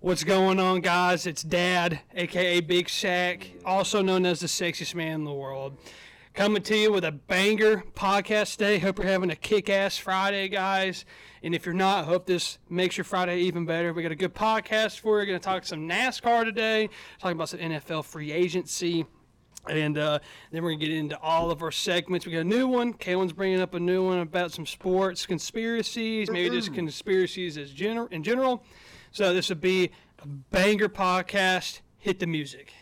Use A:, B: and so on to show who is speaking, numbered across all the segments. A: What's going on, guys? It's Dad, aka Big Shaq, also known as the sexiest man in the world, coming to you with a banger podcast today. Hope you're having a kick ass Friday, guys. And if you're not, hope this makes your Friday even better. We got a good podcast for you. We're going to talk some NASCAR today, talking about some NFL free agency. And uh, then we're going to get into all of our segments. We got a new one. Kalen's bringing up a new one about some sports conspiracies, maybe just conspiracies as gener- in general. So this would be a banger podcast. Hit the music.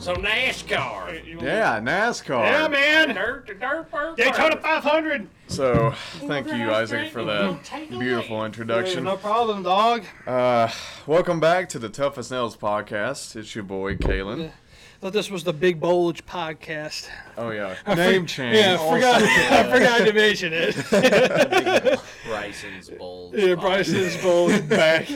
B: So NASCAR.
C: Yeah, NASCAR.
A: man.
B: Dirt to dirt, dirt,
A: Daytona
B: dirt.
A: 500.
C: So, thank you, Isaac, for
B: Don't
C: that
B: take away.
C: beautiful introduction.
A: No problem, dog.
C: Uh, welcome back to the Toughest Nails podcast. It's your boy, Kalen.
A: thought this was the Big Bulge podcast.
C: Oh, yeah. Name change.
A: Yeah, I forgot, I forgot to mention it.
B: Bryson's Bulls.
A: Yeah, Bryson's Bulge back.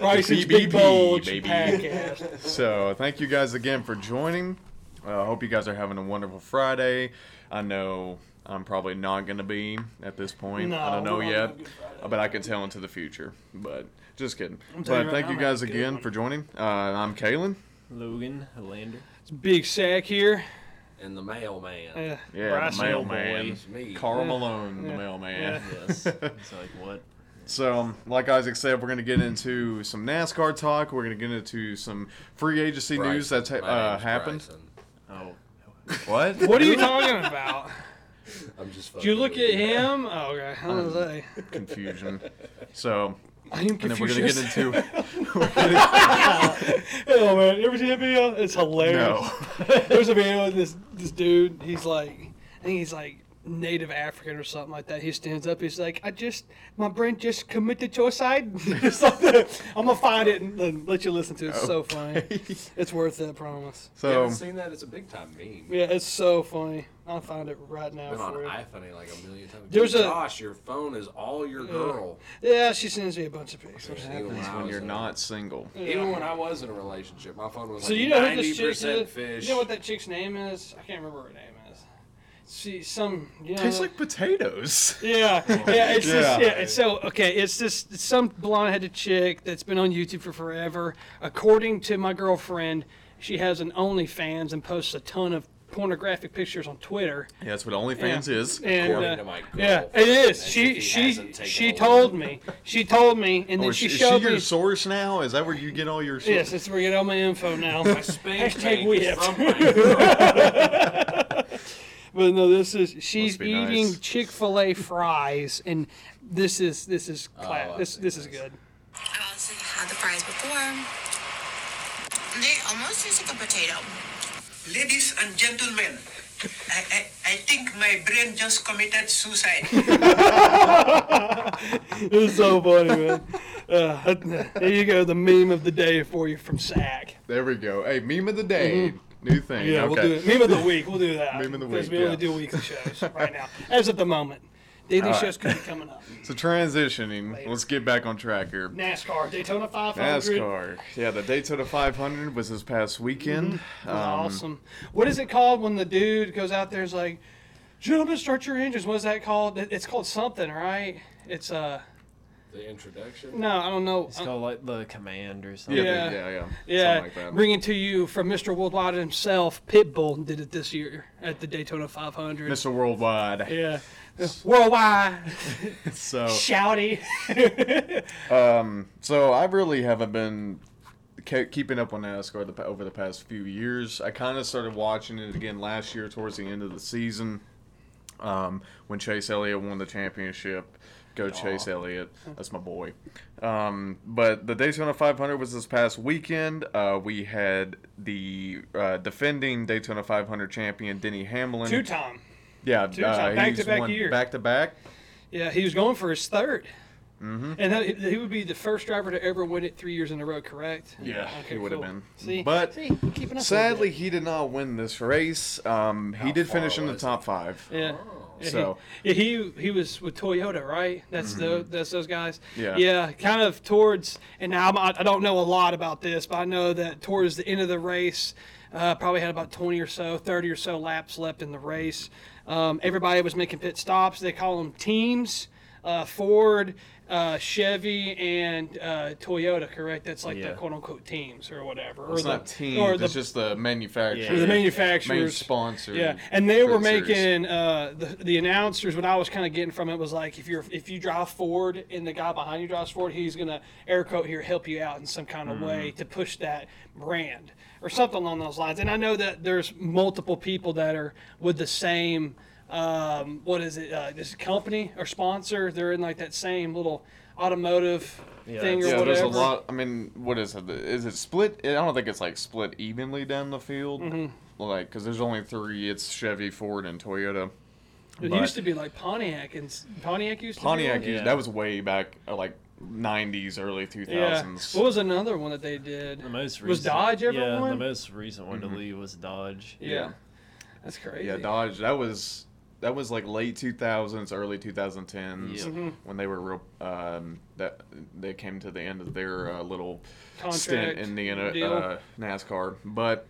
A: Bryson's Big
C: BBB,
A: Bulge
C: baby.
A: podcast.
C: So, thank you guys again for joining. I uh, hope you guys are having a wonderful Friday. I know I'm probably not going to be at this point.
A: No,
C: I don't know
A: we're not
C: yet,
A: gonna do
C: but I can tell into the future. But just kidding.
A: telling
C: But
A: you right
C: thank
A: now,
C: you
A: I'm
C: guys again for joining. Uh, I'm Kalen.
D: Logan Lander.
A: It's Big Sack here.
B: And the mailman.
A: Uh,
C: Yeah,
A: Bryson.
C: mailman.
B: It's me.
C: Carl Malone, the mailman.
D: Yes. it's like what?
C: So, um, like Isaac said, we're going to get into some NASCAR talk. We're going to get into some free agency
B: Bryson.
C: news that's ha-
B: My
C: uh,
B: name's
C: happened.
B: Bryson.
D: Oh,
C: What?
A: What are you talking about?
B: I'm just.
A: Did you look at him? Oh, okay. I was like,
C: Confusion. So,
A: I am
C: Um, and then we're going to
A: confused.
C: get into. we're gonna-
A: Oh man, you ever seen that video? It's hilarious.
C: no.
A: There's a video of this this dude. He's like, I think he's like Native African or something like that. He stands up. He's like, I just my brain just committed suicide. It's like that. I'm gonna find it and, and let you listen to it. It's so funny. It's worth it. I promise.
B: You
C: So,
B: haven't seen that? It's a big time meme.
A: Um, Yeah, it's so funny. I'll find it right now
B: Been on
A: for you.
B: iFunny like a million times.
A: There's
B: There's
A: a-
B: Gosh, your phone is all your girl.
A: Yeah, she sends me a bunch of pictures.
B: Even
C: it's
B: I
C: when
B: was
C: you're
B: in-
C: not single.
B: Even when I was in a relationship, my phone was
A: So
B: like
A: you know who
B: ninety
A: this chick
B: percent
A: is?
B: fish.
A: You know what that chick's name is? I can't remember her name is. She some you know
C: Tastes like potatoes.
A: Yeah, yeah, it's This,
C: Yeah.
A: yeah. It's so okay. It's this it's some blonde-headed chick that's been on YouTube for forever. According to my girlfriend, she has an OnlyFans and posts a ton of pornographic pictures on Twitter.
C: Yeah, that's what OnlyFans is.
A: And,
B: According
A: uh,
B: to my girlfriend,
A: yeah, it is.
B: as if
A: She
B: he
A: she
B: hasn't taken
A: she
B: a look.
A: told me. She told me, and
C: Oh,
A: then
C: is
A: she
C: is
A: showed
C: your
A: me.
C: source now? Is that where you get all your? sor-
A: Yes, that's where you get all my info now.
B: My spank
A: Hashtag
B: bank
A: we
B: is
A: have-
B: from my girl.
A: But no, this is she's
C: Must be
A: eating
C: nice.
A: Chick Fil A fries, and this is this is cla-
B: I've
A: this
B: seen
A: this is
B: this.
A: good.
E: I also had the fries before. They almost taste like a potato.
F: Ladies and gentlemen, I, I, I think my brain just committed suicide.
A: It's so funny, man. Uh, there you go, the meme of the day for you from Sack.
C: There we go. Hey, meme of the day. New thing.
A: Mm-hmm. Yeah,
C: okay.
A: we'll do it. Meme of the week. We'll do that.
C: Meme of the
A: Because
C: week,
A: we only
C: yeah.
A: do weekly shows right now, as of the moment. Daily
C: All right.
A: shows could be coming up.
C: So transitioning.
A: Later.
C: Let's get back on track here.
A: NASCAR, Daytona 500.
C: NASCAR. Yeah, the Daytona 500 was this past weekend.
A: That was awesome. What is it called when the dude goes out there and is like, gentlemen, start your engines? What is that called? It- It's called something, right? It's, uh,
B: The introduction.
A: no, I don't know.
D: it's called like the command or
C: Yeah,
D: something.
C: yeah,
A: Yeah.
C: yeah, yeah.
A: Yeah,
C: Something like that.
A: bringing to you from Mr. Worldwide himself, Pitbull did it this year at the Daytona 500.
C: Mr. Worldwide.
A: Yeah, worldwide,
C: So,
A: shouty.
C: so I really haven't been ke- keeping up on NASCAR the, pa- over the past few years. I kind of started watching it again last year towards the end of the season, um, when Chase Elliott won the championship. Go Chase Elliott, that's my boy. Um, but the Daytona 500 was this past weekend. Uh, we had the uh, defending Daytona 500 champion Denny Hamlin.
A: Two time.
C: Yeah,
A: time,
C: uh,
A: back to
C: he's
A: back
C: won
A: year.
C: Back to back.
A: Yeah, he was going for his 3rd Mm-hmm. And that, he would be the first driver to ever win it three years in a row, correct?
C: Yeah,
A: Okay,
C: he would have
A: cool.
C: been.
A: See,
C: but
A: See, keeping up with it.
C: sadly, he did not win this race. Um, he
B: How
C: did
B: far
C: finish in the
B: was
C: top five.
A: yeah,
C: Oh. So Mm-hmm.
A: Yeah, he he was with Toyota, right? That's the that's those guys.
C: Yeah.
A: Yeah, kind of towards, and now I'm, I I don't know a lot about this, but I know that towards the end of the race, uh, probably had about 20 or so, 30 or so laps left in the race. Um, everybody was making pit stops. They call them teams. Uh, Ford, uh, Chevy, and uh, Toyota, correct? That's like
D: Yeah.
A: the quote unquote teams or whatever.
C: it's
A: or
C: not
A: the,
C: team.
A: Or the,
C: it's just the manufacturer.
A: or the
D: Yeah.
C: Main
A: manufacturers.
C: sponsor.
A: Yeah, and they
C: for
A: were
C: the series.
A: making uh, the the announcers. What I was kind of getting from it was like if you're if you drive forward and the guy behind you drives forward, he's gonna air quote here help you out in some kind of way
C: Mm-hmm.
A: to push that brand or something along those lines. And I know that there's multiple people that are with the same um, what is it uh, this company or sponsor. They're in like that same little automotive
D: Yeah,
A: thing or
D: it's-
C: Yeah,
A: whatever.
C: there's a lot. I mean, what is it? Is it split? I don't think it's like split evenly down the field.
A: Mm-hmm.
C: Like, because there's only three. It's Chevy, Ford, and Toyota.
A: It
C: but-
A: used to be like Pontiac and s- Pontiac used to be
C: Pontiac,
A: one?
D: Yeah.
C: used- that was way back, uh, like 90s, early 2000s.
A: Yeah. What was another one that they did?
D: The most recent,
A: Was Dodge ever
D: yeah, the
A: one?
D: most recent one
C: Mm-hmm.
D: to leave was Dodge.
A: yeah. That's crazy.
C: Yeah, Dodge. That was that was like late 2000s, early 2010s
D: Yeah.
A: Mm-hmm.
C: when they were real, um, that they came to the end of their uh, little stint
A: Contract
C: in the
A: deal.
C: uh, NASCAR. But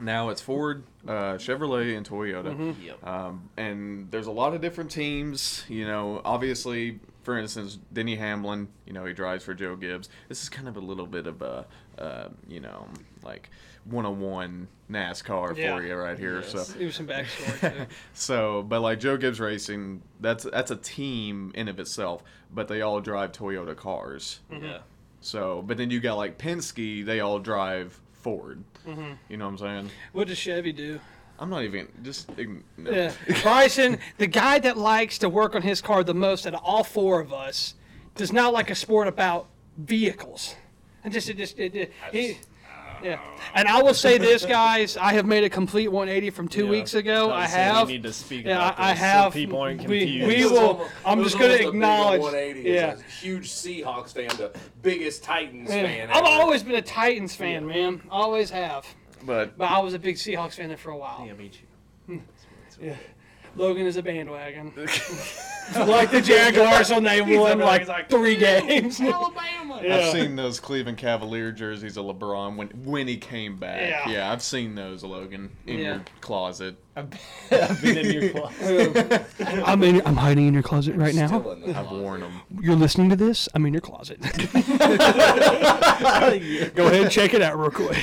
C: now it's Ford, uh, Chevrolet, and Toyota.
A: Mm-hmm.
D: Yep.
C: Um, and there's a lot of different teams. You know, obviously, for instance, Denny Hamlin. You know, he drives for Joe Gibbs. This is kind of a little bit of a, uh, you know, like one-on-one NASCAR
A: Yeah.
C: for you right here. So,
A: Give some backstory. too.
C: so, but like Joe Gibbs Racing, that's that's a team in of itself. But they all drive Toyota cars.
A: Mm-hmm.
D: Yeah.
C: So, but then you got like Penske. They all drive Ford.
A: Mm-hmm.
C: You know what I'm saying?
A: what does Chevy do?
C: I'm not even just. ign- No.
A: Yeah. Bryson, the guy that likes to work on his car the most out of all four of us, does not like a sport about vehicles. And just, it just, it, it- he, yeah. And I will say this, guys, I have made a complete 180 from two
D: Yeah.
A: weeks ago.
D: Not
A: I
D: saying
A: have.
D: We need to speak
A: Yeah,
D: about
A: I- I
D: this
A: have-
D: So people aren't
A: we-
D: confused.
A: we
B: It was
A: will-
B: almost-
A: I'm
B: it was
A: just gonna
B: almost a big
A: acknowledge-
B: 180. It's
A: yeah.
B: a Huge Seahawks fan, the biggest Titans fan.
A: I've
B: ever.
A: always been a Titans fan, man. Always have.
C: But
A: But I was a big Seahawks fan there for a while.
D: Yeah, me too.
A: Logan is a bandwagon. like the Jaguars when they won
D: like-
A: like,
D: he's like,
A: three games.
B: Alabama.
A: Yeah.
C: I've seen those Cleveland Cavalier jerseys of LeBron when when he came back.
A: Yeah.
C: Yeah, I've seen those, Logan, in
A: Yeah.
C: your closet.
D: I've been in your closet.
A: I'm in, I'm hiding in your closet right
B: Still in the
C: I've
B: closet.
C: worn them.
A: You're listening to this. I'm in your closet. Go ahead, and check it out real quick.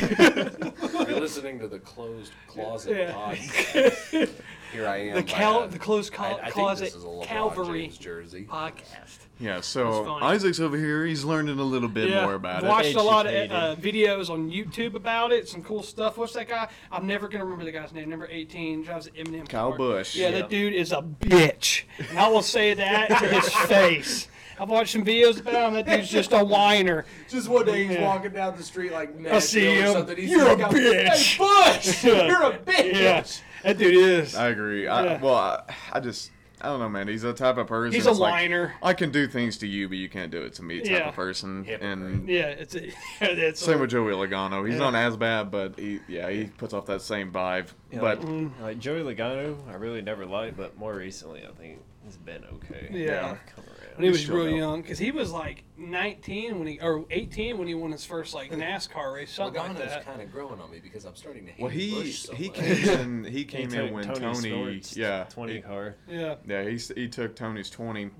B: You're listening to the closed closet
A: Yeah.
B: podcast. Here I am.
A: The cal-
B: by, uh,
A: the closed
B: I-
A: cal-
B: I think
A: closet
B: this is a LeBron
A: Calvary
B: James jersey.
A: podcast.
C: Yeah,
A: That's
C: so
A: fine.
C: Isaac's over here. He's learning a little bit more about it.
A: watched a lot of
D: Educated.
A: uh, videos on YouTube about it. Some cool stuff. What's that guy? I'm never gonna remember the guy's name. Number 18 drives an Eminem.
C: Kyle
A: car.
C: Busch.
A: Yeah,
D: Yeah.
A: that dude is a bitch. And I will say that to his face. I've watched some videos about him. That dude's just a whiner.
B: Just one day he's
A: Yeah.
B: walking down the street like Nashville
A: see
B: or
A: you.
B: something. He's
A: You're a
B: like,
A: bitch."
B: Hey, Bush, you're a bitch.
A: Yeah, that dude is.
C: I agree. I,
A: Yeah.
C: Well, I, I just. I don't know, man. He's a type of person.
A: He's a
C: it's like,
A: whiner.
C: I can do things to you, but you can't do it to me. Type
A: Yeah.
C: of person.
B: Hypocrite.
C: And
A: Yeah, it's a, it's
C: same
A: a,
C: with Joey Logano. He's
A: Yeah.
C: not as bad, but he, yeah, he puts off that same vibe.
D: Yeah,
C: but
B: mm-hmm.
D: like, like Joey Logano, I really never liked, but more recently, I think it's been okay.
A: Yeah.
D: come
A: when he
D: around.
A: was
C: Sure
A: real
C: don't.
A: young because he was like 19 when he or 18 when he won his first like NASCAR race, something like
B: Logano's
A: that.
B: kind of growing on me because I'm starting to hate
C: well, he
B: Bush so
C: he
B: much.
C: came in. He
D: He
C: came
D: took
C: in when
D: Tony's
C: Tony.
D: Stewart's
C: Yeah,
D: twenty car.
A: Yeah,
C: Yeah, he, s- he took Tony's 20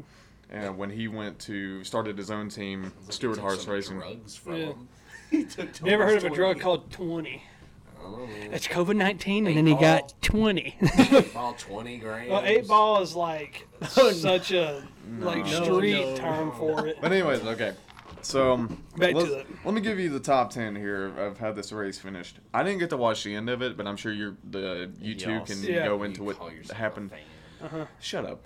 C: uh, when he went to started his own team,
B: It's like he
C: Stewart
B: took
C: Hart's
B: some
C: Racing.
B: Drugs from
A: Yeah.
B: him. He took
A: you ever heard of a
B: Tony's
A: drug
B: 20.
A: called 20?
B: I don't know.
A: It's COVID 19, and then he
B: ball.
A: got 20.
B: Eight ball, twenty grams.
A: Well, eight ball is like such a like
D: No,
A: street
D: no.
A: term for it.
C: But anyways, okay. So um,
A: Back to
C: let's-
A: it.
C: let me give you the top 10 here of- of how this race finished. I didn't get to watch the end of it, but I'm sure you're the you two
D: Y'all
C: can
A: see- Yeah.
C: go
B: You
C: into
B: call
C: what
B: yourself a
C: happened.
B: fan.
C: Shut up.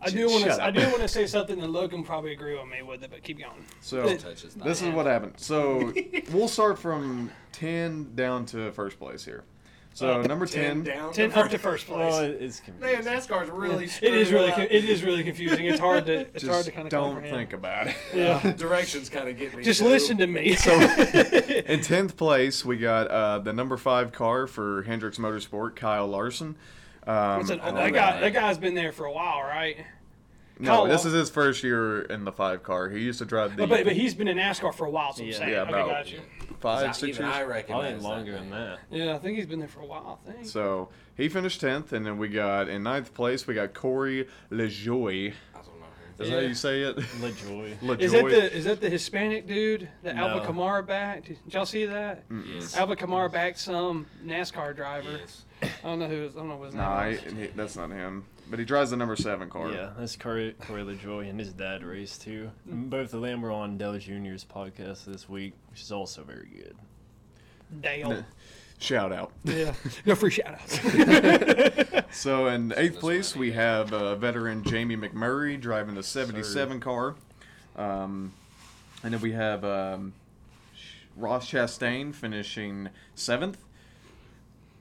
A: I do want
C: Shut
A: to I
C: up.
A: do want to say something that Logan probably agree with me with it, but keep going.
C: So
B: Touch is not
C: this is
B: happening.
C: what happened. So we'll start from 10 down to first place here. So number 10.
B: down.
A: Uh, Ten up to first place.
D: Well, it- it's confusing.
B: Man, NASCAR's really.
A: it is
B: screwed
A: really
B: up.
A: co- it is really confusing. It's hard to it's hard
C: Just
A: to kind of
C: don't
A: comprehend.
C: think about it.
A: Yeah,
B: Directions kind of get me.
A: just
B: too.
A: listen to me.
C: In tenth place, we got uh, the number five car for Hendrix Motorsport, Kyle Larson. Um,
A: It's an,
C: and
A: that
C: then-
A: guy. That guy's been there for a while, right?
C: no, this
A: Caldwell.
C: is his first year in the five car. He used to drive the
A: But, but, but he's been in NASCAR for a while. So I'm
D: Yeah.
A: saying.
C: Yeah,
A: okay,
C: about-
A: gotcha.
C: five,
B: Not
C: six
B: even
C: years.
B: I
D: Probably
B: recognize
D: longer
B: that.
D: than that.
A: Yeah, I think he's been there for a while. I think.
C: So he finished tenth, and then we got in ninth place. We got Corey LeJoy.
B: I don't know.
C: Is that how
A: Yeah.
C: you say it?
D: LaJoy.
C: LeJoy.
A: Is that the is that the Hispanic dude that Alva
D: No.
A: Kamara backed? Did y'all see
C: Mm.
A: that?
D: Yes.
A: Alva Kamara backed some NASCAR driver.
B: Yes.
A: I don't know who. His, I don't know what his
C: Nah,
A: name.
C: he-
A: was.
C: he- that's not him. But he drives the number seven car.
D: Yeah, that's Corey, Corey LaJoy and his dad raced too.
C: Mm.
D: Both of them were on Dell Jr.'s podcast this week, which is also very good.
A: Dale.
C: Shout out.
A: yeah. No free shout outs.
C: So in eighth place, we have uh, veteran Jamie McMurray driving the 77 car. Um, and then we have um, Sh- Ross Chastain finishing seventh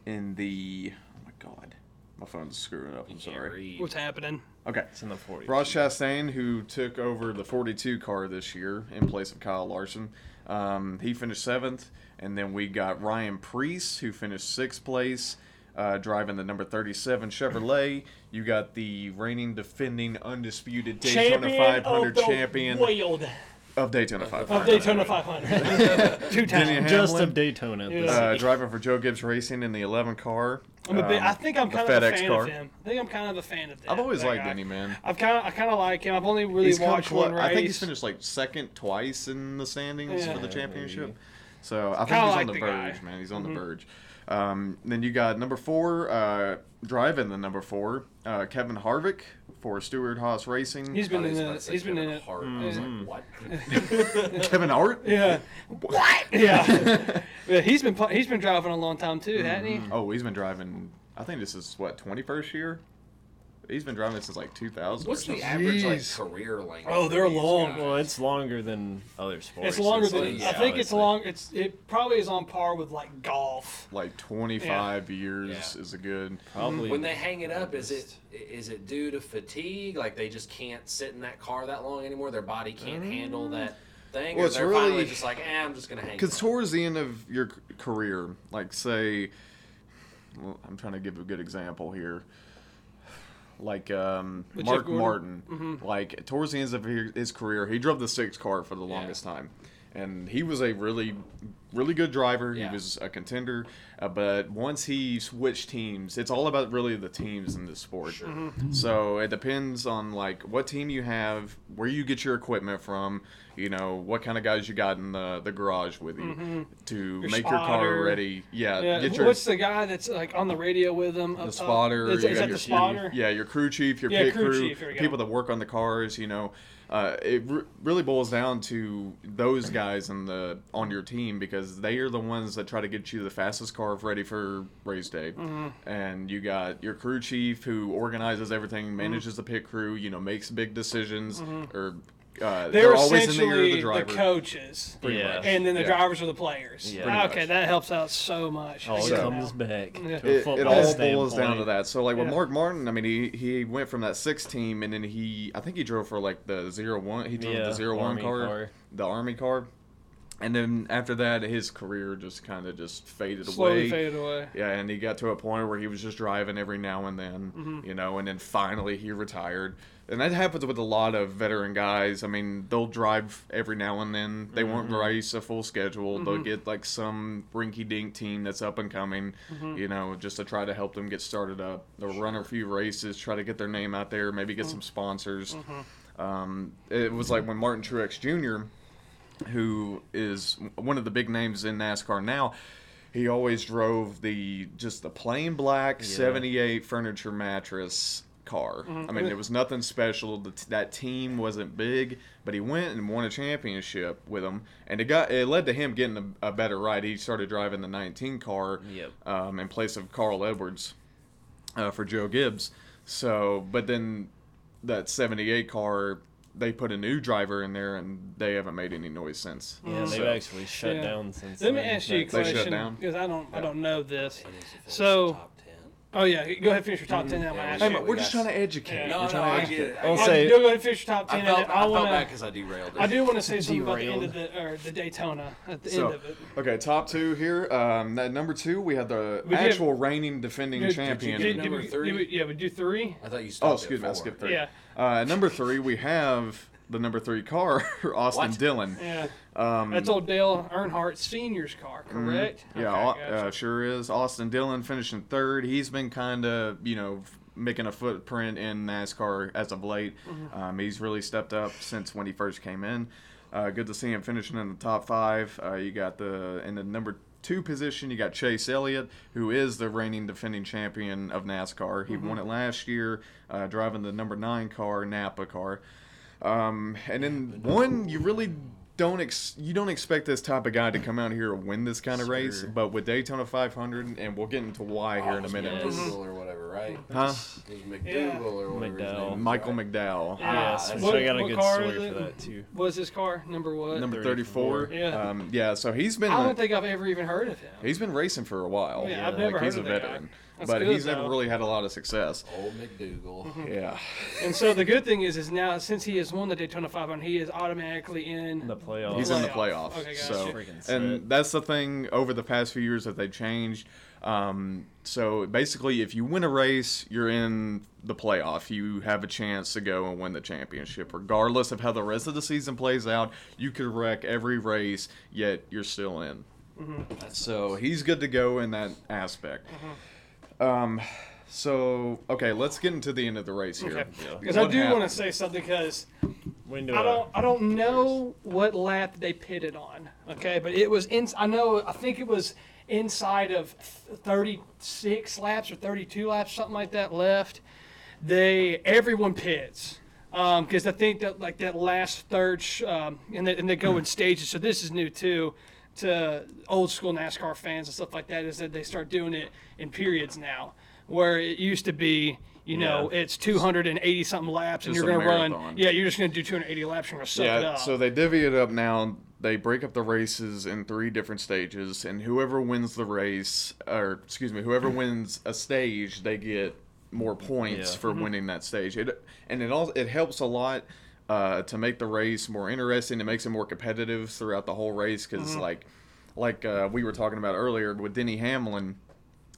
C: in the. Oh my God. My phone's screwing up. I'm sorry.
A: What's happening?
C: Okay.
D: It's in the 40s.
C: Ross Chastain, who took over the 42 car this year in place of Kyle Larson, um, he finished seventh. And then we got Ryan Priest, who finished sixth place, uh, driving the number 37 Chevrolet. You got the reigning, defending, undisputed Daytona 500 champion
A: world
C: of Daytona 500.
A: of Daytona 500. Two
C: Denny
A: times.
D: Just
C: Hamlin,
D: of Daytona.
A: Yeah.
D: this-
C: uh, driving for Joe Gibbs Racing in the 11 car.
A: I'm a big,
C: Um,
A: I think I'm
C: the
A: kind of a
C: FedEx
A: fan
C: car.
A: of him. I think I'm kind of a fan of that.
C: I've always
A: that
C: liked
A: guy.
C: Denny, man.
A: I've kind of, I kind of like him. I've only really
C: He's come
A: watched
C: clo-
A: one race.
C: I think he's finished like second twice in the standings
A: Yeah.
C: for the
A: Yeah,
C: championship. So I think
A: kinda
C: he's on
A: like
C: the,
A: the guy. Mm-hmm.
C: verge, man. He's on the verge. Um, then you got number four, uh, driving the number four, uh, Kevin Harvick for Stewart Haas Racing.
A: He's been in it.
B: I was about to say
A: He's been in
B: Kevin
A: it.
B: Hart. I was like, what?
C: Kevin Hart.
A: Yeah. What? Yeah. yeah. He's been pl- he's been driving a long time too, hasn't he?
C: Oh, he's been driving. I think this is what twenty first year. He's been driving since like two thousand.
B: What's the average like
C: Jeez.
B: career length?
A: Oh, they're
B: for these
A: long.
B: guys?
D: well, it's longer than other sports.
A: It's longer
D: It's
A: than
D: like-
A: I
D: yeah,
A: think it's
D: like-
A: long. It's it probably is on par with like golf.
C: Like twenty five years
B: Yeah.
C: is a good.
D: Probably.
B: When they hang it up, is it is it due to fatigue? Like they just can't sit in that car that long anymore. Their body can't handle that thing.
C: Well,
B: or
C: it's
B: they're
C: really-
B: finally just like, eh, I'm just gonna hang.
C: Because
B: it up."
C: towards the end of your c- career, like say, well, I'm trying to give a good example here. Like um,
A: With Jeff
C: Mark
A: Gordon?
C: Martin,
A: Mm-hmm.
C: like towards the ends of his his career, he drove the six car for the longest time, and he was a really, really good driver.
B: Yeah.
C: He was a contender, uh, but once he switched teams, it's all about really the teams in this sport.
A: Mm-hmm.
C: So it depends on like what team you have, where you get your equipment from, you know, what kind of guys you got in the, the garage with you to make your car
A: Mm-hmm. spotter.
C: ready. Yeah,
A: Yeah.
C: Uh, get your
A: What's the guy that's like on the radio with him? Uh,
C: the spotter.
A: is,
C: you
A: is
C: got
A: that
C: your
A: the spotter?
C: Yeah, your crew chief, your
A: Yeah,
C: pit
A: crew
C: crew,
A: chief, there we go.
C: people that work on the cars. You know, uh, it re- really boils down to those guys in the on your team because they are the ones that try to get you the fastest car ready for race day.
A: Mm-hmm.
C: And you got your crew chief who organizes
A: Mm-hmm.
C: everything, manages the pit crew. You know, makes big decisions or. Uh,
A: They're,
C: they're, always in the ear of
A: essentially
C: the driver.
A: coaches,
C: pretty
D: Yeah.
C: much.
A: and then the
C: Yeah.
A: drivers are the players.
D: Yeah. Pretty
A: Okay,
C: much. Oh,
A: that helps out so much.
D: all
A: I
C: So-
A: get it now.
D: comes back. to a
C: it, it
D: football
C: all boils down to
D: standpoint.
C: that. So like with
A: Yeah.
C: Mark Martin, I mean he he went from that six team and then he I think he drove for like the zero one he drove
D: Yeah,
C: the zero one
D: Army
C: car,
D: car.
C: the army car, and then after that his career just kind of just faded
A: Slowly
C: away.
A: faded away.
C: Yeah, and he got to a point where he was just driving every now and then, you know, and then finally he retired. And that happens with a lot of veteran guys. I mean, they'll drive every now and then. They won't race a full schedule. They'll get like some rinky dink team that's up and coming, you know, just to try to help them get started up. They'll run a few races, try to get their name out there, maybe get some sponsors. Um, it was like when Martin Truex Jr who is one of the big names in NASCAR now. He always drove the just the plain black '78 furniture mattress car. I mean, there was nothing special. The t- that team wasn't big, but he went and won a championship with them, and it got it led to him getting a, a better ride. He started driving the 19 car
D: Yep.
C: um, in place of Carl Edwards uh, for Joe Gibbs. So, but then that 78 car, they put a new driver in there and they haven't made any noise since.
D: Yeah, they've
C: So-
D: actually shut
A: Yeah.
D: down since.
A: Let me
D: then.
A: ask you a
D: That's-
C: They shut
A: question
C: down.
A: because I don't I don't know this.
B: It is if it's
A: So-
B: the top 10.
A: Oh yeah, go ahead and finish your top ten. Now, my
B: Yeah,
A: ass.
C: Mm-hmm. Hey,
B: Shit,
A: shit.
C: man,
B: we
C: we're just
B: got-
C: trying to educate.
B: No,
C: We're trying
B: no,
C: to
B: I
C: educate.
B: get it.
D: I'll
B: I,
A: Oh,
D: say-
A: go ahead and finish your top
B: I
A: ten.
B: felt, I
A: I
B: felt
A: want
B: bad
A: to.
B: because I derailed. It.
A: I do want to say something about the end
D: Derailed.
A: of the or the Daytona at the end
C: So,
A: of it.
C: okay, top two here. Um, at number two, we had the
A: We did-
C: actual reigning defending
A: Did- did you
C: champion.
B: get
A: Did, did
B: number
A: we,
B: three?
A: Did we, yeah, we do three.
B: I thought you stopped.
C: oh, excuse me, I skipped three.
A: Yeah.
C: Uh, at number three, we have the number three car, Austin
B: What?
C: Dillon.
A: Yeah. That's old Dale Earnhardt Senior's car, correct?
C: Um, mm, Yeah,
A: Okay,
C: Au-
A: gotcha.
C: uh, sure is. Austin Dillon finishing third. He's been kind of, you know, f- making a footprint in NASCAR as of late.
A: Mm-hmm.
C: Um, he's really stepped up since when he first came in. Uh, good to see him finishing in the top five. Uh, you got the in the number two position. You got Chase Elliott, who is the reigning defending champion of NASCAR.
A: Mm-hmm.
C: He won it last year, uh, driving the number nine car, Napa car. Um, and then one you really don't ex- you don't expect this type of guy to come out here and win this kind of race,
D: Sure.
C: but with Daytona 500, and we'll get into why here in a minute.
B: McDougal or whatever, right?
C: Huh?
B: It was McDougal
A: Yeah.
B: or whatever. his
D: McDowell.
B: name is,
C: Michael
B: right?
C: McDowell,
A: Yeah.
D: Yes,
B: that's-
D: which I got a
A: what
D: good
A: car
D: story
A: is
D: for
A: it?
D: that too.
A: Was his car number what?
C: number 34.
A: Yeah.
C: Um, yeah. So he's been
A: I don't
C: a-
A: think I've ever even heard of him.
C: he's been racing for a while.
A: Yeah, I've never
C: like he's
A: heard
C: a
A: of that guy.
C: veteran,
A: That's
C: but
A: good,
C: he's never
A: though. Mm.
C: really had a lot of success.
B: Old
A: Mm-hmm.
B: McDougal.
C: Yeah.
A: And so the good thing is, is now since he has won the Daytona 500, he is automatically in.
D: The playoffs.
C: He's in the
A: Playoff.
C: playoffs.
A: Okay, gotcha.
C: so,
D: Freaking
C: and
D: sick.
C: that's the thing over the past few years that they changed. Um, so basically, if you win a race, you're in the playoff. You have a chance to go and win the championship, regardless of how the rest of the season plays out. You could wreck every race, yet you're still in.
A: Mm-hmm.
C: So he's good to go in that aspect. Um,
A: Mm-hmm.
C: so okay, let's get into the end of the race here.
A: Okay.
D: Yeah.
A: Because I
C: What
A: do want to
C: happened?
A: say something because
D: Window.
A: I don't I don't know what lap they pitted on. Okay, but it was in. I know I think it was inside of 36 laps or 32 laps, something like that left. They everyone pits. Because I think that like that last third, sh- um, and they, and they go in stages. So this is new too, to old school NASCAR fans and stuff like that. Is that they start doing it in periods now, where it used to be, you know,
D: Yeah.
A: it's 280 something laps, and
C: It's
A: you're
C: a
A: gonna run,
C: marathon.
A: yeah, you're just gonna do 280 laps and we're gonna suck it
C: Yeah,
A: up.
C: so they divvy it up now. They break up the races in three different stages, and whoever wins the race, or excuse me, whoever wins a stage, they get more points
D: Yeah.
C: for winning that stage. It and it all it helps a lot uh, to make the race more interesting. It makes it more competitive throughout the whole race because like like uh, we were talking about earlier with Denny Hamlin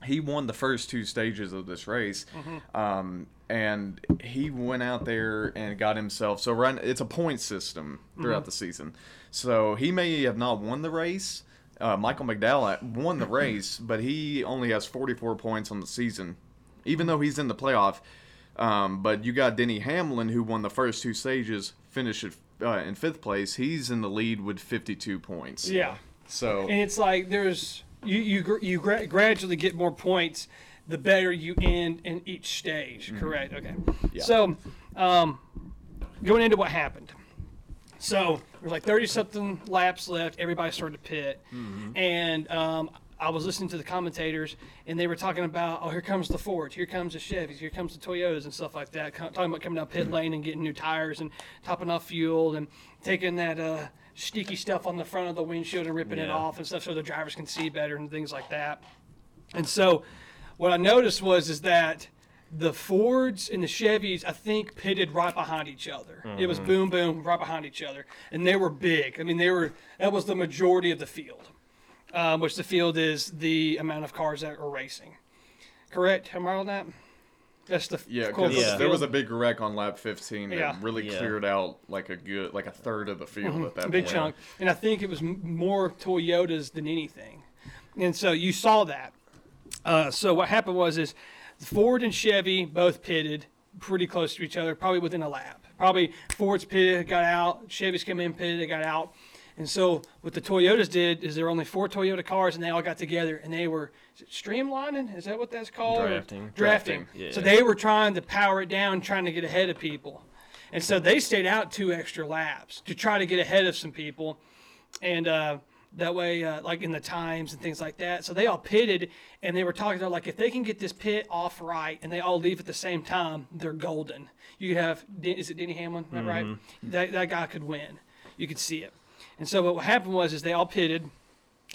C: he won the first two stages of this race.
A: Mm-hmm.
C: Um, and he went out there and got himself so right it's a point system throughout
A: Mm-hmm.
C: the season. So he may have not won the race. Uh, Michael McDowell won the race, but he only has 44 points on the season, even though he's in the playoff. Um, but you got Denny Hamlin, who won the first two stages, finished at, uh, in fifth place. He's in the lead with 52 points.
A: yeah,
C: So
A: and it's like there's you you gr- you gra- gradually get more points the better you end in each stage.
C: Mm-hmm.
A: Correct. Okay. So, um, going into what happened. So there's like 30 something laps left. Everybody started to pit, and um, I was listening to the commentators, and they were talking about, oh, here comes the Fords, here comes the Chevys, here comes the Toyotas, and stuff like that. co- Talking about coming down pit lane and getting new tires and topping off fuel and taking that uh, sticky stuff on the front of the windshield and ripping it
D: Yeah.
A: off and stuff so the drivers can see better and things like that. And so, what I noticed was is that the Fords and the Chevys, I think, pitted right behind each other. It was boom, boom, right behind each other, and they were big. I mean, they were that was the majority of the field, um, which the field is the amount of cars that are racing. Correct? Am I right on that? That's the
C: Yeah,
A: cool,
C: 'cause
D: Yeah.
C: there was a big wreck on lap 15 that
A: Yeah. Mm-hmm.
C: really
D: Yeah.
C: cleared out like a good, like a third of the field at that
A: big
C: point.
A: chunk, and I think it was m- more Toyotas than anything, and so you saw that. Uh, so what happened was is Ford and Chevy both pitted pretty close to each other, probably within a lap. Probably Ford's pitted, got out. Chevy's came in, pitted, they got out. And so what the Toyotas did is there were only four Toyota cars, and they all got together, and they were is it streamlining. Is that what that's called? Or-
D: Drafting.
A: Drafting.
D: Drafting,
A: So
D: yeah.
A: they were trying to power it down, trying to get ahead of people. And so they stayed out two extra laps to try to get ahead of some people and uh, that way, uh, like in the times and things like that. So they all pitted, and they were talking about like if they can get this pit off right, and they all leave at the same time, they're golden. You could have Den- is it Denny Hamlin, Am I right? That that guy could win. You could see it. And so what happened was is they all pitted,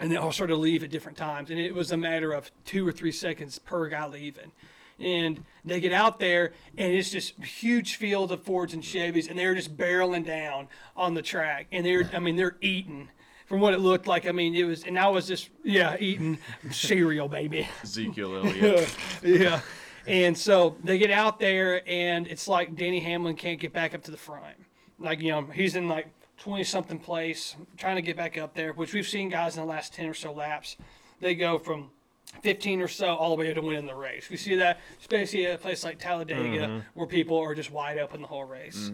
A: and they all started to leave at different times. And it was a matter of two or three seconds per guy leaving. And they get out there, and it's just huge field of Fords and Chevys, and they're just barreling down on the track. And they're, I mean, they're eating. From what it looked like, I mean, it was, and I was just, yeah, eating cereal, baby.
C: Ezekiel Elliott.
A: yeah. And so they get out there, and it's like Danny Hamlin can't get back up to the front. Like, you know, he's in like 20 something place trying to get back up there, which we've seen guys in the last 10 or so laps. They go from 15 or so all the way to winning the race. We see that, especially at a place like Talladega, where people are just wide open the whole race.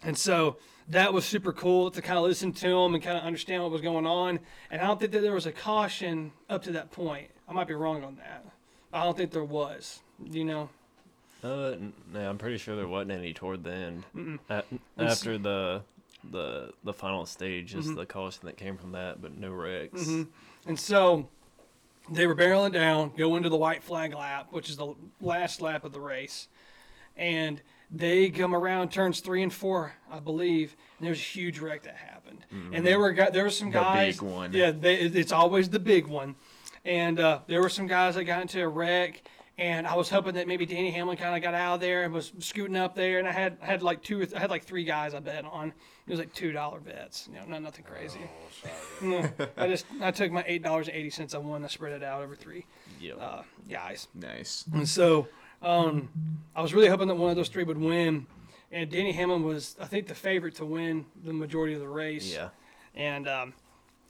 A: And so that was super cool to kind of listen to them and kind of understand what was going on. And I don't think that there was a caution up to that point. I might be wrong on that. I don't think there was. You know,
D: Uh, n- no, I'm pretty sure there wasn't any toward the end. A- after the the the final stage
A: Mm-hmm.
D: is the caution that came from that, but no wrecks.
A: And so they were barreling down, go into the white flag lap, which is the last lap of the race. And they come around turns three and four, I believe. And there was a huge wreck that happened. And there were gu- there were some
C: Mm-hmm. The
A: guys.
C: big one.
A: Yeah, they, it- it's always the big one. And uh, there were some guys that got into a wreck. And I was hoping that maybe Danny Hamlin kind of got out of there and was scooting up there. And I had I had like two, or th- I had like three guys I bet on. It was like two dollar bets, you know, not nothing crazy. I just I took my eight dollars and eighty cents on one. I spread it out over three
D: Yeah.
A: uh, guys.
C: nice.
A: And so um, I was really hoping that one of those three would win. And Danny Hamlin was, I think, the favorite to win the majority of the race.
D: yeah.
A: And um,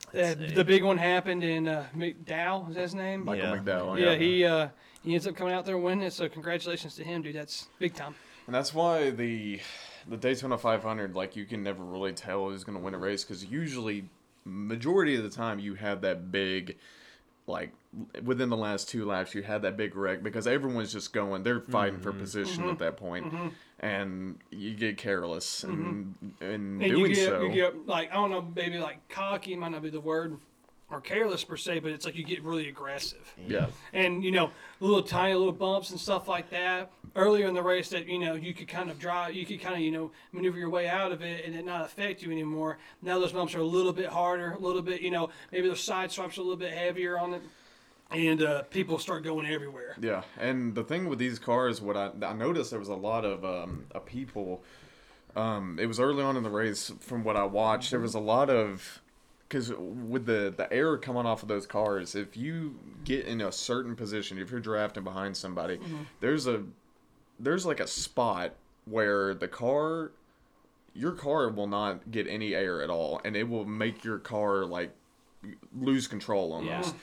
A: uh,
D: see.
A: the big one happened in uh, McDowell. Is that his name?
C: Michael
D: Yeah.
C: McDowell.
A: yeah, he uh, he ends up coming out there and winning it. So congratulations to him, dude. That's big time.
C: And that's why the the Daytona 500, like you can never really tell who's going to win a race because usually, majority of the time, you have that big, like within the last two laps, you had that big wreck because everyone's just going, they're
A: Mm-hmm.
C: fighting for position at that point, and you get careless and in
A: Mm-hmm. And
C: doing
A: you get
C: so.
A: you get like I don't know, maybe like cocky might not be the word, or careless per se, but it's like you get really aggressive.
C: yeah,
A: and you know little tiny little bumps and stuff like that earlier in the race that you know you could kind of draw you could kind of you know maneuver your way out of it and it not affect you anymore now those bumps are a little bit harder a little bit you know maybe those side swipes are a little bit heavier on it and uh, people start going everywhere
C: Yeah, and the thing with these cars, what I, I noticed there was a lot of um, uh, people. Um, it was early on in the race, from what I watched. There was a lot of because with the the air coming off of those cars, if you get in a certain position, if you're drafting behind somebody, there's a there's like a spot where the car your car will not get any air at all and it will make your car like lose control almost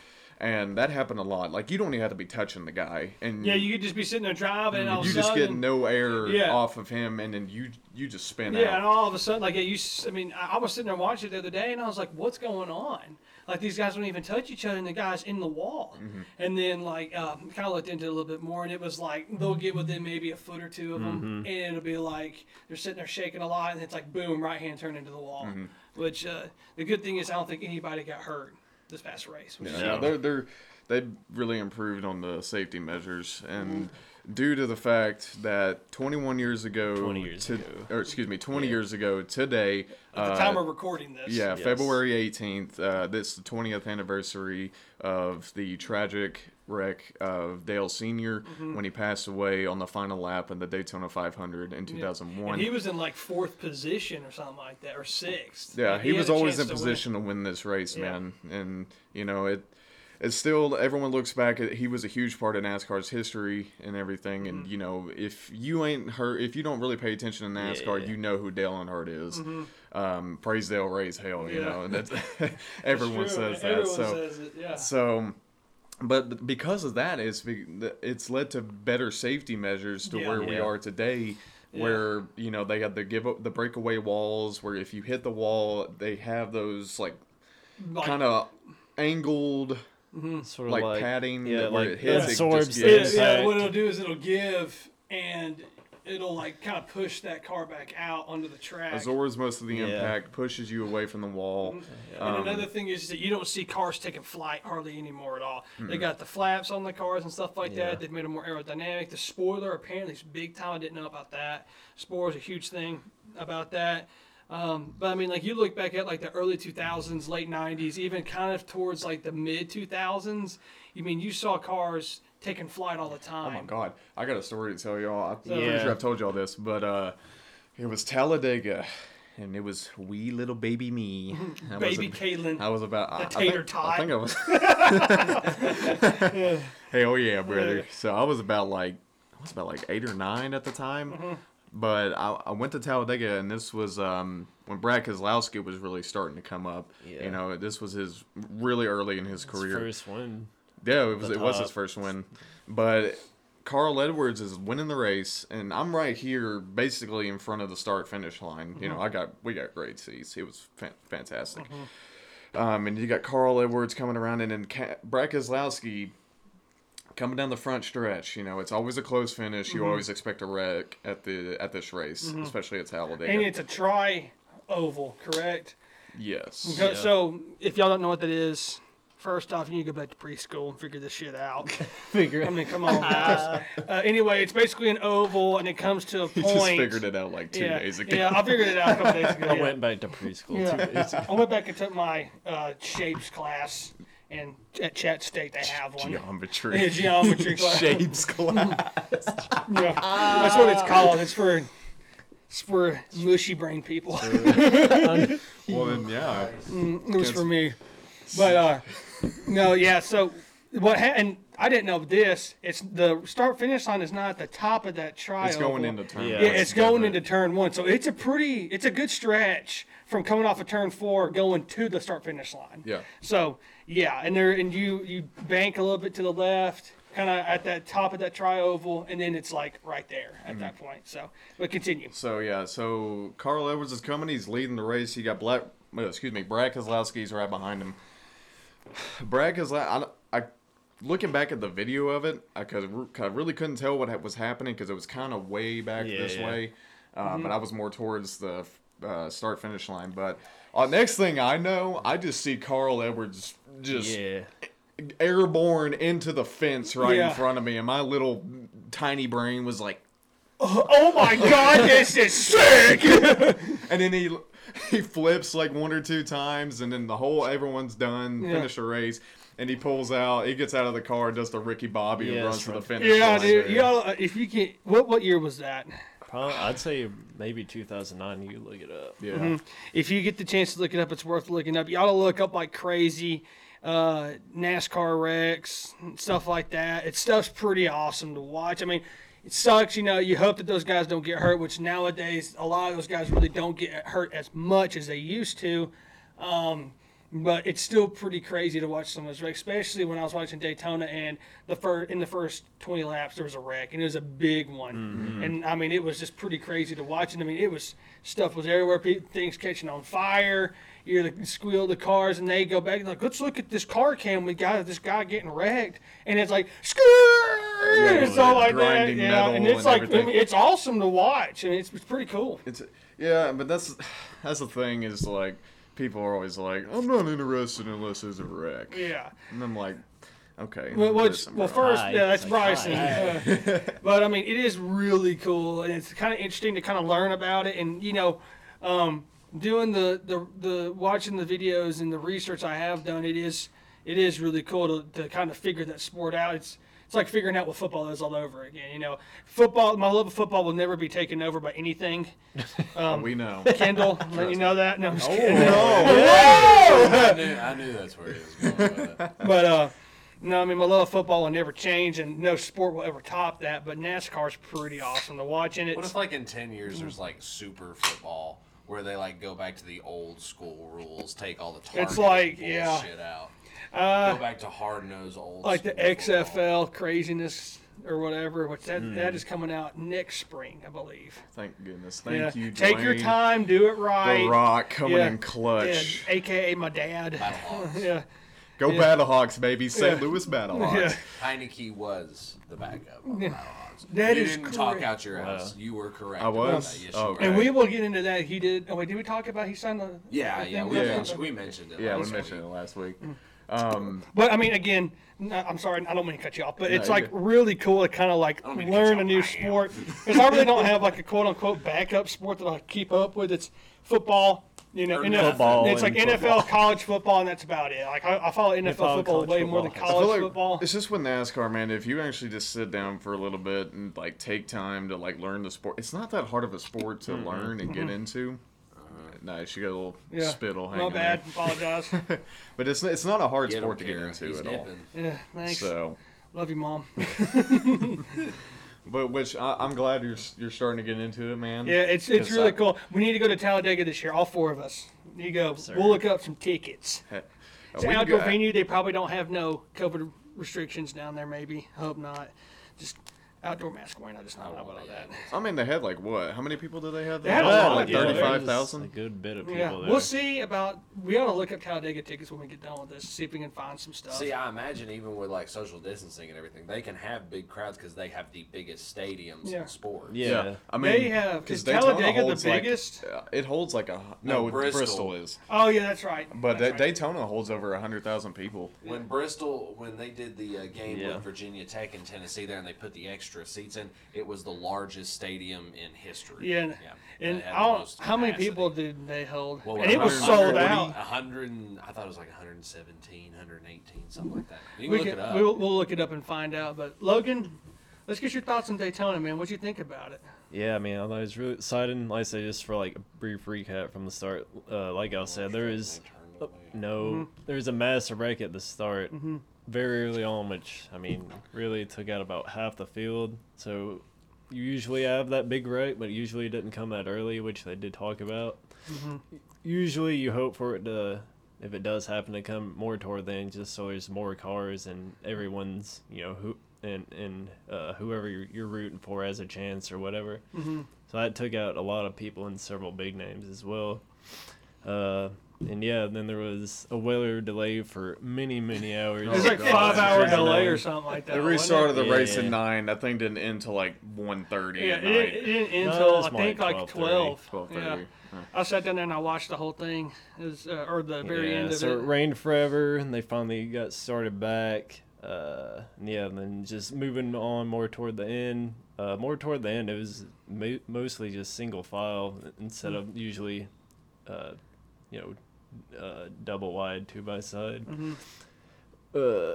C: and that happened a lot like you don't even have to be touching the guy and
A: yeah you could just be sitting there driving and all of
C: Mm, you
A: a
C: just get
A: sudden-
C: no air
A: Yeah.
C: off of him and then you you just spin
A: Yeah,
C: out
A: and all of a sudden, like yeah, you. s- I mean, I I was sitting there watching it the other day, and I was like, "What's going on?" Like these guys don't even touch each other, and the guys in the wall.
C: Mm-hmm.
A: And then like uh, kind of looked into it a little bit more, and it was like they'll get within maybe a foot or two of them,
C: Mm-hmm.
A: and it'll be like they're sitting there shaking a lot, and it's like boom, right hand turned into the wall.
C: Mm-hmm.
A: Which uh, the good thing is, I don't think anybody got hurt this past race. Which
C: Yeah,
A: is,
C: no, they're they're they really improved on the safety measures, and due to the fact that 21 years ago,
D: 20 years
C: to-
D: ago.
C: or excuse me, 20 years ago today,
A: at the
C: uh,
A: time we're recording this.
C: yeah,
D: Yes.
C: February 18th, uh, this is the 20th anniversary of the tragic wreck of Dale Senior
A: Mm-hmm.
C: when he passed away on the final lap in the Daytona 500 in
A: Yeah.
C: 2001.
A: And he was in like fourth position or something like that, or sixth.
C: Yeah,
A: Like,
C: he,
A: had
C: was
A: a
C: always in
A: chance to win.
C: position to win this race,
A: Yeah.
C: man. And you know it. It's still everyone looks back at he was a huge part of NASCAR's history and everything.
A: Mm-hmm.
C: And you know if you ain't hurt, if you don't really pay attention to NASCAR,
D: Yeah.
C: you know who Dale Earnhardt is. Um, praise Dale, raise hell.
A: Mm-hmm.
C: You
A: Yeah.
C: know, and that's
A: True,
C: everyone says that.
A: everyone
C: so
A: says it, yeah.
C: so, but because of that, it's be- it's led to better safety measures to
A: Yeah.
C: where we
D: Yeah.
C: are today, where you know they had the give up the breakaway walls, where if you hit the wall, they have those like
A: Like,
C: kind of angled
D: Sort of
C: Like padding
D: Yeah,
C: where
D: like
C: it hits, it just
D: absorbs
A: Yeah,
D: the
C: gets-
A: yeah, what
D: impact.
A: it'll do is it'll give and it'll like kind of push that car back out onto the track.
C: absorbs most of the
D: Yeah.
C: impact, pushes you away from the wall.
A: and another thing is that you don't see cars taking flight hardly anymore at all. They got the flaps on the cars and stuff like
D: Yeah.
A: that. They've made them more aerodynamic. The spoiler apparently is big time. I didn't know about that. Spoiler's a huge thing about that. Um, but I mean, like you look back at like the early 2000s, late 90s, even kind of towards like the mid 2000s. You mean you saw cars taking flight all the
C: Oh my
A: time?
C: god, I got a story to tell y'all. I'm pretty
D: Yeah.
C: sure I've told y'all this, but uh, it was Talladega, and it was wee little baby me, I
A: Baby
C: was a-
A: Caitlin.
C: I was about I- I think-
A: tater tot.
C: I think I was. Hell oh, yeah, brother! So I was about like I was about like eight or nine at the time, but I, I went to Talladega, and this was um, when Brad Keselowski was really starting to come up.
D: Yeah.
C: You know, this was his really early in his career.
D: First one.
C: Yeah, it was
D: the
C: it was
D: top.
C: his first win, but Carl Edwards is winning the race, and I'm right here, basically in front of the start finish line. You
A: Mm-hmm.
C: know, I got we got great seats. It was fan- fantastic.
A: Mm-hmm.
C: Um, and you got Carl Edwards coming around, and then Ka- Brad Keselowski coming down the front stretch. You know, it's always a close finish.
A: Mm-hmm.
C: You always expect a wreck at the at this race, especially at Talladega.
A: And it's a tri oval, correct?
C: yes.
A: So- So if y'all don't know what that is, first off, you need to go back to preschool and figure this shit out. I mean, come on, guys. Uh, anyway, it's basically an oval, and it comes to a point.
C: Just figured it out like two
A: yeah,
C: days ago.
A: yeah, I figured it out a couple days ago.
D: I
A: yeah.
D: went back to preschool.
A: Yeah.
D: Too. It's-
A: I went back and took my uh, shapes class, and at Chat State they have one.
C: Geometry.
A: Yeah, geometry class.
C: Shapes class.
A: Yeah. That's what it's called. It's for it's for mushy brain people.
C: well, then, yeah.
A: it was for me. But uh, no, yeah. So what happened? I didn't know this. It's the start finish line is not at the top of that trial.
C: It's going into turn.
D: Yeah.
A: Yeah, it's going into turn one, so it's a pretty, it's a good stretch from coming off of turn four going to the start finish line.
C: Yeah.
A: So yeah, and there, and you you bank a little bit to the left, kind of at that top of that tri oval, and then it's like right there
C: Mm-hmm.
A: at that point. So, but continue.
C: So yeah, so Carl Edwards is coming. He's leading the race. He got Black. uh, Excuse me, Brad Keselowski's right behind him. Brad Keselowski. I, I looking back at the video of it, I could I really couldn't tell what ha- was happening because it was kind of way back
D: Yeah, Mm-hmm.
C: this
D: yeah.
C: way, uh, but I was more towards the uh, start finish line. But uh, next thing I know, I just see Carl Edwards just
D: Yeah.
C: airborne into the fence right
A: Yeah.
C: in front of me, and my little tiny brain was like,
A: Oh my God, this is sick!
C: and then he he flips like one or two times, and then the whole everyone's done, finish the race, and he pulls out, he gets out of the car, does the Ricky Bobby,
D: Yeah,
C: and runs
D: that's
C: to the
D: right.
C: finish
A: Yeah,
C: line.
A: dude. Y'all, uh, if you can, what what year was that?
D: Probably, I'd say maybe 2009. You look it up.
C: Yeah.
A: Mm-hmm. If you get the chance to look it up, it's worth looking up. You ought to look up like crazy uh, NASCAR wrecks and stuff like that. It's stuff's pretty awesome to watch. I mean, it sucks, you know. You hope that those guys don't get hurt, which nowadays a lot of those guys really don't get hurt as much as they used to. Um, but it's still pretty crazy to watch some of those wrecks, especially when I was watching Daytona and the first in the first 20 laps there was a wreck and it was a big one, and I mean it was just pretty crazy to watch. And I mean it was stuff was everywhere, pe- things catching on fire. You hear the squeal of the cars, and they go back like, let's look at this car cam we got of this guy getting wrecked, and it's like,
C: Yeah,
A: "Skrrr!" it's
C: the
A: all like that,
C: grinding
A: yeah,
C: metal
A: and it's
C: and
A: like I
C: everything.
A: mean, it's awesome to watch, and it's, it's pretty cool.
C: It's yeah, but that's that's the thing is like people are always like, I'm not interested unless there's a wreck,
A: Yeah.
C: and I'm like, okay.
A: Well, which,
C: listen,
A: well
C: bro.
A: first,
D: Hi.
A: yeah, that's
D: Like,
A: Bryson.
D: hi.
A: Uh, but I mean, it is really cool, and it's kind of interesting to kind of learn about it. And you know, um, doing the, the the watching the videos and the research I have done, it is it is really cool to, to kind of figure that sport out. It's it's like figuring out what football is all over again. You know, football. My love of football will never be taken over by anything.
C: we know.
A: Kendall, let you know that. No, I'm just kidding.
B: I knew, I knew that's where he was going with it.
A: But uh, no, I mean my love of football will never change, and no sport will ever top that. But NASCAR's pretty awesome to watch, and
B: What
A: it's
B: if, like, in 10 years, there's, like, super football where they, like, go back to the old school rules, take all the targeting
A: It's like,
B: bullshit
A: yeah. Uh,
B: out? go back to hard nosed old
A: like the
B: school football.
A: XFL craziness or whatever. Which that
C: Hmm.
A: that is coming out next spring, I believe.
C: Thank goodness. Thank
A: yeah,
C: you.
A: take your
C: Dwayne.
A: time, do it
C: The
A: right.
C: Rock coming
A: Yeah.
C: in
A: Yeah,
C: clutch.
A: AKA my dad.
B: Battlehawks.
A: yeah,
C: Go Battlehawks, baby! St.
A: Yeah.
C: Louis Battlehawks.
A: yeah.
B: Heineke was the backup. Of the Battlehawks.
A: That
B: you
A: is
B: didn't talk
A: correct.
B: out your ass. You were correct.
C: Uh, I
B: about
C: was?
B: that. Yes,
C: Oh,
B: you were.
C: okay.
A: And we will get into that. He did. Oh wait, did we talk about he signed the?
B: Yeah, yeah, we,
A: Yeah.
B: Mentioned, we mentioned it.
C: Yeah, we
B: last
C: mentioned it
B: week.
C: last week. Um,
A: But I mean, again, n- I'm sorry, I don't mean to cut you off, but it's
C: you're
A: like
C: good.
A: really cool to kind of like
B: mean to cut
A: learn a
B: you off,
A: new
B: I am.
A: sport because I really don't have like a quote unquote backup sport that I keep up with. It's football. You know,
B: Or
A: NFL,
D: football
A: it's like
D: and
A: NFL college football, and that's about it. Like I, I follow NFL
D: follow
A: football
D: college
A: way more than
D: football.
C: I feel
A: college
C: like
A: football.
C: It's just with NASCAR, man. If you actually just sit down for a little bit and like take time to like learn the sport, it's not that hard of a sport to
A: Mm-hmm.
C: learn and get into. Nice, you got a little
A: Uh-huh. Yeah,
C: spittle hanging
A: my bad.
C: there.
A: Apologize.
C: But it's it's not a hard
B: Get
C: sport
B: him,
C: to get
B: Kara.
C: into
B: He's
C: at
B: nipping.
A: yeah,
C: all.
A: thanks.
C: So,
A: Love you, mom.
C: but which I, I'm glad you're s- you're starting to get into it, man.
A: Yeah, it's it's
C: 'Cause
A: really
C: I-
A: cool. We need to go to Talladega this year, all four of us. You go. We'll look up some tickets.
C: Uh,
A: It's
C: we
A: outdoor
C: got-
A: venue. They probably don't have no COVID restrictions down there. Maybe. Hope not. Just outdoor mask wearing. I just don't know about all that.
C: I mean, they had like what? How many people did they have? They
A: had a lot.
C: like
A: Yeah, there was
C: thirty-five
D: A
C: thousand.
D: good bit of people
A: Yeah,
D: there.
A: we'll see about. We ought to look up Talladega tickets when we get done with this. See if we can find some stuff.
B: See, I imagine even with like social distancing and everything, they can have big crowds because they have the biggest stadiums
A: Yeah.
B: in sports.
D: Yeah.
C: I mean,
A: They have-
C: 'cause
A: is
C: Daytona
A: Talladega the
C: holds, like-
A: biggest?
C: uh, it holds like a hu-
B: No,
C: no, Bristol.
B: Bristol.
C: is,
A: oh yeah, that's right.
C: but
A: that's
C: that,
A: right.
C: Daytona holds over hundred thousand people.
B: When Bristol, when they did the uh, game
D: Yeah.
B: with Virginia Tech and Tennessee there, and they put the extra seats in, it was the largest stadium in history.
A: Yeah, and,
B: They
A: and
B: had the
A: I don't,
B: most
A: how many
B: capacity.
A: people did they hold?
B: What
A: and it was sold
B: 140?
A: out.
B: 100, and- I thought it was like 117, 118, something like that. You can
A: We
B: look
A: can,
B: it up.
A: we'll, we'll look it up and find out. But Logan, let's get your thoughts on Daytona, man. What you think about it?
D: Yeah, man, I thought it was really exciting. Like I say, just for like a brief recap from the start, uh, like I said, there is Oh, Mm-hmm. no, there's a massive wreck at the start, very early on, which I mean, really took out about half the field. So you usually have that big wreck, but it usually doesn't come that early, which they did talk about. Usually, you hope for it to, if it does happen to come more toward the end, just so there's more cars and everyone's, you know, who and and uh, whoever you're, you're rooting for has a chance or whatever.
A: Mm-hmm.
D: So that took out a lot of people and several big names as well. Uh, and yeah, then there was a weather delay for many, many hours.
A: It was
C: Oh,
A: like
C: God.
A: five hour
D: Yeah.
A: delay or something like that.
C: They
A: wasn't it?
C: restarted the race at
D: Yeah.
C: nine. That thing didn't end till like one thirty
A: Yeah,
C: at
A: it,
C: night.
A: it didn't end
D: No,
A: until
D: it's
A: I
D: more
A: think
D: like
A: like
D: 12:30.
A: 12.
C: 12:30,
A: Yeah. I sat down there and I watched the whole thing, it was, uh, or the very
D: yeah,
A: end of
D: so
A: it.
D: rained forever, and they finally got started back. Uh, and yeah, and then just moving on more toward the end. Uh, more toward the end, it was mo- mostly just single file instead
A: Hmm.
D: of usually, uh, you know, uh, double wide two by side.
A: Mm-hmm.
D: Uh,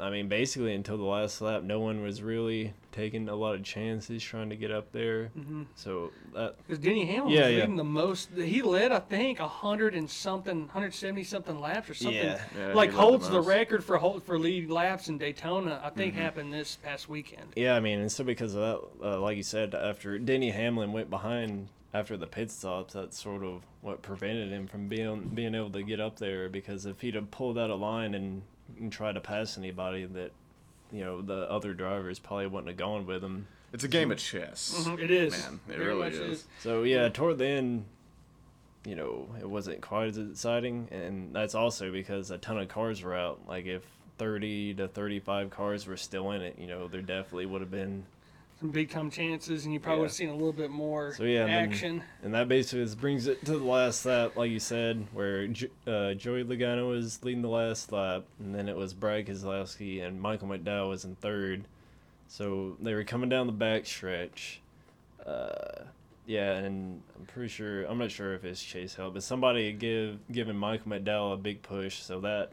D: I mean, basically until the last lap, no one was really taking a lot of chances trying to get up there.
A: Mm-hmm.
D: So that
A: Because Denny Hamlin
D: Yeah,
A: was
D: yeah.
A: leading the most. He led, I think, a hundred and something, 170 something laps or something.
D: Yeah.
C: Yeah, he
A: like
C: led the
A: holds the,
C: most.
A: record for hold, for lead laps in Daytona. I
D: Mm-hmm.
A: think happened this past weekend.
D: Yeah, I mean, and so because of that, uh, like you said, after Denny Hamlin went behind after the pit stops, that's sort of what prevented him from being being able to get up there. Because if he'd have pulled out a line and, and tried to pass anybody, that you know the other drivers probably wouldn't have gone with him.
C: It's a game of chess.
A: Mm-hmm, It is.
C: Man, it
A: very
C: really
A: much
C: is.
D: So yeah, toward the end, you know, it wasn't quite as exciting, and that's also because a ton of cars were out. Like if thirty to thirty-five cars were still in it, you know, there definitely would have been
A: Some big time chances, and you probably
D: Yeah.
A: would have seen a little bit more
D: So yeah, and then-
A: action.
D: And that basically just brings it to the last lap, like you said, where J- uh, Joey Logano was leading the last lap, and then it was Brad Keselowski and Michael McDowell was in third. So they were coming down the back stretch. Uh, yeah, and I'm pretty sure I'm not sure if it's Chase Hill, but somebody had give giving Michael McDowell a big push. So that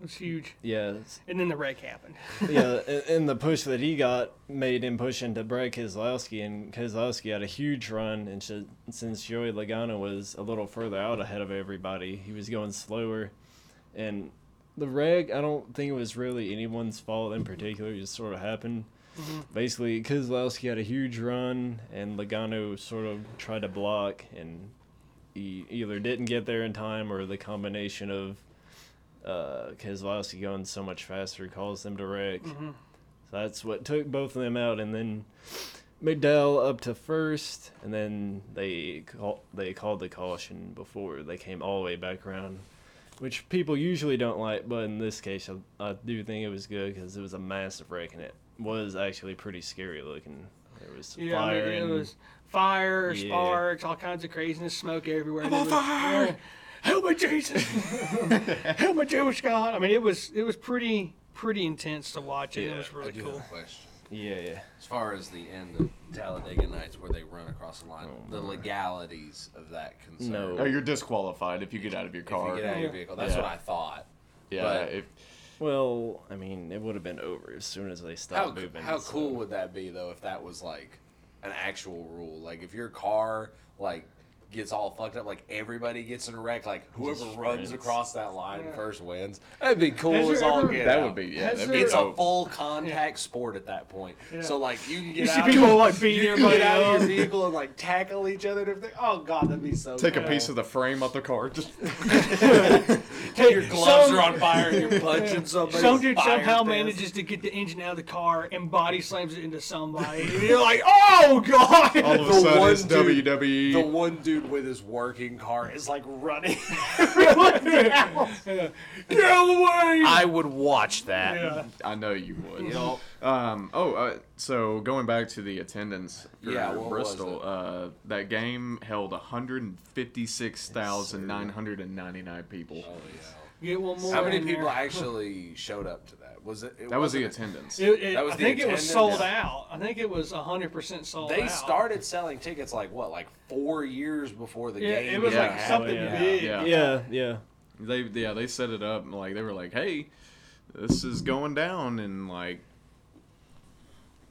A: It was huge.
D: yeah, it's-
A: And then the wreck happened.
D: yeah, and, and the push that he got made him push into Brad Keselowski, and Keselowski had a huge run. And sh- since Joey Logano was a little further out ahead of everybody, he was going slower. And the wreck, I don't think it was really anyone's fault in particular. It just sort of happened. Basically, Keselowski had a huge run, and Logano sort of tried to block, and he e, either didn't get there in time or the combination of uh, Keselowski going so much faster caused them to wreck.
A: Mm-hmm.
D: So that's what took both of them out, and then McDowell up to first, and then they call, they called the caution before they came all the way back around, which people usually don't like, but in this case, I, I do think it was good because it was a massive wreck, and it was actually pretty scary looking. There was
A: Yeah, I mean,
D: fire
A: it
D: and
A: was fire,
D: Yeah.
A: sparks, all kinds of craziness, smoke everywhere. and it was- yeah. help me, Jesus, help me, Jewish God. I mean, it was it was pretty pretty intense to watch, and it was
B: I
A: really
B: do
A: cool.
B: have a question.
D: Yeah, yeah.
B: As far as the end of Talladega Nights, where they run across the line, the legalities of that concern.
D: No.
C: Oh, you're disqualified if you get out of your
B: If you
C: car.
B: get out of your
A: Yeah.
B: vehicle, that's
C: Yeah.
B: what I thought.
C: yeah,
B: but-
C: if,
D: Well, I mean, it would have been over as soon as they stopped
B: How,
D: moving.
B: how
D: so-
B: cool would that be though if that was like an actual rule? Like if your car like gets all fucked up, like everybody gets in a wreck, like whoever runs
D: sprints.
B: across that line first wins. That'd be cool
A: Has
B: as
A: there
B: all
A: ever-
B: get
C: that
B: out.
C: would be yeah.
A: Has
C: That'd be
A: there-
B: It's a
C: dope.
B: full contact sport at that point. So like you can get out,
A: see people, like, beating
B: you can
A: everybody
B: get out of
A: up.
B: your vehicle and like tackle each other and everything. Oh god, that'd be so.
C: Take a
B: cool.
C: piece of the frame off the car. Just
B: Your gloves
A: Some-
B: are on fire. and You're punching somebody.
A: Some
B: with
A: dude
B: fire
A: somehow
B: fists.
A: manages to get the engine out of the car and body slams it into somebody. And you're like, oh god!
C: all of a
B: The one
C: sudden it's E.
B: dude-
C: WWE.
B: The one dude with his working car is like running.
A: Get out of the way!
B: I would watch that.
A: yeah.
C: I know you would.
B: You know,
C: Um. Oh. Uh, so going back to the attendance for
B: Yeah, what was
C: Bristol,
B: it?
C: uh, that game held 156,999 people.
A: Get one more.
B: how many
A: in there.
B: people actually showed up to that? Was it? it
C: That was the
B: wasn't-
C: attendance.
A: It, it,
B: That was
A: I
B: the
A: think it was
B: attendance.
A: sold out. I think it was 100% sold out.
B: They started selling tickets like what, like four years before the
A: Yeah,
B: game.
A: it was
C: Yeah.
A: like something
D: Yeah.
A: big.
C: Yeah.
D: Yeah, yeah.
C: They yeah they set it up and, like they were like, hey, this is going down in like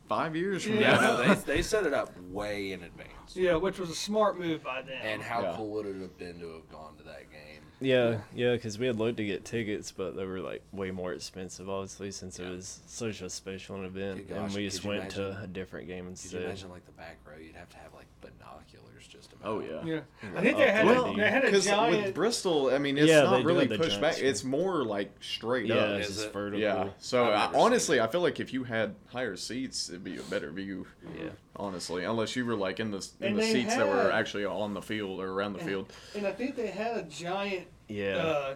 C: five years from
B: Yeah,
C: now.
B: no, they, they set it up way in advance.
A: Yeah, which was a smart move by them.
B: And how
C: Yeah.
B: cool would it have been to have gone to that game?
D: Yeah, yeah, because we had looked to get tickets, but they were like way more expensive, obviously, since it was such a special event,
B: Good gosh,
D: and we
B: could
D: just
B: you
D: went to
B: imagine-
D: a different game
B: Could you
D: instead.
B: imagine like the back row? You'd have to have like binoculars just. About.
C: Oh yeah.
A: yeah. I think they had,
D: Well,
A: a, they had a
C: Because with
A: giant.
C: Bristol, I mean, it's
D: Yeah, they
C: not
D: do
C: really
D: have the
C: pushed
D: giant
C: back.
D: screen.
C: It's more like straight
D: yeah,
C: up.
D: it's
B: Is
D: just
B: it?
D: vertical.
C: Yeah. So
B: I've
C: I-
B: never seen
C: honestly, I feel like if you had higher seats, it'd be a better view.
D: Yeah.
C: Honestly, unless you were like in the in
A: And
C: the
A: they
C: seats that were
A: had-
C: actually on the field or around the field.
A: and I think they had a giant
D: Yeah.
A: uh,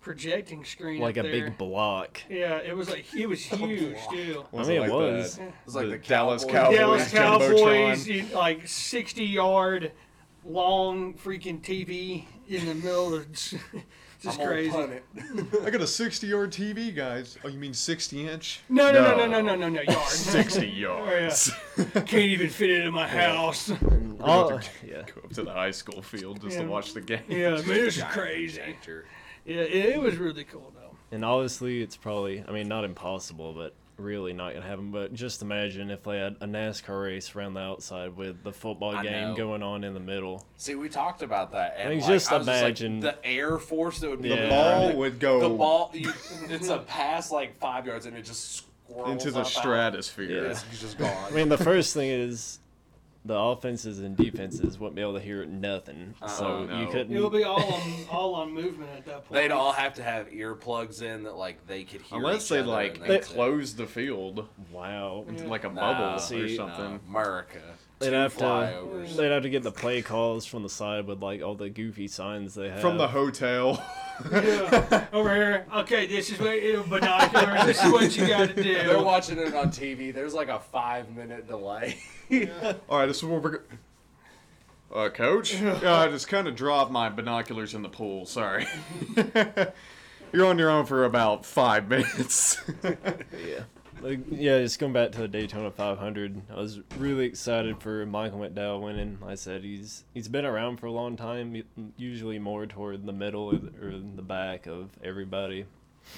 A: projecting screen.
D: like a
A: up there.
D: big block.
A: Yeah, it it was like it was huge too.
D: I mean,
C: like
D: it
C: the-
D: was.
B: It's like the,
C: The Dallas
B: Cowboys.
A: Dallas
C: Jumbotron.
A: Cowboys, you- like sixty yard long freaking TV in the middle of it's just
B: I'm gonna
A: crazy.
B: punt it.
C: I got a sixty-yard TV, guys. Oh, you mean sixty-inch?
A: No, no, no, no, no, no, no, no yard.
C: Sixty
A: Oh,
C: yards.
A: Can't even fit it in my house.
D: Oh, yeah.
C: Go up to the high school field just
A: Yeah.
C: to watch the game.
A: Yeah, man, this is
B: Giant
A: crazy.
B: projector.
A: Yeah, it, it was really cool though.
D: And obviously, it's probably, I mean, not impossible, but really not going to happen. But just imagine if they had a NASCAR race around the outside with the football
B: I
D: game
B: know.
D: going on in the middle.
B: See, we talked about that. And
D: mean,
B: like,
D: just
B: I was like,
D: imagine-
B: the air force that would be.
D: The
C: Ball would go
B: The ball. You, it's a pass like five yards, and it just squirrels
C: into the
B: up out.
C: stratosphere.
B: It's just gone.
D: I mean, the first thing is the offenses and defenses wouldn't be able to hear nothing. so
B: Oh,
C: no.
D: you couldn't.
A: It would be all on all on movement at that point.
B: They'd all have to have earplugs in that like they could hear.
C: Unless
B: each
C: they
B: other
C: like
B: and that's it.
C: closed the field
D: wow.
C: into like a
B: Nah,
C: bubble or
D: See,
C: something.
B: uh, America.
D: They'd
B: Two
D: have to.
B: flyovers.
D: They'd have to get the play calls from the side with like all the goofy signs they have.
C: From the hotel.
A: Yeah, over here. Okay, this is what binoculars. this is what you got to
B: They're
A: do.
B: watching it on TV. There's like a five minute delay.
C: All right, this is what we're. go- Uh, coach, yeah, I just kind of dropped my binoculars in the pool. Sorry. You're on your own for about five minutes.
D: Yeah. Like, yeah, just going back to the Daytona 500, I was really excited for Michael McDowell winning. Like I said he's he's been around for a long time, u- usually more toward the middle or the- or the back of everybody.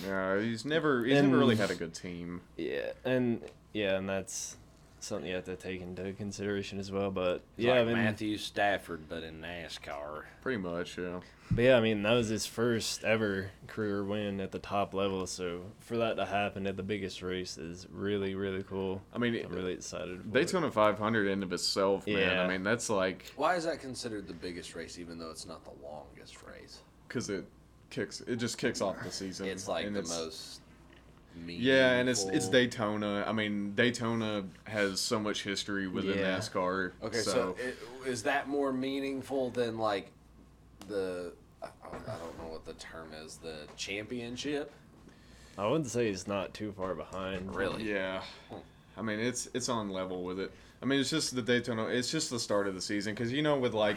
C: yeah, he's never. He's
D: And-
C: never really had a good team.
D: Yeah, and yeah, and that's something you have to take into consideration as well. But yeah, I mean,
B: Stafford, but in NASCAR.
C: Pretty much, yeah.
D: but yeah, I mean that was his first ever career win at the top level. So for that to happen at the biggest race is really really cool.
C: I mean,
D: I'm really excited. For it.
C: Daytona 500 in of itself, man.
D: Yeah.
C: I mean, that's like
B: Why is that considered the biggest race, even though it's not the longest race?
C: because it kicks. It just kicks off the season.
B: It's like
C: and
B: the
C: it's-
B: most.
C: Yeah, and it's it's
B: meaningful-
C: Daytona. I mean, Daytona has so much history within
D: Yeah.
C: NASCAR.
B: Okay, so, it, is that more meaningful than like the I I don't know what the term is the championship?
D: I wouldn't say he's not too far behind.
B: Really?
C: Yeah, I mean it's it's on level with it. I mean it's just the Daytona. It's just the start of the season because you know with like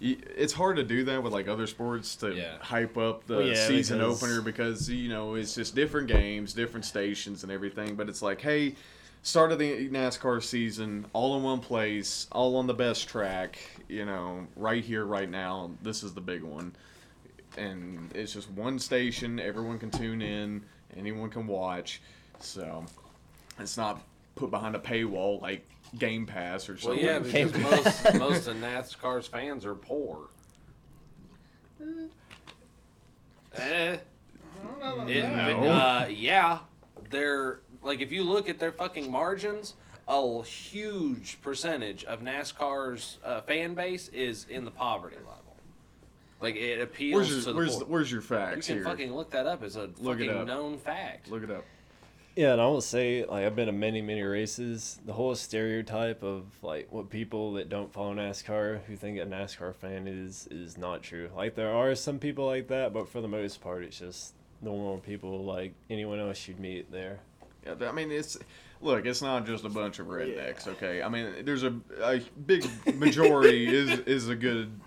C: y- it's hard to do that with like other sports to
B: Yeah.
C: hype up the
D: Well, yeah,
C: season
D: because-
C: opener because you know it's just different games, different stations, and everything. But it's like, hey, start of the NASCAR season, all in one place, all on the best track. You know, right here, right now. This is the big one, and it's just one station. Everyone can tune in. Anyone can watch. So it's not put behind a paywall like Game Pass or
B: Well,
C: something.
B: yeah, because most most of NASCAR's fans are poor. Eh. It- uh, yeah, they're like if you look at their fucking margins, a huge percentage of NASCAR's uh, fan base is in the poverty level. Like it appeals
C: Where's your,
B: to the
C: where's,
B: poor.
C: where's your
B: you
C: facts
B: can
C: here?
B: fucking look that up. It's a
C: Look it
B: fucking
C: up.
B: known fact.
C: Look it up.
D: Yeah, and I will say, like, I've been to many, many races. The whole stereotype of, like, what people that don't follow NASCAR who think a NASCAR fan is, is not true. Like, there are some people like that, but for the most part, it's just normal people like anyone else you'd meet there.
C: Yeah, but, I mean, it's look, it's not just a bunch of rednecks, okay? I mean, there's a, a big majority is is a good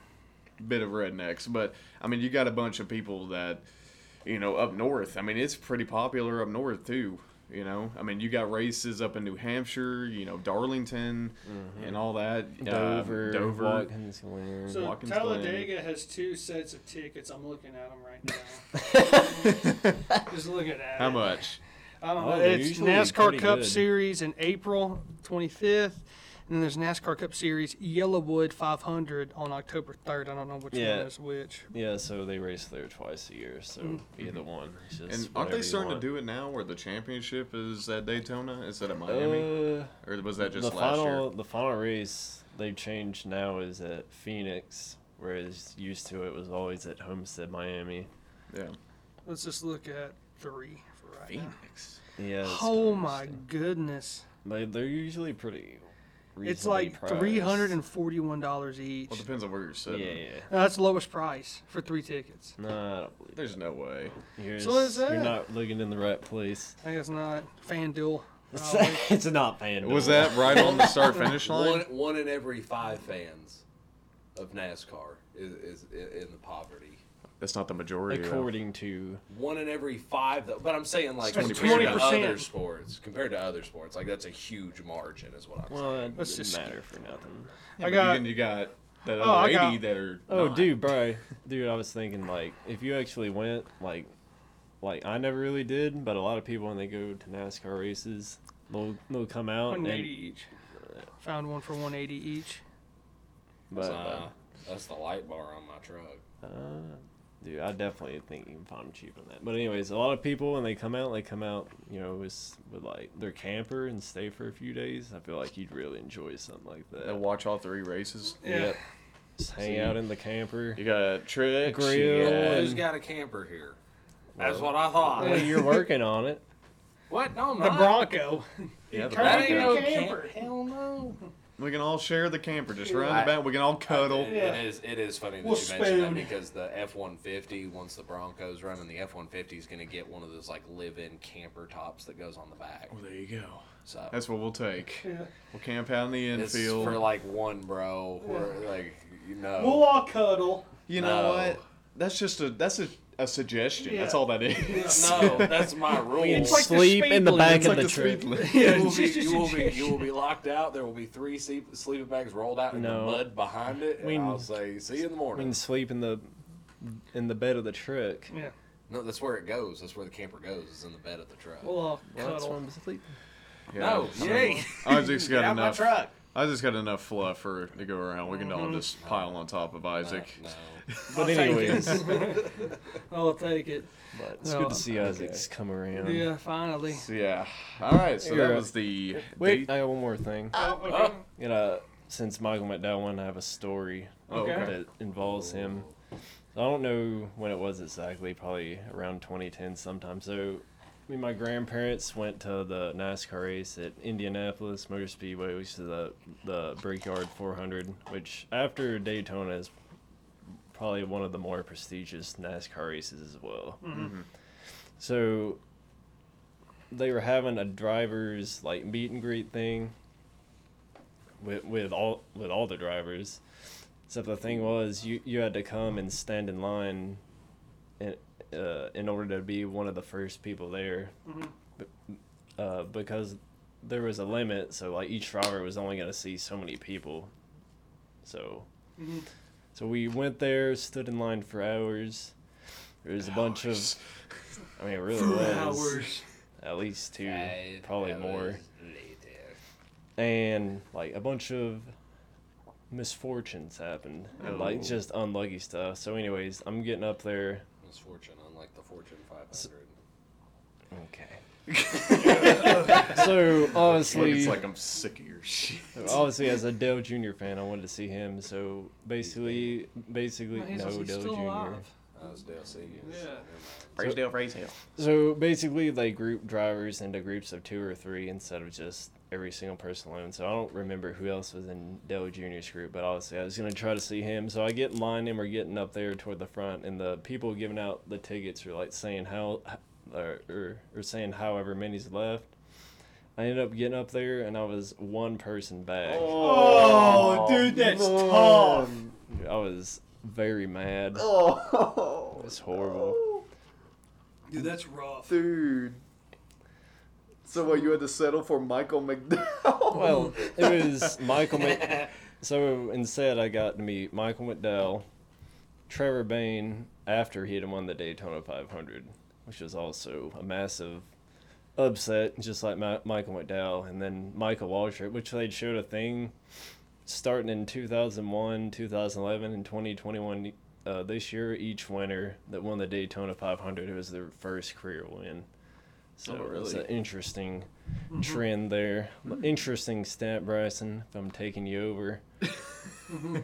C: bit of rednecks, but I mean, you got a bunch of people that you know up north. I mean, it's pretty popular up north too. You know, I mean, you got races up in New Hampshire, you know, Darlington, and all that. um,
D: Mm-hmm. Dover,
C: Dover.
D: Watkins Glen.
A: So
C: Watkins
A: Talladega has two sets of tickets. I'm looking at them right now. Just looking at
C: How
A: it.
C: much?
A: I don't
D: Oh,
A: know.
D: they're
A: It's
D: usually
A: NASCAR
D: pretty
A: Cup
D: good.
A: Series in April 25th, and then there's NASCAR Cup Series Yellowwood 500 on October 3rd. I don't know which
D: Yeah.
A: one is which.
D: yeah, so they race there twice a year, so either one. It's just
C: Mm-hmm. And aren't
D: whatever
C: they
D: you
C: starting to
D: want.
C: do it now, where the championship is at Daytona instead of Miami,
D: Uh,
C: or was that just
D: the
C: last
D: final,
C: year?
D: The final race they've changed now is at Phoenix, whereas used to it was always at Homestead, Miami.
C: Yeah.
A: Let's just look at three for right now.
C: Phoenix.
D: Yeah. it's
A: Oh
D: kinda
A: my
D: interesting.
A: goodness!
D: But they're usually pretty.
A: It's
D: reasonably
A: like
D: priced.
A: three hundred and forty-one dollars each.
C: Well, it depends on where you're
D: Yeah,
C: sitting.
D: yeah.
A: That's the lowest price for three tickets.
D: No, I don't believe.
C: There's no way.
D: You're,
A: So is
D: you're
A: that-
D: not looking in the right place.
A: I guess not. FanDuel.
D: It's,
A: probably.
D: it's not paying.
C: Was that right on the start finish
B: One
C: line?
B: one in every five fans of NASCAR is, is i- in the poverty.
C: That's not the majority. though.
D: according to?
B: one in every five though but i'm saying like
A: That's
B: compared to
A: 20%.
B: other sports compared to other sports like that's a huge margin is what i'm saying
D: Well, it
A: Let's
D: doesn't
A: just-
D: matter for nothing.
C: Yeah,
A: I
C: but
A: got-
C: then you got that
A: Oh,
C: other
A: I
C: eighty
A: got-
C: that are.
D: Oh,
C: not.
D: dude, bro, dude, I was thinking like if you actually went, like, like I never really did, but a lot of people when they go to NASCAR races, they'll they'll come out
A: One
D: and
A: eighty each. Found one for one eighty each.
D: but
B: Uh, that's the light bar on my truck
D: uh, dude, I definitely think you can find 'em cheap on that. But anyways, a lot of people when they come out, they come out, you know, with with like their camper and stay for a few days. I feel like you'd really enjoy something like
C: That
D: that.
C: watch all three races.
D: Yep. Just hang out in the camper.
C: You got tricks.
D: Grill.
C: You
B: who's got a camper here that's what i thought
D: Well, you're working on it.
B: what no i'm
A: The
B: not
A: Bronco.
C: Yeah, the
B: that ain't
C: Bronco.
B: no camper hell no
C: got, we can all share the camper. Just run
B: I-
C: the back. We can all cuddle.
B: It- it is it is funny that
A: We'll
B: you mentioned
A: spoon.
B: that because the f-150 once the broncos running the f-150 is going to get one of those like live-in camper tops that goes on the back
C: Well, there you go.
B: so
C: That's what we'll take.
A: Yeah.
C: We'll camp out in the
B: it's for
C: infield.
B: like one bro or like you know
A: We'll all cuddle.
C: You know
B: No.
C: what? That's just a. That's a. A suggestion. That's
A: Yeah.
C: all that is.
B: No, that's my rule.
D: You can
A: like the
D: sleep in the
A: speed
D: back
C: It's
D: of
C: like
D: the,
C: the
D: truck.
C: speed limit.
A: Yeah,
B: you, will be,
A: just- just-
B: you, will be, you will be locked out. There will be three sleep, sleeping bags rolled out in
D: No.
B: the mud behind it. And
D: When-
B: I'll say, see you in the
D: I
B: morning.
D: mean, sleep in the in the bed of the truck.
A: Yeah,
B: no, that's where it goes. That's where the camper goes, is in the bed of the truck.
A: we'll all
D: That's
A: cuddle.
D: why I'm sleeping.
C: Yeah.
B: no, yay.
C: Isaac's
B: Get
C: got
B: out my
C: enough.
B: truck. Mm-hmm.
C: I just got enough fluff for to go around. We can all just pile on top of Isaac.
B: No.
D: But anyways,
A: I'll take it.
D: but it's
A: No,
D: good to see Isaac's come
C: Um,
D: around.
A: Yeah, finally.
C: So, yeah. All right. So
D: You're
C: that
D: up.
C: was the
D: Wait,
C: date-
D: I got one more thing.
B: Oh,
D: You know, since Michael went down one, I have a story
C: Oh, okay.
D: that involves him. I don't know when it was exactly, probably around 2010 sometime. So, me and my grandparents went to the NASCAR race at Indianapolis Motor Speedway, which is the, the Brickyard 400, which after Daytona is probably one of the more prestigious NASCAR races as well.
C: Mm-hmm.
D: So, they were having a drivers like meet and greet thing with with all with all the drivers Except the thing was, you, you had to come and stand in line in, uh, in order to be one of the first people there. But, uh, because there was a limit, so like each driver was only going to see so many people. So, so we went there, stood in line for hours. There was a bunch of, I mean, it really was at least two, probably more and like a bunch of misfortunes happened and
C: Oh.
D: like just unlucky stuff so anyways i'm getting up there
B: Misfortune, unlike the Fortune 500.
D: okay so obviously
C: It's like I'm sick of your shit.
D: obviously as a dale junior fan i wanted to see him so basically basically
A: He's,
D: no
A: he's
D: dale
A: still
D: junior
A: alive.
B: That was Dale Segan.
A: Yeah.
C: Praise Dale, praise hell.
D: So basically, they group drivers into groups of two or three instead of just every single person alone. So I don't remember who else was in Dell Jr.'s group, but obviously I was going to try to see him. So I get in line and we're getting up there toward the front, and the people giving out the tickets are like saying how, or, or, or saying however many's left. I ended up getting up there and I was one person back.
G: Oh, dude, that's tough.
D: I was very mad.
G: Oh,
D: It was horrible.
A: Dude, that's rough.
G: dude. So what? You had to settle for Michael McDowell?
D: Well, it was Michael. Mc- so instead, I got to meet Michael McDowell, Trevor Bain after he had won the Daytona 500, which was also a massive upset, just like Ma- Michael McDowell, and then Michael Waltrip, which they showed a thing starting in 2001, 2011, and 2021. Uh, this year, each winner that won the Daytona 500 it was their first career win. So
G: Oh,
D: it's an interesting
G: Mm-hmm.
D: trend there. Interesting stat, Bryson. If I'm taking you over, taking
G: Mm-hmm.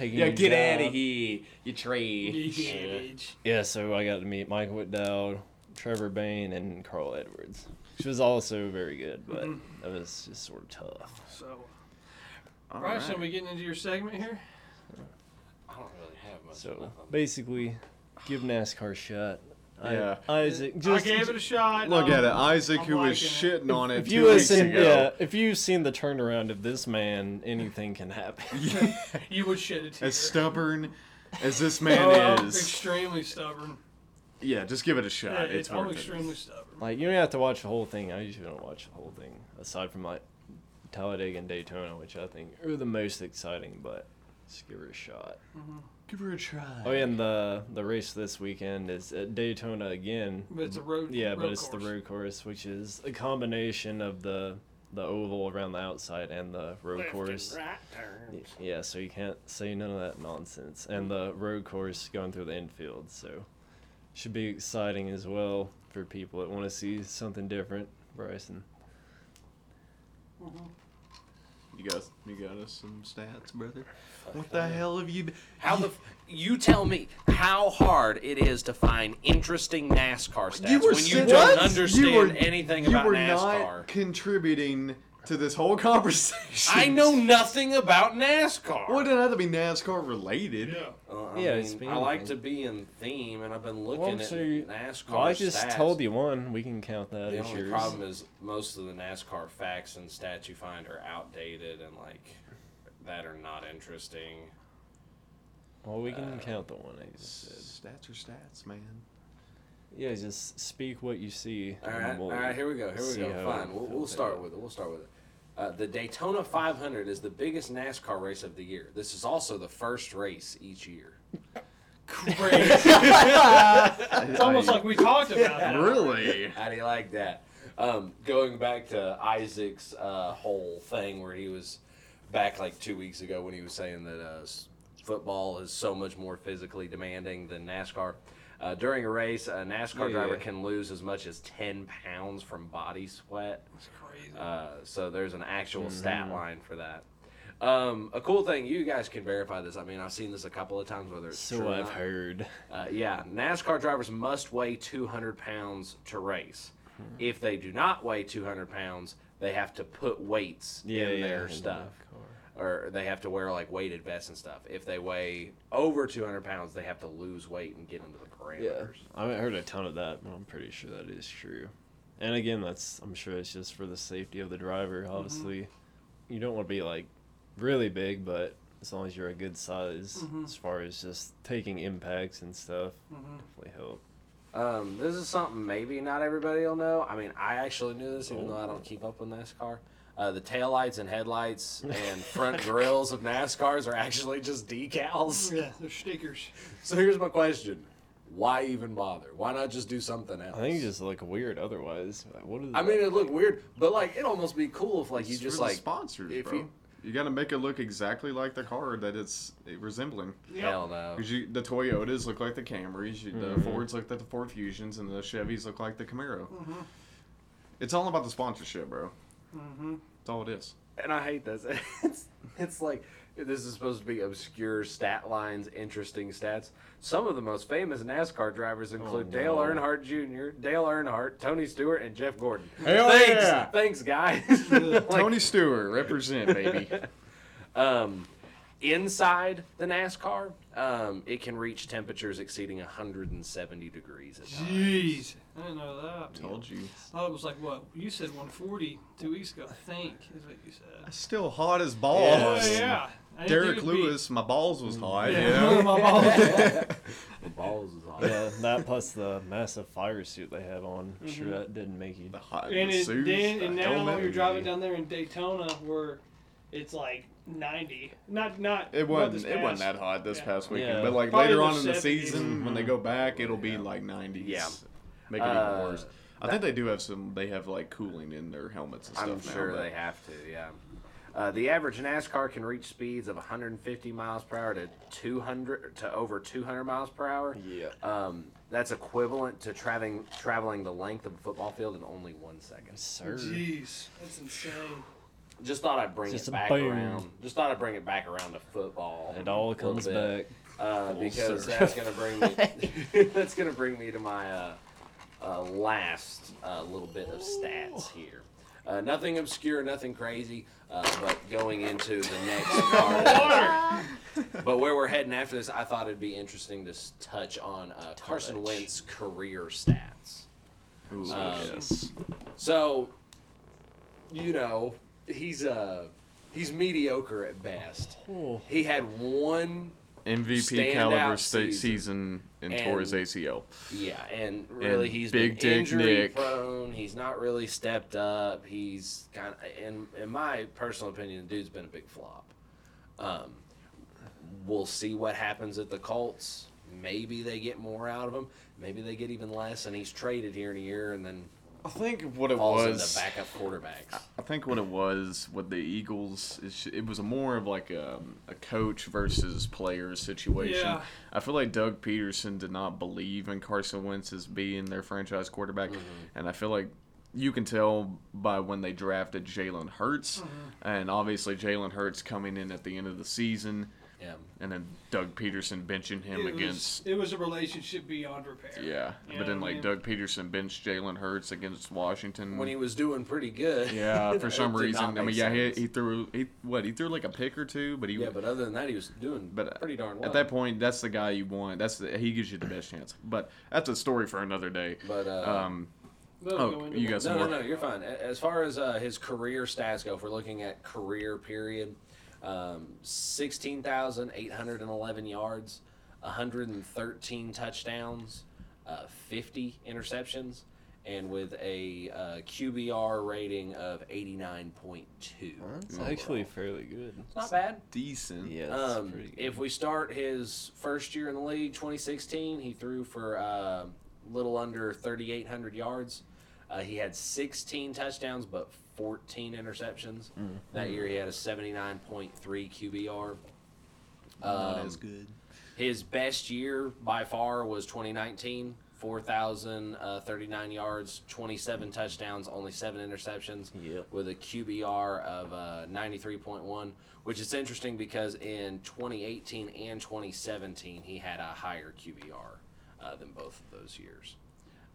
G: Yeah,
D: your
G: get out
D: job.
G: of here, you tree.
D: Yeah, so I got to meet Michael Whitdowd, Trevor Bain, and Carl Edwards, which was also very good, but
G: Mm-hmm.
D: that was just sort of tough.
A: So, Bryce, are we getting into your segment here?
B: I don't really have much.
D: So
B: of nothing.
D: basically, give NASCAR a shot. I-
C: Yeah.
D: Isaac, just
A: I gave it a shot.
C: Look
A: um,
C: at it, Isaac,
A: I'm
C: who was
A: liking
C: shitting on it
D: If
C: two
D: you
C: weeks
D: listen, yeah,
C: ago.
D: if you've seen the turnaround of this man, anything can happen.
A: You would shit it.
C: As stubborn as this
A: Oh,
C: man
A: I'm
C: is,
A: extremely stubborn.
C: yeah, just give it a shot.
A: Yeah,
C: it's
A: I'm
C: worth it.
A: extremely stubborn.
D: like you don't have to watch the whole thing. I usually don't watch the whole thing, aside from like Talladega and Daytona, which I think are the most exciting. But just give her a shot.
C: Give her a try.
D: Oh, yeah, and the the race this weekend is at Daytona again.
A: But it's a road.
D: Yeah, but
A: road
D: it's the
A: course.
D: road course, which is a combination of the the oval around the outside and the road course. Yeah, so you can't say none of that nonsense. And the road course going through the infield, so should be exciting as well for people that want to see something different. Bryson,
C: You got you got us some stats, brother. What the hell have you? Been?
B: How the f- you tell me how hard it is to find interesting NASCAR stats when you
C: sitting-
B: don't
C: What?
B: understand
C: You were-
B: anything
C: you
B: about
C: were
B: NASCAR.
C: not contributing to this whole conversation.
B: I know nothing about NASCAR.
C: Well, it didn't have to be NASCAR related.
B: Uh, I,
D: Yeah,
B: mean,
D: it's been-
B: I like to be in theme, and I've been looking at NASCAR.
D: well, I just
B: stats.
D: told you one. We can count that
B: The
D: as
B: only
D: yours.
B: problem is most of the NASCAR facts and stats you find are outdated and like that are not interesting.
D: well, we
B: Uh,
D: can count the one I just said.
C: Stats are stats, man.
D: Yeah, just speak what you see.
B: All
D: and
B: right,
D: we'll
B: all right, here we go. Here we
D: see
B: go.
D: how
B: Fine,
D: it
B: we'll, we'll
D: fills
B: start
D: out.
B: with it. We'll start with it. Uh, the Daytona 500 is the biggest NASCAR race of the year. This is also the first race each year.
A: Great.
C: It's
A: Almost like we talked about that.
C: really.
B: How do you like that? Um, going back to Isaac's uh, whole thing where he was back like two weeks ago when he was saying that uh, s- football is so much more physically demanding than NASCAR. Uh, during a race, a NASCAR driver can lose as much as 10 pounds from body sweat.
A: It's crazy.
B: Uh, so there's an actual stat line for that. Um, a cool thing, you guys can verify this. I mean, I've seen this a couple of times, whether it's true
D: So
B: or
D: I've
B: not.
D: heard.
B: Uh, yeah, NASCAR drivers must weigh 200 pounds to race.
D: Hmm.
B: If they do not weigh 200 pounds, they have to put weights
D: Yeah,
B: in
D: yeah,
B: their
D: in the
B: stuff. Or they have to wear like weighted vests and stuff. If they weigh over 200 pounds, they have to lose weight and get into the parameters.
D: I haven't heard a ton of that, but I'm pretty sure that is true. And again, that's I'm sure it's
B: Mm-hmm.
D: just for the safety of the driver. Obviously, you don't want to be like really big, but as long as you're a good size
B: Mm-hmm.
D: as far as just taking impacts and stuff. Definitely help.
B: Um, this is something maybe not everybody will know. I mean, I actually knew this,
D: Oh.
B: even though I don't keep up with NASCAR. Uh, the taillights and headlights and front grills of NASCARs are actually just decals.
A: Yeah, they're stickers.
B: So here's my question Why even bother? Why not just do something else?
D: I think you just look weird otherwise. Like, what is
B: I mean, it'd look weird, but like, it'd almost be cool if like you
C: It's
B: just
C: for the
B: like.
C: sponsors,
B: if
C: bro. You,
B: you-
C: got to make it look exactly like the car that it's resembling.
B: Hell no.
C: Because you, the Toyotas look like the Camrys, you, the
B: Mm-hmm.
C: Fords look like the Ford Fusions, and the Chevys look like the Camaro.
B: Mm-hmm.
C: It's all about the sponsorship, bro.
B: Mm-hmm.
C: It's all it is.
B: and I hate this. It's, it's like this is supposed to be obscure stat lines, interesting stats. Some of the most famous NASCAR drivers include Dale Earnhardt Jr., Dale Earnhardt, Tony Stewart, and Jeff Gordon.
C: Hell
B: thanks,
C: yeah!
B: thanks, guys. Like,
C: Tony Stewart, represent, baby.
B: um, inside the NASCAR, um, it can reach temperatures exceeding 170 degrees. At times.
A: Jeez, I didn't know that.
C: Told you.
A: I thought it was like what you said, 140 two weeks ago. I think is what you said.
C: Still hot as balls.
A: Oh yeah, I didn't think
C: Derek
A: it'd be-
C: Lewis, my balls was hot.
A: Yeah,
C: you know?
A: my balls.
B: The balls is on.
D: Yeah, that plus the massive fire suit they have on.
B: Mm-hmm.
D: I'm Sure, that didn't make you.
C: The hot
A: And it,
C: suits,
A: then
C: the
A: and now
C: helmet.
A: you're driving down there in Daytona where it's like 90. Not not. not
C: It
A: this
C: wasn't. It
A: past.
C: wasn't that hot this
A: Yeah.
C: past weekend,
D: Yeah.
C: but like
A: Probably
C: later
A: in
C: on
A: the
C: in the
A: 70s.
C: season when they go back, it'll be like 90s.
B: Yeah.
C: make it
B: Uh,
C: even worse. I think they do have some. They have like cooling in their helmets and stuff.
B: I'm
C: now,
B: sure
C: but-
B: they have to, yeah. Uh, the average NASCAR can reach speeds of 150 miles per hour to 200 to over 200 miles per hour.
D: Yeah.
B: Um, that's equivalent to traveling traveling the length of a football field in only one second.
D: Sir.
A: Jeez, that's insane.
B: Just thought I'd bring
D: Just
B: it
D: a
B: back
D: boom.
B: around. Just thought I'd bring it back around to football.
D: It
B: a
D: all
B: little
D: comes
B: bit,
D: back.
B: uh, because
D: circle.
B: that's gonna bring me. that's gonna bring me to my uh, uh, last uh, little bit of stats here. Uh, nothing obscure, nothing crazy, uh, but going into the next part. but where we're heading after this, I thought it'd be interesting to s- touch on uh, Carson
D: Touch.
B: Wentz career stats.
C: Ooh,
B: Um,
C: yes.
B: So, you know, he's uh, he's mediocre at best.
D: Oh.
B: He had one
C: MVP
B: standout
C: caliber
B: season.
C: state season and tore his
B: And-
C: ACL.
B: Yeah, and really,
C: And
B: he's
C: Big
B: been
C: Dick
B: injury
C: Nick.
B: prone. He's not really stepped up. He's kind of, in in my personal opinion, the dude's been a big flop. Um, we'll see what happens at the Colts. Maybe they get more out of him. Maybe they get even less, and he's traded here in a year, and then
C: I think what it
B: falls
C: was.
B: into backup quarterbacks.
C: I think what it was with the Eagles, it, sh- it was a more of like a, a coach versus player situation.
A: Yeah.
C: I feel like Doug Peterson did not believe in Carson Wentz as being their franchise quarterback,
A: Mm-hmm.
C: and I feel like you can tell by when they drafted Jalen Hurts,
A: Mm-hmm.
C: and obviously Jalen Hurts coming in at the end of the season,
B: Yeah.
C: and then Doug Peterson benching him
A: It was,
C: against.
A: it was a relationship beyond repair.
C: Yeah,
A: You know
C: but then
A: what I
C: like
A: mean?
C: Doug Peterson benched Jalen Hurts against Washington
B: When he was doing pretty good.
C: yeah, for
B: it
C: some
B: did not
C: reason. I
B: make
C: mean, yeah, he,
B: sense.
C: he threw he what he threw like a pick or two, but he
B: Yeah, but other than that, he was doing
C: but, uh,
B: pretty darn well.
C: at that point that's the guy you want. That's the, he gives you the best chance. But that's a story for another day.
B: But, uh,
C: um,
A: They'll
C: Oh,
A: go into
C: you
A: it.
C: guys-
B: No, no,
C: more-
B: no, you're fine. A- As far as uh, his career stats go, if we're looking at career period, um, 16,811 yards, 113 touchdowns, uh, 50 interceptions, and with a uh, QBR rating of 89.2.
D: It's actually fairly good.
B: Not bad.
C: decent.
D: Yeah, it's
B: Um,
D: pretty good.
B: if we start his first year in the league, 2016, he threw for uh, little under 3,800 yards. Uh, he had 16 touchdowns, but 14 interceptions.
D: Mm-hmm.
B: That year, he had a 79.3 QBR. Um,
C: good.
B: his best year by far was 2019, 4,039 uh, yards, 27 touchdowns, only seven interceptions,
D: Yep.
B: with a QBR of uh, 93.1, which is interesting because in 2018 and 2017, he had a higher QBR uh, than both of those years.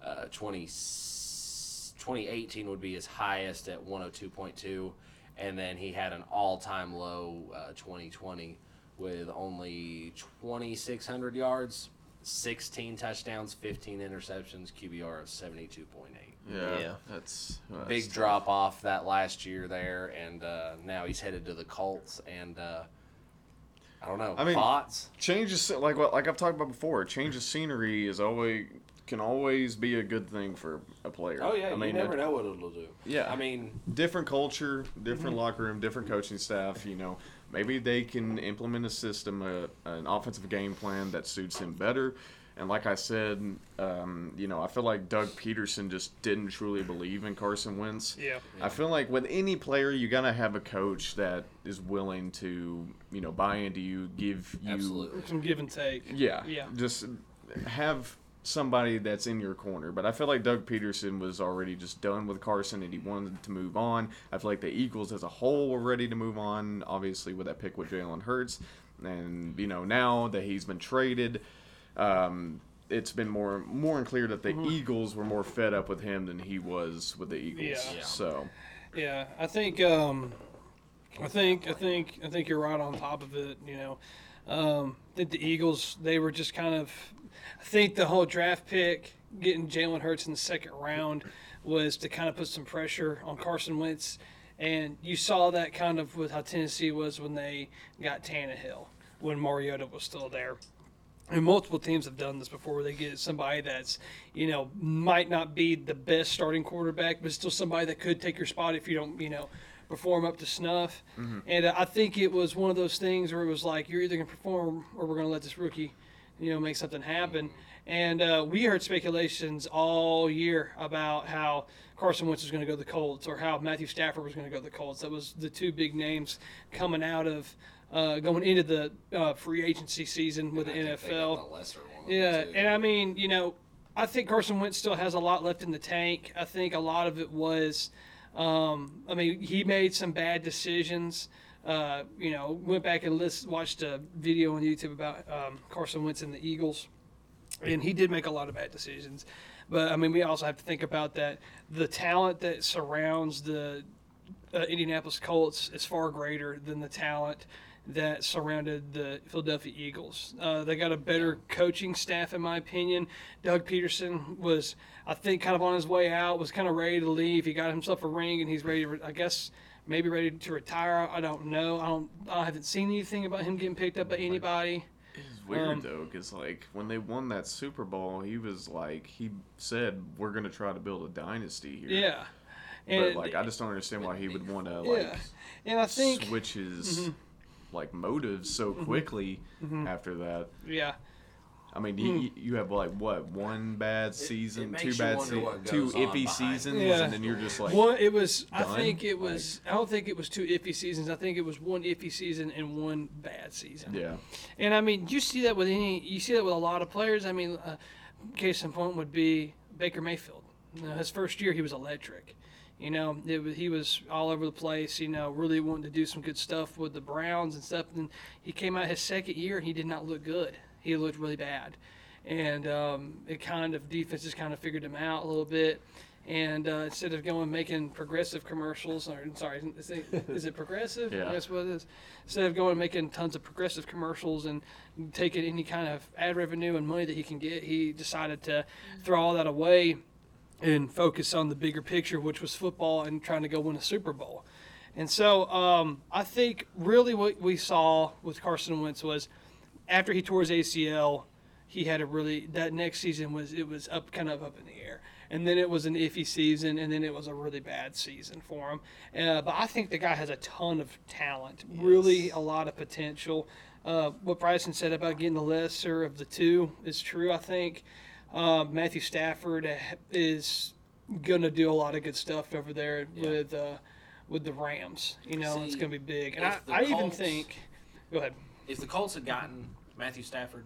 B: Uh, 20, 2018 would be his highest at 102.2, and then he had an all time low uh, 2020 with only 2,600 yards, 16 touchdowns, 15 interceptions, QBR of 72.8.
C: Yeah,
D: Yeah.
C: that's, that's
B: Big drop off that last year there, and uh, now he's headed to the Colts, and uh, I don't know.
C: I mean-
B: bots.
C: changes like what like I've talked about before. Change of scenery is always can always be a good thing for a player.
B: Oh yeah,
C: I mean,
B: you never
C: it-
B: know what it'll do.
C: Yeah.
B: I mean,
C: different culture, different locker room, different coaching staff. You know, maybe they can implement a system, a, an offensive game plan that suits him better. And like I said, um, you know, I feel like Doug Peterson just didn't truly believe in Carson Wentz.
A: Yeah.
C: I feel like with any player, you gotta have a coach that is willing to, you know, buy into you, give you
B: absolutely.
A: Some give and take.
C: yeah.
A: Yeah.
C: Just have somebody that's in your corner. But I feel like Doug Peterson was already just done with Carson and he wanted to move on. I feel like the Eagles as a whole were ready to move on, obviously, with that pick with Jalen Hurts. And, you know, now that he's been traded, um, it's been more more and clear that the
A: Mm-hmm.
C: Eagles were more fed up with him than he was with the Eagles.
A: Yeah. Yeah.
C: So
A: Yeah, I think um, I think I think I think you're right on top of it. You know, um, I think the Eagles they were just kind of. I think the whole draft pick getting Jalen Hurts in the second round was to kind of put some pressure on Carson Wentz, and you saw that kind of with how Tennessee was when they got Tannehill when Mariota was still there. And multiple teams have done this before. where They get somebody that's, you know, might not be the best starting quarterback, but still somebody that could take your spot if you don't, you know, perform up to snuff. And uh, I think it was one of those things where it was like, you're either going to perform or we're going to let this rookie, you know, make something happen. And uh, we heard speculations all year about how Carson Wentz was going to go to the Colts or how Matthew Stafford was going to go to the Colts. That was the two big names coming out of. Uh, going into the uh, free agency season with the
B: I think they got
A: NFL.
B: the lesser one of the
A: Yeah,
B: two.
A: and I mean, you know, I think Carson Wentz still has a lot left in the tank. I think a lot of it was, um, I mean, he made some bad decisions. Uh, you know, went back and list, watched a video on YouTube about um, Carson Wentz and the Eagles, and he did make a lot of bad decisions. But I mean, we also have to think about that the talent that surrounds the uh, Indianapolis Colts is far greater than the talent that surrounded the Philadelphia Eagles. Uh, they got a better coaching staff, in my opinion. Doug Peterson was, I think, kind of on his way out, was kind of ready to leave. He got himself a ring, and he's ready. To re- I guess maybe ready to retire. I don't know. I don't. I haven't seen anything about him getting picked up by anybody.
C: it's weird
A: Um,
C: though, because like when they won that Super Bowl, he was like he said, "We're gonna try to build a dynasty here."
A: Yeah,
C: But
A: and
C: like, I just don't understand why he would want to like
A: yeah, and I think Mm-hmm.
C: switch his like motives so quickly after that.
A: yeah.
C: I mean, you,
A: Mm-hmm.
C: you have like what one bad season,
B: makes
C: two
B: you
C: bad
B: wonder
C: seasons,
B: what
C: two
B: goes on
C: iffy
B: behind
C: seasons,
A: Yeah.
C: and then you're just like,
A: Well, it was. I
C: done?
A: think it was. I don't think it was two iffy seasons. I think it was one iffy season and one bad season.
C: yeah,
A: And I mean, you see that with any. You see that with a lot of players. I mean, uh, case in point would be Baker Mayfield. You know, his first year, he was electric. You know, it, wa- he was all over the place. You know, really wanting to do some good stuff with the Browns and stuff. And he came out his second year, and he did not look good. He looked really bad, and um, it kind of defenses kind of figured him out a little bit. And uh, instead of going making progressive commercials, or I'm sorry, is it, is it progressive?
C: Yeah.
A: That's what it is. Instead of going and making tons of progressive commercials and taking any kind of ad revenue and money that he can get, he decided to throw all that away and focus on the bigger picture, which was football and trying to go win a Super Bowl. And so um, I think really what we saw with Carson Wentz was after he tore his ACL, he had a really that next season was it was up kind of up in the air, and then it was an iffy season, and then it was a really bad season for him. Uh, but I think the guy has a ton of talent, really a lot of potential. Uh, what Bryson said about getting the lesser of the two is true. I think uh, Matthew Stafford is going to do a lot of good stuff over there with uh, with the Rams. You know, it's
B: See,
A: going to be big, and I,
B: if the
A: I even
B: Colts-
A: think. Go ahead.
B: If the Colts had gotten Matthew Stafford,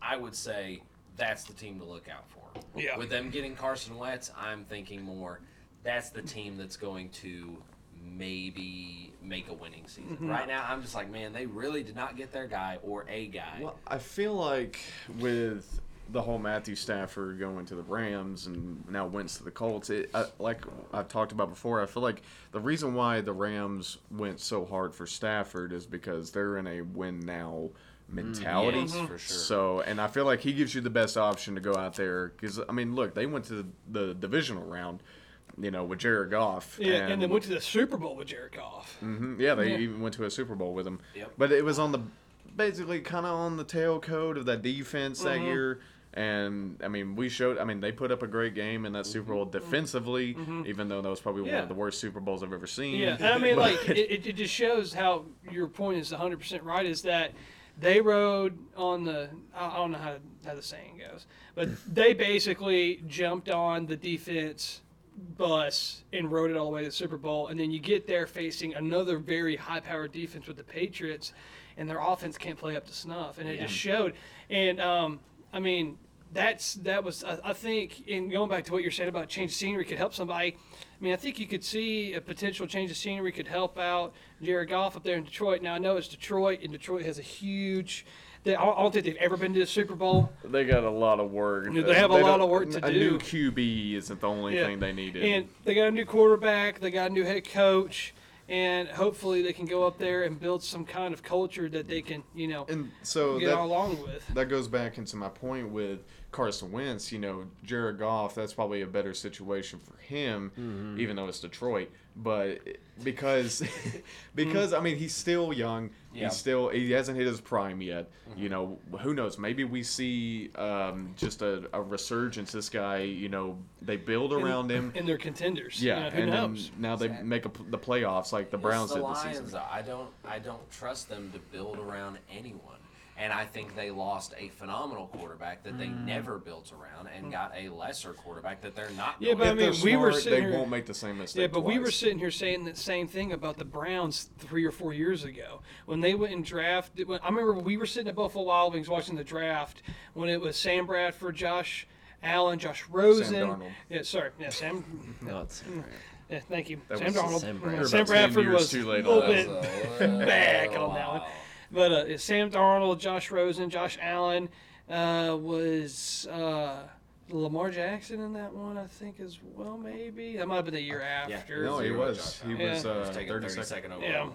B: I would say that's the team to look out for.
A: Yeah.
B: With them getting Carson Wentz, I'm thinking more that's the team that's going to maybe make a winning season. Right now, I'm just like, man, they really did not get their guy or a guy.
C: Well, I feel like with the whole Matthew Stafford going to the Rams and now Wentz to the Colts, it, I, like I've talked about before, I feel like the reason why the Rams went so hard for Stafford is because they're in a win now mentality.
B: yes, Mhm. for sure.
C: So, and I feel like he gives you the best option to go out there because I mean, look, they went to the, the divisional round. You know, with Jared Goff.
A: Yeah, and, then went to the Super Bowl with Jared Goff.
B: Mm-hmm.
C: Mhm. Yeah, they even went to a Super Bowl with him.
B: Yep.
C: But it was on the basically kind of on the tailcoat of that defense that
A: Mm-hmm.
C: year. And I mean, we showed. I mean, they put up a great game in that Super Bowl defensively, even though that was probably one
A: Mm-hmm. Yeah.
C: of the worst Super Bowls I've ever seen.
A: Yeah, and I mean,
C: But-
A: like it, it- it just shows how your point is 100 percent right. Is that they rode on the I I don't know how, how the saying goes, but they basically jumped on the defense bus and rode it all the way to the Super Bowl, and then you get there facing another very high-powered defense with the Patriots, and their offense can't play up to snuff, and it just showed. And um, I mean, that's that was I, I think in going back to what you're saying about change of scenery could help somebody. I mean, I think you could see a potential change of scenery could help out Jared Goff up there in Detroit. Now I know it's Detroit, and Detroit has a huge. They, I don't I don't think they've ever been to the Super Bowl.
C: They got a lot of work.
A: Yeah, they have a lot
C: don't-
A: of work to
C: a
A: do.
C: new QB isn't the only
A: Yeah.
C: thing they needed.
A: And they got a new quarterback, they got a new head coach, and hopefully they can go up there and build some kind of culture that they can, you know,
C: And so
A: get
C: that,
A: along with.
C: that goes back into my point with Carson Wentz. You know, Jared Goff, that's probably a better situation for him,
A: Mm-hmm.
C: even though it's Detroit. But because, because I mean, he's still young.
B: Yeah.
C: He's still he hasn't hit his prime yet.
A: Mm-hmm.
C: You know, who knows? Maybe we see um, just a, a resurgence. This guy, you know, they build around him.
A: And they're contenders.
C: Yeah,
A: You know, who
C: and
A: knows?
C: then now they make a, pl- the playoffs like the Browns
B: It's
C: did
B: the
C: this
B: Lions.
C: season.
B: though. I don't I don't trust them to build around anyone. And I think they lost a phenomenal quarterback that they never built around and got a lesser quarterback that they're not
A: Yeah,
B: building
A: but I
C: If
A: mean,
C: they're
A: we were
C: smart,
A: sitting
C: they
A: here-
C: won't make the same mistake.
A: Yeah, but we were
C: twice.
A: sitting here saying that same thing about the Browns three or four years ago when they went and drafted. When, I remember we were sitting at Buffalo Wild Wings watching the draft when it was Sam Bradford, Josh Allen, Josh Rosen.
C: Darnold.
A: Yeah, sorry. Yeah, Sam.
D: Not sorry.
A: Yeah, thank you.
C: That
A: Sam
C: was
A: Darnold.
D: Sam
A: Uh,
D: Bradford.
A: Sam
C: About 10
A: Bradford
C: years
A: was a
C: too late
A: little
C: on
A: bit
C: that.
A: back on that one. But uh, it's Sam Darnold, Josh Rosen, Josh Allen uh, was uh, Lamar Jackson in that one, I think, as well, maybe. That might have been the year after.
C: No, he
B: Zero
C: was.
B: Josh
C: He
A: Allen.
C: was
A: Yeah.
C: uh,
B: Just taking
C: 30
B: 32nd
C: seconds.
B: second overall.
A: Yeah.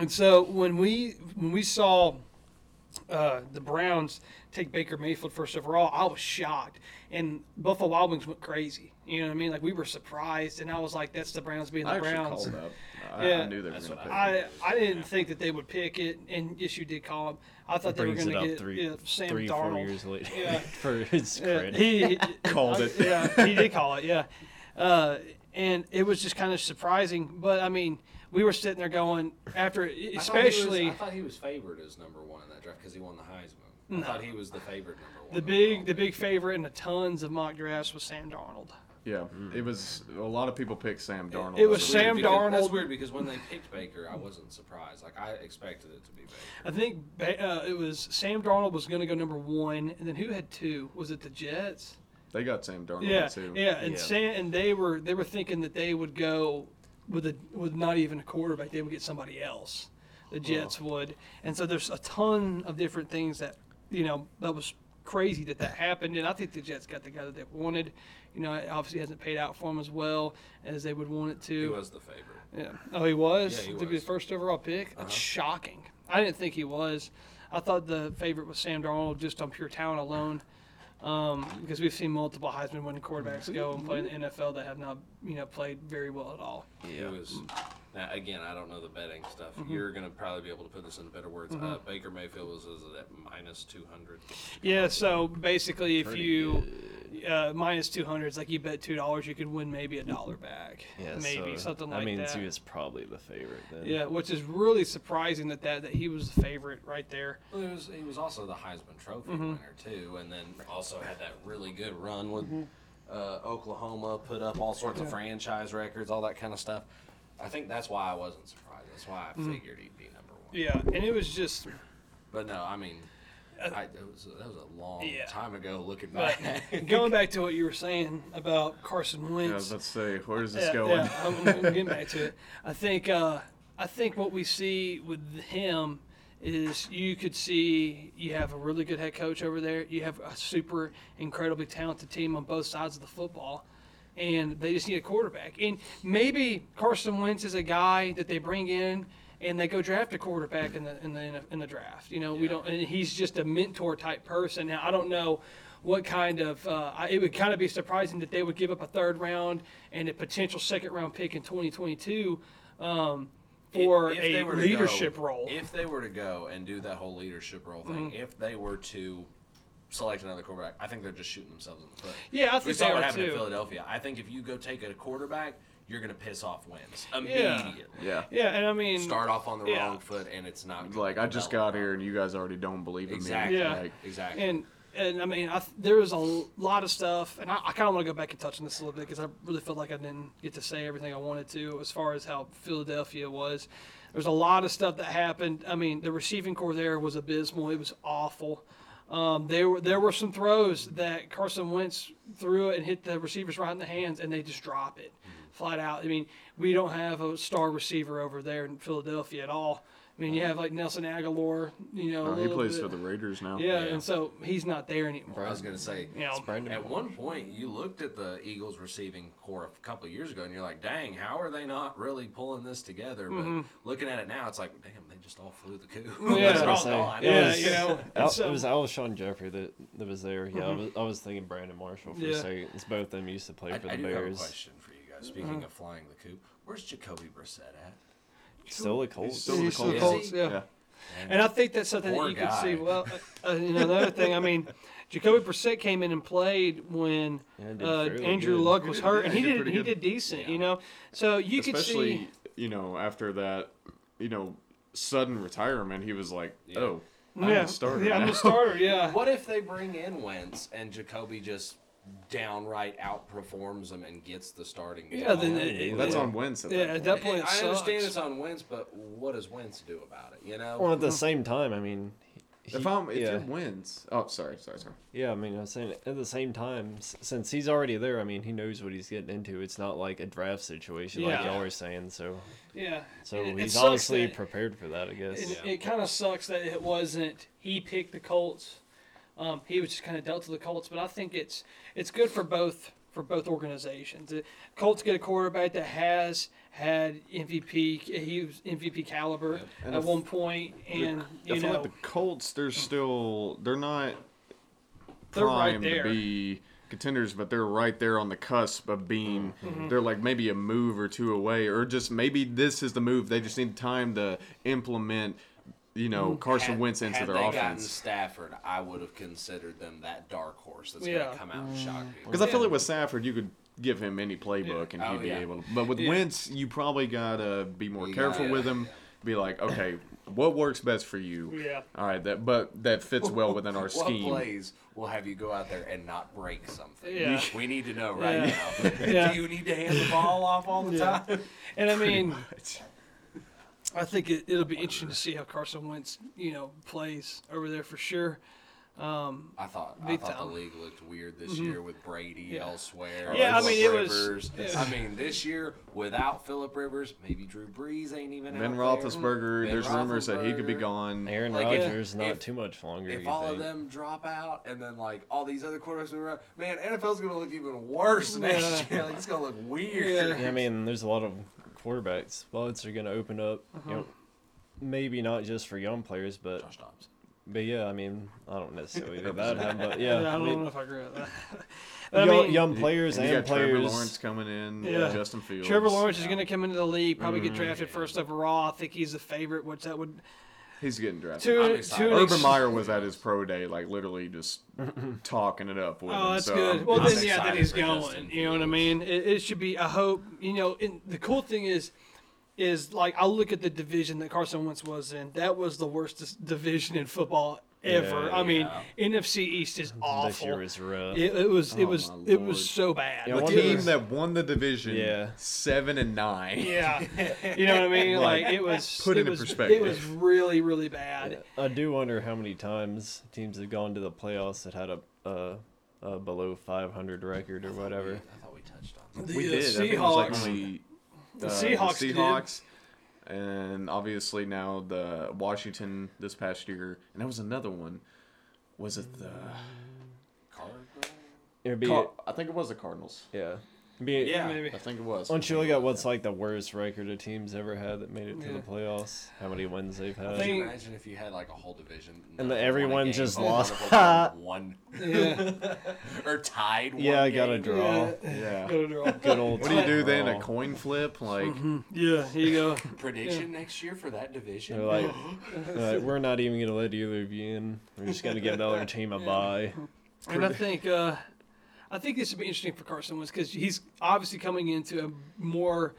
A: And so when we when we saw uh, the Browns take Baker Mayfield first overall, I was shocked, and Buffalo Wild Wings went crazy. You know what I mean? Like we were surprised, and I was like, "That's the Browns being the
C: I actually
A: Browns."
C: called up. I,
A: Yeah.
C: I knew they were going to pick him.
A: I I didn't think that they would pick it, and yes, you did call him. I thought they were
D: Brings
A: going
D: it
A: to
D: up
A: get
D: three,
A: yeah, Sam
D: three,
A: Darnold.
D: four years later
A: Yeah.
D: for his
A: Yeah,
D: credit.
A: he, he
C: Called it.
A: Yeah, he did call it. Yeah, uh, and it was just kind of surprising. But I mean, we were sitting there going after, especially.
B: I thought he was favored as number one in that draft because he won the Heisman. I thought he was the favorite number one.
A: The
B: overall
A: big, the
B: pick.
A: big favorite in the tons of mock drafts was Sam Darnold.
C: Yeah, it was a lot of people picked Sam Darnold.
A: it was
C: over
A: Sam
C: Baker.
A: Darnold.
B: That's weird because when they picked Baker, I wasn't surprised. Like I expected it to be Baker.
A: I think ba- uh, it was Sam Darnold was going to go number one, and then who had two? Was it the Jets?
C: They got Sam Darnold
A: Yeah,
C: too.
A: yeah, and
D: Yeah.
A: Sam and they were they were thinking that they would go with a with not even a quarterback, they would get somebody else. The Jets would, and so there's a ton of different things that you know that was crazy that that happened, and I think the Jets got the guy that they wanted. You know, it obviously hasn't paid out for him as well as they would want it to.
B: He was the favorite.
A: Yeah. Oh, he was.
B: Yeah, he
A: to be
B: was.
A: the first overall pick.
D: Uh-huh.
A: That's shocking. I didn't think he was. I thought the favorite was Sam Darnold just on pure talent alone, um, because we've seen multiple Heisman winning quarterbacks go and play in the NFL that have not, you know, played very well at all.
B: It was. Now again, I don't know the betting stuff.
A: Mm-hmm.
B: You're gonna probably be able to put this in better words. Uh, Baker Mayfield was, was at minus two hundred.
A: Yeah. So basically, if you uh, minus two hundred, it's like you bet two dollars, you could win maybe a dollar back,
D: Yeah,
A: maybe
D: so
A: something like
D: I mean,
A: that.
D: he was probably the favorite then.
A: yeah, which is really surprising that, that that he was the favorite right there.
B: Well, he was he was also the Heisman Trophy
A: Mm-hmm.
B: winner too, and then also had that really good run with
A: Mm-hmm.
B: uh, Oklahoma, put up all sorts of franchise records, all that kind of stuff. I think that's why I wasn't surprised. That's why I figured he'd be number one.
A: Mm-hmm. Yeah, and it was just
B: But no, I mean, I, that was that was a long
A: Uh, Yeah.
B: time ago. Looking
A: But
B: back,
A: going back to what you were saying about Carson
C: Yeah, I was
A: Wentz,
C: about to say, where is this
A: yeah,
C: going?
A: yeah, I'm, I'm getting back to it. I think uh, I think what we see with him is you could see you have a really good head coach over there. You have a super incredibly talented team on both sides of the football. And they just need a quarterback. And maybe Carson Wentz is a guy that they bring in and they go draft a quarterback in the in the in the draft. You know, we don't. And he's just a mentor type person. Now I don't know what kind of. Uh, I- it would kind of be surprising that they would give up a third round and a potential second round pick in 2022. Um, for
B: if
A: a
B: they were to
A: leadership
B: go-
A: role. Mm-hmm.
B: If they were to go and do that whole leadership role thing, if they were to select another quarterback, I think they're just shooting themselves in the foot.
A: Yeah, I think
B: we saw
A: they
B: what
A: are,
B: happened in
A: too.
B: Philadelphia. I think if you go take a quarterback, you're gonna piss off wins
A: Yeah.
B: immediately.
C: Yeah.
A: yeah, and I mean,
B: Start off on the
A: Yeah.
B: wrong foot, and it's not gonna
C: Like I just
B: develop
C: got here and you guys already don't believe in
B: Exactly.
C: me.
A: Yeah.
C: Like,
B: exactly.
A: and and I mean, I, th- there was a l- lot of stuff, and I, I kind of want to go back and touch on this a little bit because I really felt like I didn't get to say everything I wanted to as far as how Philadelphia was. There's a lot of stuff that happened. I mean, the receiving core there was abysmal. It was awful. Um, there were there were some throws that Carson Wentz threw it and hit the receivers right in the hands, and they just drop it
C: Mm-hmm.
A: flat out. I mean, we don't have a star receiver over there in Philadelphia at all. I mean, you have like Nelson Aguilar, you know. a
C: uh, he
A: little
C: plays
A: bit-
C: for the Raiders now.
A: yeah, and so he's not there anymore.
B: I was gonna say,
A: You know,
D: Brandon
B: At one point, you looked at the Eagles receiving core a couple of years ago, and you're like, "Dang, how are they not really pulling this together?" But looking at it now, it's like, "Damn, they just all flew the coop."
A: Mm-hmm. Yeah.
B: They're
A: I
B: all
A: was
B: gone.
A: yeah,
D: was,
A: you know,
D: Al,
A: so- Mm-hmm.
D: it was Alshon Jeffrey that, that was there. Yeah, I, was, I was thinking Brandon Marshall for a
A: Yeah.
D: second. It's both of them used to play
B: I,
D: for
B: I
D: the
B: do have a
D: Bears.
B: question for you guys. Speaking
A: Mm-hmm.
B: of flying the coop, where's Jacoby Brissett at?
D: Still a Colts.
C: still with the
A: He's still
C: Colts.
A: Colts,
B: Yeah.
A: yeah. And I think that's something
B: Poor
A: that you could
B: guy.
A: see. Well, uh, uh, you know, another thing, I mean, Jacoby Brissett came in and played when
D: Yeah, did
A: uh,
D: fairly
A: Andrew
D: good.
A: Luck was hurt, and he
C: Yeah, he did
A: did
C: pretty
A: he
C: good.
A: did decent,
B: Yeah.
A: you know. So you
C: especially
A: could see,
C: you know after that you know sudden retirement he was like oh I'm
A: yeah,
C: the starter
A: yeah, I'm
C: now."
A: the starter, yeah.
B: What if they bring in Wentz and Jacoby just downright outperforms him and gets the starting?
A: Yeah,
B: job?
A: then
B: I
A: it- it-
C: that's
A: Oh, yeah.
C: on Wentz at that
A: Yeah, at
C: point.
A: that point, it
B: I understand
A: sucks.
B: it's on Wentz, but what does Wentz do about it? You know,
D: Well, at the same time, I mean, he-
C: if I'm if
D: yeah,
C: you're Wentz oh sorry sorry sorry
D: yeah, I mean, I was saying at the same time, s- since he's already there, I mean, he knows what he's getting into. It's not like a draft situation, like
A: Yeah.
D: y'all were saying. So,
A: yeah.
D: so
A: And it- it
D: he's
A: sucks
D: obviously
A: that-
D: prepared for that, I guess.
A: It, it kind of sucks that it wasn't he picked the Colts. Um, he was just kind of dealt to the Colts, but I think it's it's good for both for both organizations. The Colts get a quarterback that has had MVP. He was MVP caliber
C: And
A: at
C: if-
A: one point, and
C: I
A: you
C: feel
A: know
C: like the Colts they're still they're not
A: they're right
C: primed
A: there.
C: to be contenders but they're right there on the cusp of being
B: Mm-hmm.
C: they're like maybe a move or two away or just maybe this is the move they just need time to implement you know Carson
B: Had-
C: Wentz into
B: had
C: their
B: they Gotten
C: offense
B: Stafford, I would have considered them that dark horse that's going
A: Yeah.
B: to come out and shock people.
C: Because I feel like with Safford, you could give him any playbook and
B: Oh,
C: he'd be
B: yeah.
C: able to. But with Wentz, you probably gotta be more
B: You
C: careful
B: gotta-
C: with him. Be like, okay, what works best for you?
A: Yeah.
C: All right, that but that fits well within our
B: What
C: scheme.
B: plays will have you go out there and not break something?
A: Yeah.
B: We need to know right now.
A: Yeah.
B: Do you need to hand the ball off all the
A: Yeah.
B: time?
A: And I mean, I think it, it'll be interesting to see how Carson Wentz you know plays over there for sure.
B: I thought I
A: Big
B: thought the
A: time.
B: league looked weird this year with Brady elsewhere.
A: Mm-hmm. Yeah, I
B: Phillip
A: mean, it was-
B: Rivers.
A: yeah.
B: I mean, this year without Philip Rivers, maybe Drew Brees ain't even.
C: Ben
B: out there.
C: Roethlisberger,
B: Ben
C: there's rumors that he could be
B: Roethlisberger.
C: gone.
D: Aaron
B: Like, if-
D: Rodgers, not
B: if-
D: too much longer.
B: If
D: you
B: all of
D: think.
B: them drop out and then like all these other quarterbacks move around, man, NFL's gonna look even worse next year. Like it's gonna look weird.
D: Yeah, I mean, there's a lot of quarterback spots are going to open up. You know, maybe not just for young players, but
B: Uh-huh. Josh Dobbs.
D: but yeah, I mean, I don't necessarily think that happened, but yeah,
A: I
D: I
A: don't
D: mean,
A: know if I agree with that.
D: young,
A: But I mean-
D: young players
C: And
D: and,
C: you got Trevor
D: players.
C: Lawrence coming in.
A: Yeah.
C: Justin Fields.
A: Trevor Lawrence is going to come into the league, probably get
D: Mm-hmm.
A: drafted first overall. I think he's the favorite, which that would
C: He's getting drafted.
A: to,
B: excited.
A: to an
C: Urban
A: ex-
C: Meyer was at his pro day, like literally just talking it up with him.
A: Oh, that's
C: so
A: good.
C: I'm-
A: well,
B: I'm
A: then yeah, then
B: excited
A: he's
B: for
A: going.
B: Justin
A: You know what I mean? It, it should be. I hope you know. And the cool thing is, is like I look at the division that Carson Wentz was in. That was the worst dis- division in football ever. I mean, NFC East is awful.
D: This year was rough.
A: It, it was. It
C: Oh,
A: was.
C: my
A: It
C: Lord.
A: was so bad.
D: Yeah,
C: the
D: I wonder-
C: team that won the division,
D: Yeah.
C: seven and nine.
A: yeah, you know what I mean.
C: Like,
A: Like it was.
C: put
A: it
C: into
A: was,
C: perspective.
A: It was really, really bad.
D: I do wonder how many times teams have gone to the playoffs that had a, a, a below 500 record
B: Oh,
D: or whatever.
B: I thought we touched on.
A: The
C: We
A: uh,
C: did. I think it was like
A: Seahawks.
C: only, uh,
A: Seahawks
C: the
A: did.
C: Seahawks, and obviously now the Washington this past year, and that was another one. Was it the?
B: Cardinals.
D: It would be
C: Car- I think it was the Cardinals.
D: yeah. Be,
B: Yeah.
A: Maybe.
C: I think it was.
D: Once you look at what's like the worst record a team's ever had that made it to
A: Yeah.
D: the playoffs, how many wins they've had.
B: Can you
A: think-
B: imagine if you had like a whole division
D: And
B: that won
D: then
B: a
D: everyone
B: game,
D: just
B: but one
D: lost.
B: of them won
A: Yeah.
B: one or tied. One
D: yeah, I got
B: game?
D: a draw.
C: Yeah.
A: Got a draw.
D: Good old.
C: What do you do then?
D: draw.
C: A coin flip? Like,
A: Yeah, here you go.
B: prediction next year for that division.
D: They're like, they're like, we're not even gonna let either of you in. We're just gonna give the other team a bye.
A: And I think uh, I think this would be interesting for Carson Wentz because he's obviously coming into a more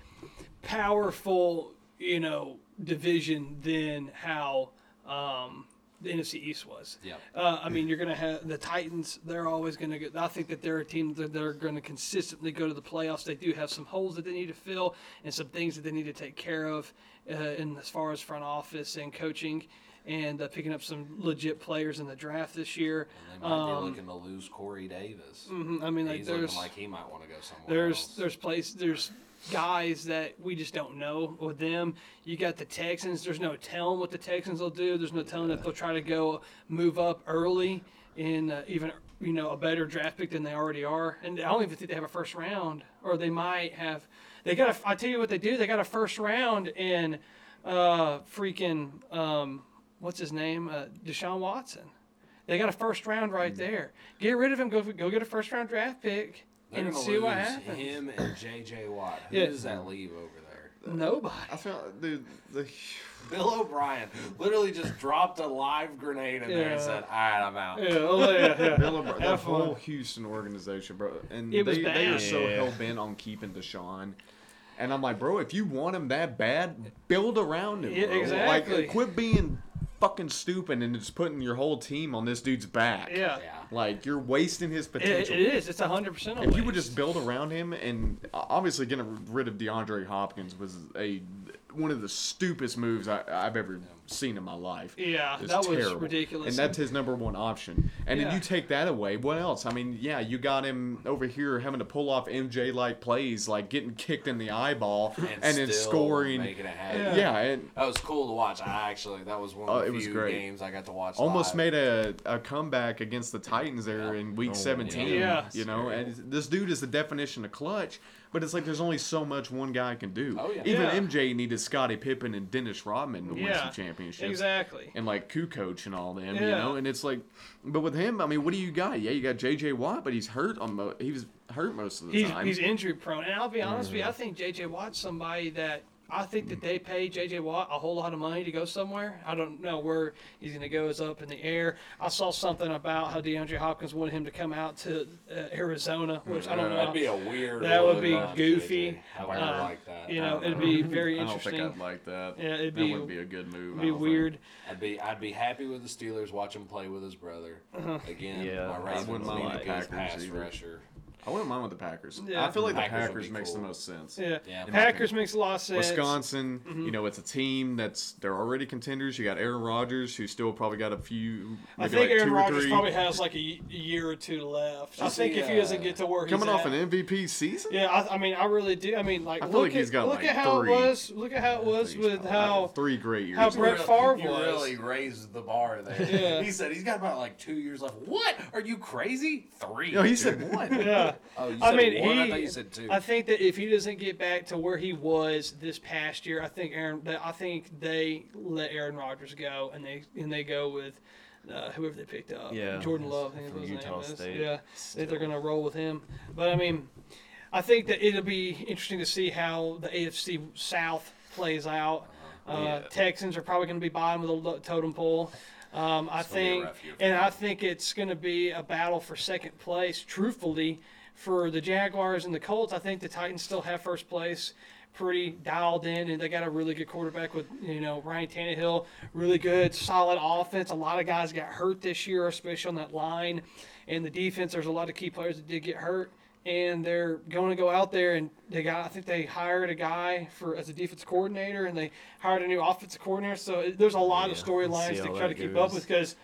A: powerful, you know, division than how um, the NFC East was.
B: Yep.
A: Uh, I mean, you're gonna have the Titans. They're always gonna get. I think that they're a team that they're gonna consistently go to the playoffs. They do have some holes that they need to fill and some things that they need to take care of, uh, in as far as front office and coaching, and uh, picking up some legit players in the draft this year.
B: they might be looking to lose Corey Davis.
A: I mean, Um, mm-hmm, like
B: He's
A: there's
B: looking like he might want to go somewhere
A: there's
B: else.
A: there's place there's guys that we just don't know with them. You got the Texans. There's no telling what the Texans will do. There's no telling if they'll try to go move up early in uh, even you know a better draft pick than they already are. And I don't even think they have a first round, or they might have. They got. A, I tell you what they do. They got a first round in uh, freaking um, what's his name uh, Deshaun Watson. They got a first round
C: Mm.
A: right there. Get rid of him. Go go get a first round draft pick
B: They're
A: and
B: gonna
A: see what
B: lose
A: happens.
B: Him and J.J. Watt. Who
A: Yeah.
B: does that leave over there?
A: Nobody.
G: I feel, dude, the
B: Bill O'Brien literally just dropped a live grenade in there
A: Yeah.
B: and said, "All right, I'm out."
A: Yeah, oh, yeah, yeah.
C: Bill O'Brien, the
A: Have fun.
C: whole Houston organization, bro, and
A: It was
C: they, they
A: bad.
C: were so
D: Yeah.
C: hell bent on keeping Deshaun. And I'm like, bro, if you want him that bad, build around him.
A: Yeah,
C: bro.
A: exactly.
C: Like, quit being fucking stupid and just putting your whole team on this dude's back.
A: yeah.
B: Yeah.
C: Like you're wasting his
A: It,
C: potential.
A: it is. It's hundred percent.
C: if you would just build around him, and obviously getting rid of DeAndre Hopkins was a one of the stupidest moves I, I've ever seen in my life.
A: Yeah,
C: It's
A: that was ridiculous.
C: And that's his number one option. And
A: Yeah.
C: then you take that away. What else? I mean, yeah, you got him over here having to pull off MJ like plays, like getting kicked in the eyeball, and, then
B: still
C: scoring.
B: making it happen.
C: yeah. and
B: That was cool to watch. I actually that was one of
C: Oh,
B: the
C: it
B: few
C: was great.
B: games I got to watch.
C: almost made
B: live.
C: a, a comeback against the Titans there in week 17.
A: Yeah.
C: You know, and it's- this dude is the definition of clutch, but it's like there's only so much one guy can do.
B: Oh, yeah.
C: Even
A: Yeah.
C: MJ needed Scottie Pippen and Dennis Rodman to win
A: Yeah,
C: some championships.
A: exactly.
C: And like Ku coach and all them, you
A: Yeah.
C: know, and it's like, but with him, I mean, what do you got? Yeah, you got J.J. Watt, but he's hurt on mo- he was hurt most of the
A: He's,
C: time. Mm-hmm.
A: he's injury prone, and I'll be honest with you. I think JJ Watt's somebody that I think that they pay JJ Watt a whole lot of money to go somewhere. I don't know where he's going to go. Is up in the air. I saw something about how DeAndre Hopkins wanted him to come out to uh, Arizona, which I don't know.
B: That'd be a weird.
A: That would
B: look
A: be
B: on
A: goofy.
B: JJ. I would
A: Uh,
B: like that.
A: you know, it'd be very interesting.
C: I don't think I'd like that.
A: Yeah, it'd
C: that
A: be-
C: wouldn't be a good move.
A: It'd
C: I
A: be
C: don't think.
A: weird.
B: I'd be I'd be happy with the Steelers. Watch him play with his brother
A: Uh-huh.
B: again.
D: Yeah,
B: my
D: I
B: Ravens
C: wouldn't mind
B: need a
C: the
B: good
C: Packers
B: pass
C: either.
B: rusher.
C: I wouldn't mind with the Packers.
A: Yeah.
C: I feel like
B: Packers would
C: the Packers
B: be
C: makes
B: cool.
C: the most sense.
A: Yeah.
B: Yeah.
A: Packers makes a lot of sense.
C: Wisconsin,
A: Mm-hmm.
C: you know, it's a team that's they're already contenders. You got Aaron Rodgers, who still probably got a few.
A: I
C: maybe
A: think
C: like
A: Aaron
C: two or
A: Rodgers
C: three.
A: probably has like a y- year or two left. I
B: Does
A: think
B: he,
A: if he doesn't
B: uh,
A: get to where
C: coming
A: he's
C: off
A: at-
C: an MVP season.
A: Yeah, I, I mean, I really do. I mean, like,
C: I feel
A: look
C: like
A: at
C: he's got,
A: look
C: like,
A: at how
C: three.
A: it was. Look at how it was
C: He's
A: with
C: probably
A: how.
C: had three great years.
A: how Brett
B: You
A: Favre
B: really- you
A: was.
B: really raised the bar there.
A: Yeah.
B: He said he's got about like two years left. What? Are you crazy? Three.
C: no, he said one.
A: Yeah,
B: Oh, you said
A: I mean,
B: one?
A: he.
B: I thought you said two.
A: I think that if he doesn't get back to where he was this past year, I think Aaron. that- I think they let Aaron Rodgers go, and they and they go with. Uh, whoever they picked up,
D: Yeah,
A: Jordan Love, I think
D: from
A: was
D: Utah
A: his name
D: State.
A: is. Yeah, I think they're gonna roll with him. But I mean, I think that it'll be interesting to see how the AFC South plays
B: Uh-huh.
A: out. Uh, Texans are probably going to be bottom of the lo- totem pole. Um, I
B: gonna be a
A: think,
B: rough year for
A: and I think it's going to be a battle for second place. Truthfully, for the Jaguars and the Colts, I think the Titans still have first place, pretty dialed in, and they got a really good quarterback with you know Ryan Tannehill, really good, solid offense. A lot of guys got hurt this year, especially on that line, and the defense. There's a lot of key players that did get hurt and they're going to go out there and they got I think they hired a guy for as a defense coordinator and they hired a new offensive coordinator. So it, there's a lot of
D: Yeah,
A: storylines
D: see
A: to
D: how
A: try to
D: that
A: keep up
D: goes.
A: with because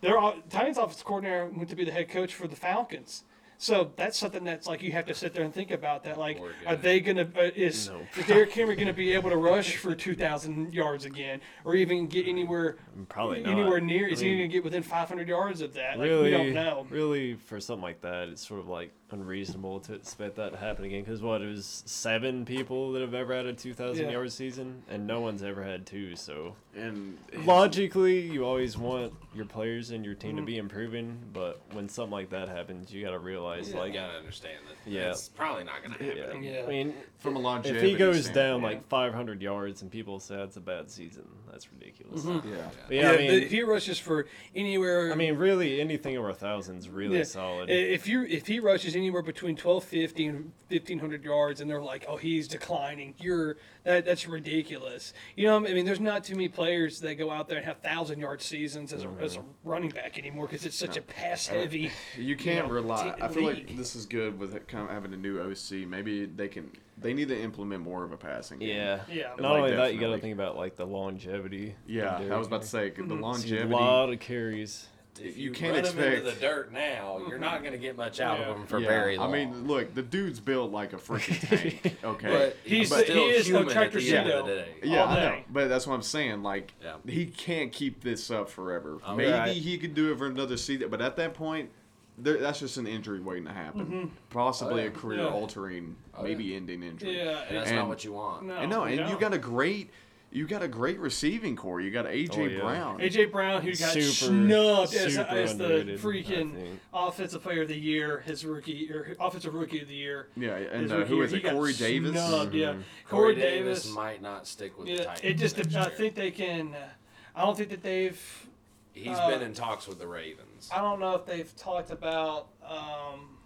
A: their o- Titans offensive coordinator went to be the head coach for the Falcons. So that's something that's like you have to sit there and think about that. Like,
B: Poor guy.
A: are they gonna uh, is, is Derek Henry gonna be able to rush for two thousand yards again, or even get anywhere
D: Probably not.
A: anywhere near?
D: I
A: Is he
D: mean,
A: gonna get within five hundred yards of that? Like,
D: really,
A: we don't know.
D: really for something like that, it's sort of like unreasonable to expect that to happen again. Because what it was seven people that have ever had a two thousand
A: Yeah.
D: yard season, and no one's ever had two. So
C: And
D: logically, you always want your players and your team
A: Mm-hmm.
D: to be improving, but when something like that happens, you got to realize
B: Like,
D: like.
B: you gotta understand that.
D: Yeah.
B: It's probably not gonna happen.
D: Yeah.
A: Yeah.
D: I mean,
C: from a
D: if
C: longevity
D: he goes
C: standpoint.
D: down like 500 yards and people say it's a bad season, that's ridiculous.
A: Mm-hmm.
C: yeah.
D: But yeah, I
A: the-
D: mean,
A: if he rushes for anywhere,
D: I mean, really, anything over a thousand is really
A: Yeah.
D: solid.
A: I- If you if he rushes anywhere between twelve fifty and fifteen hundred yards, and they're like, "Oh, he's declining," you're that that's ridiculous. You know, I mean, there's not too many players that go out there and have thousand yard seasons as a, as a
C: Mm-hmm.
A: running back anymore because it's such a pass heavy.
C: You can't
A: know,
C: rely.
A: t-
C: I feel
A: league.
C: like this is good with it kind of having a new OC. Maybe they can. They need to implement more of a passing. game.
D: yeah.
A: Yeah.
D: Not
C: Like,
D: only that, you got to
C: definitely.
D: think about like the longevity. of
C: Yeah, I
D: Derrick
C: was about to say the
A: Mm-hmm.
D: Henry.
C: longevity.
D: a lot of carries.
B: If
C: You
B: you,
C: can't
B: run him into
C: expect-
B: the dirt now, you're not gonna get much out
A: Yeah.
B: of him for
C: Yeah,
B: very
C: I
B: long.
C: mean, look, the dude's built like a freaking tank. Okay,
B: but
A: He's-
B: he's still
A: he is no
B: human at
A: Tractor
B: the end of
A: Single.
B: the day.
C: Yeah,
A: all
C: I know,
A: day.
C: but that's what I'm saying. Like,
B: Yeah.
C: he can't keep this up forever.
A: Oh,
B: All
C: Maybe
D: right.
C: he could do it for another season, but at that point, there, that's just an injury waiting to happen.
A: Mm-hmm.
C: Possibly
B: Oh, yeah.
C: a career-altering, maybe ending injury.
A: Oh, Yeah,
B: And that's
C: And-
B: not what you want.
A: no,
C: And no, and
A: no.
C: you got a great, you got a great receiving core. You got AJ
D: Oh, yeah.
C: Brown.
A: AJ Brown, who got
D: Super-
A: snubbed as,
D: super
A: as the
D: underrated, I
A: freaking
D: think.
A: offensive player of the year, his rookie or offensive rookie of the year.
C: yeah, and
A: His
C: uh,
A: rookie
C: who
A: year,
C: is
A: he
C: it?
A: got
C: Corey Davis. Mm-hmm.
A: snubbed, yeah,
B: Corey Davis, might not stick with the
A: Yeah,
B: Titans.
A: it just
B: next
A: I
B: year.
A: think they can. uh, I don't think that they've.
B: He's
A: uh,
B: been in talks with the Ravens.
A: I don't know if they've talked about um,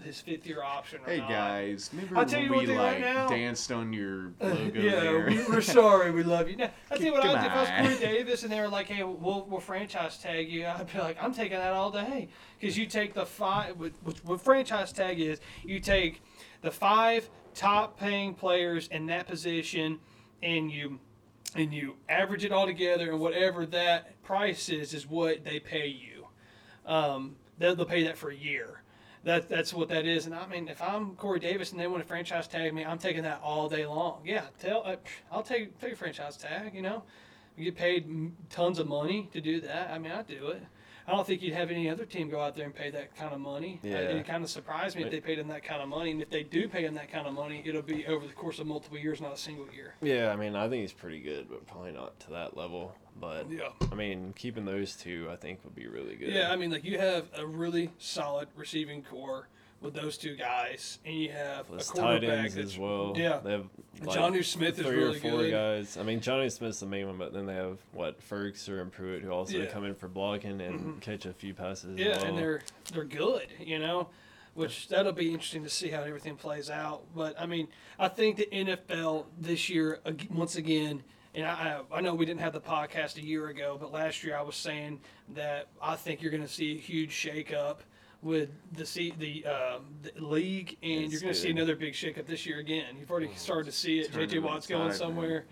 A: his fifth year option. Or
C: Hey
A: not.
C: guys, remember
A: I'll tell you
C: when
A: one
C: we
A: thing right
C: like
A: now.
C: danced on your logo
A: Yeah,
C: there?
A: we, we're sorry. We love you. Now, I tell you what, I would do if I was
C: Goodbye.
A: Corey Davis and they were like, "Hey, we'll, we'll franchise tag you," I'd be like, "I'm taking that all day," because you take the five. What, what- what franchise tag is? You take the five top paying players in that position, and you and you average it all together, and whatever that price is, is what they pay you. Um, they'll, they'll pay that for a year. That, that's what that is, and I mean, if I'm Corey Davis and they want to franchise tag me, I'm taking that all day long. Yeah, tell I, I'll take take a franchise tag. You know, you get paid m- tons of money to do that. I mean, I do it. I don't think you'd have any other team go out there and pay that kind of money. Uh,
D: Yeah.
A: It kind of surprised me if they paid him that kind of money, and if they do pay him that kind of money, it'll be over the course of multiple years, not a single year.
D: Yeah, I mean, I think he's pretty good, but probably not to that level. But
A: Yeah.
D: I mean, keeping those two, I think, would be really good.
A: Yeah, I mean, like you have a really solid receiving core with those two guys, and you have
D: Plus
A: a
D: tight
A: quarterback
D: ends
A: that's-
D: as well.
A: Yeah,
D: they have like
A: Johnny Smith is
D: three
A: really
D: or four
A: good.
D: guys. I mean, Johnny Smith's the main one, but then they have what Ferguson and Pruitt, who also
A: Yeah. Mm-hmm.
D: come in for blocking and catch a few passes.
A: yeah,
D: as well.
A: and they're they're good, you know, which that'll be interesting to see how everything plays out. But I mean, I think the NFL this year ag- once again. And I, I I know we didn't have the podcast a year ago, but last year I was saying that I think you're going to see a huge shakeup with the C, the, uh, the league, and you're
D: It's
A: going to see
D: good.
A: another big shakeup this year again. You've already started to see it.
C: turning
A: JJ Watt's going
C: inside, man.
A: somewhere.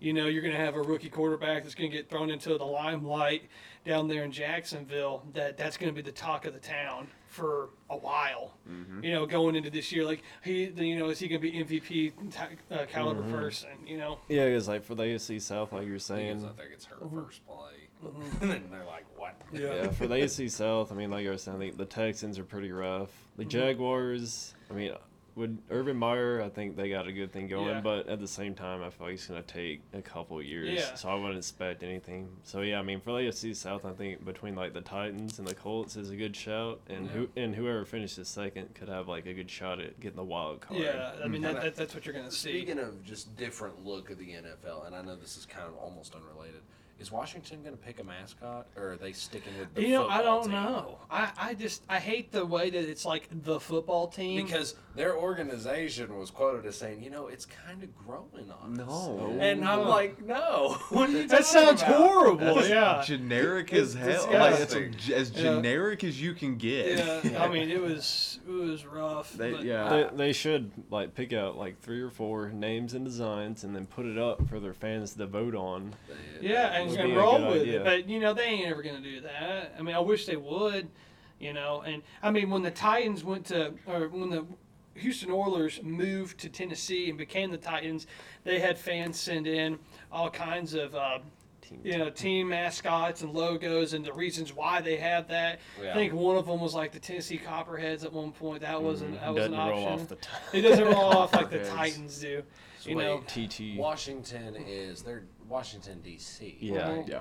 A: You know, you're going to have a rookie quarterback that's going to get thrown into the limelight down there in Jacksonville. That that's going to be the talk of the town for a while. You know, going into this year, like he, then, you know, is he going to be MVP ty- uh, caliber person? You know,
D: Yeah, because like for the AFC South, like
B: He
D: you were
B: goes
D: saying,
B: out there gets hurt
A: Mm-hmm.
B: first play, and then they're like, "What?"
D: yeah, for the AFC South, I mean, like I was saying, the, the Texans are pretty rough.
A: Mm-hmm.
D: The Jaguars, I mean, with Urban Meyer, I think they got a good thing going,
A: Yeah.
D: but at the same time, I feel like it's gonna take a couple years,
A: Yeah.
D: so I wouldn't expect anything. So yeah, I mean, for the AFC South, I think between like the Titans and the Colts is a good shout, and who and whoever finishes second could have like a good shot at getting the wild card.
A: yeah. I mean, that, that, that's what you're going to see.
B: Speaking of just different look of the NFL, and I know this is kind of almost unrelated. Is Washington going to pick a mascot, or are they sticking with the?
A: You know, I
B: football
A: don't
B: team?
A: know. I, I just I hate the way that it's like the football team
B: because their organization was quoted as saying, you know, it's kind of growing on us.
C: No.
B: And I'm like, no. What are you
A: that sounds
B: talking about?
A: horrible.
C: That's
A: yeah.
C: generic as hell.
A: disgusting.
C: Like, it's a- as generic as you can get.
A: Yeah, I mean it was it was rough.
C: They-
A: but
C: yeah.
D: They, they should like pick out like three or four names and designs, and then put it up for their fans to vote on.
A: Yeah, and,
D: Would
A: and
D: be a
A: roll
D: good
A: with
D: idea.
A: it. But you know, they ain't ever gonna do that. I mean, I wish they would. You know, and I mean when the Titans went to or when the Houston Oilers moved to Tennessee and became the Titans, they had fans send in all kinds of. Uh, you know, team mascots and logos and the reasons why they have that.
B: Yeah.
A: I think one of them was like the Tennessee Copperheads at one point. That wasn't that was
D: Mm, Doesn't
A: an
D: roll
A: option.
D: off the tongue.
A: It doesn't roll off like the
C: Yes.
A: Titans do.
B: So
A: You know,
B: wait,
D: TT.
B: Washington is they're Washington D.C.
D: Yeah.
A: Mhm.
C: Yeah.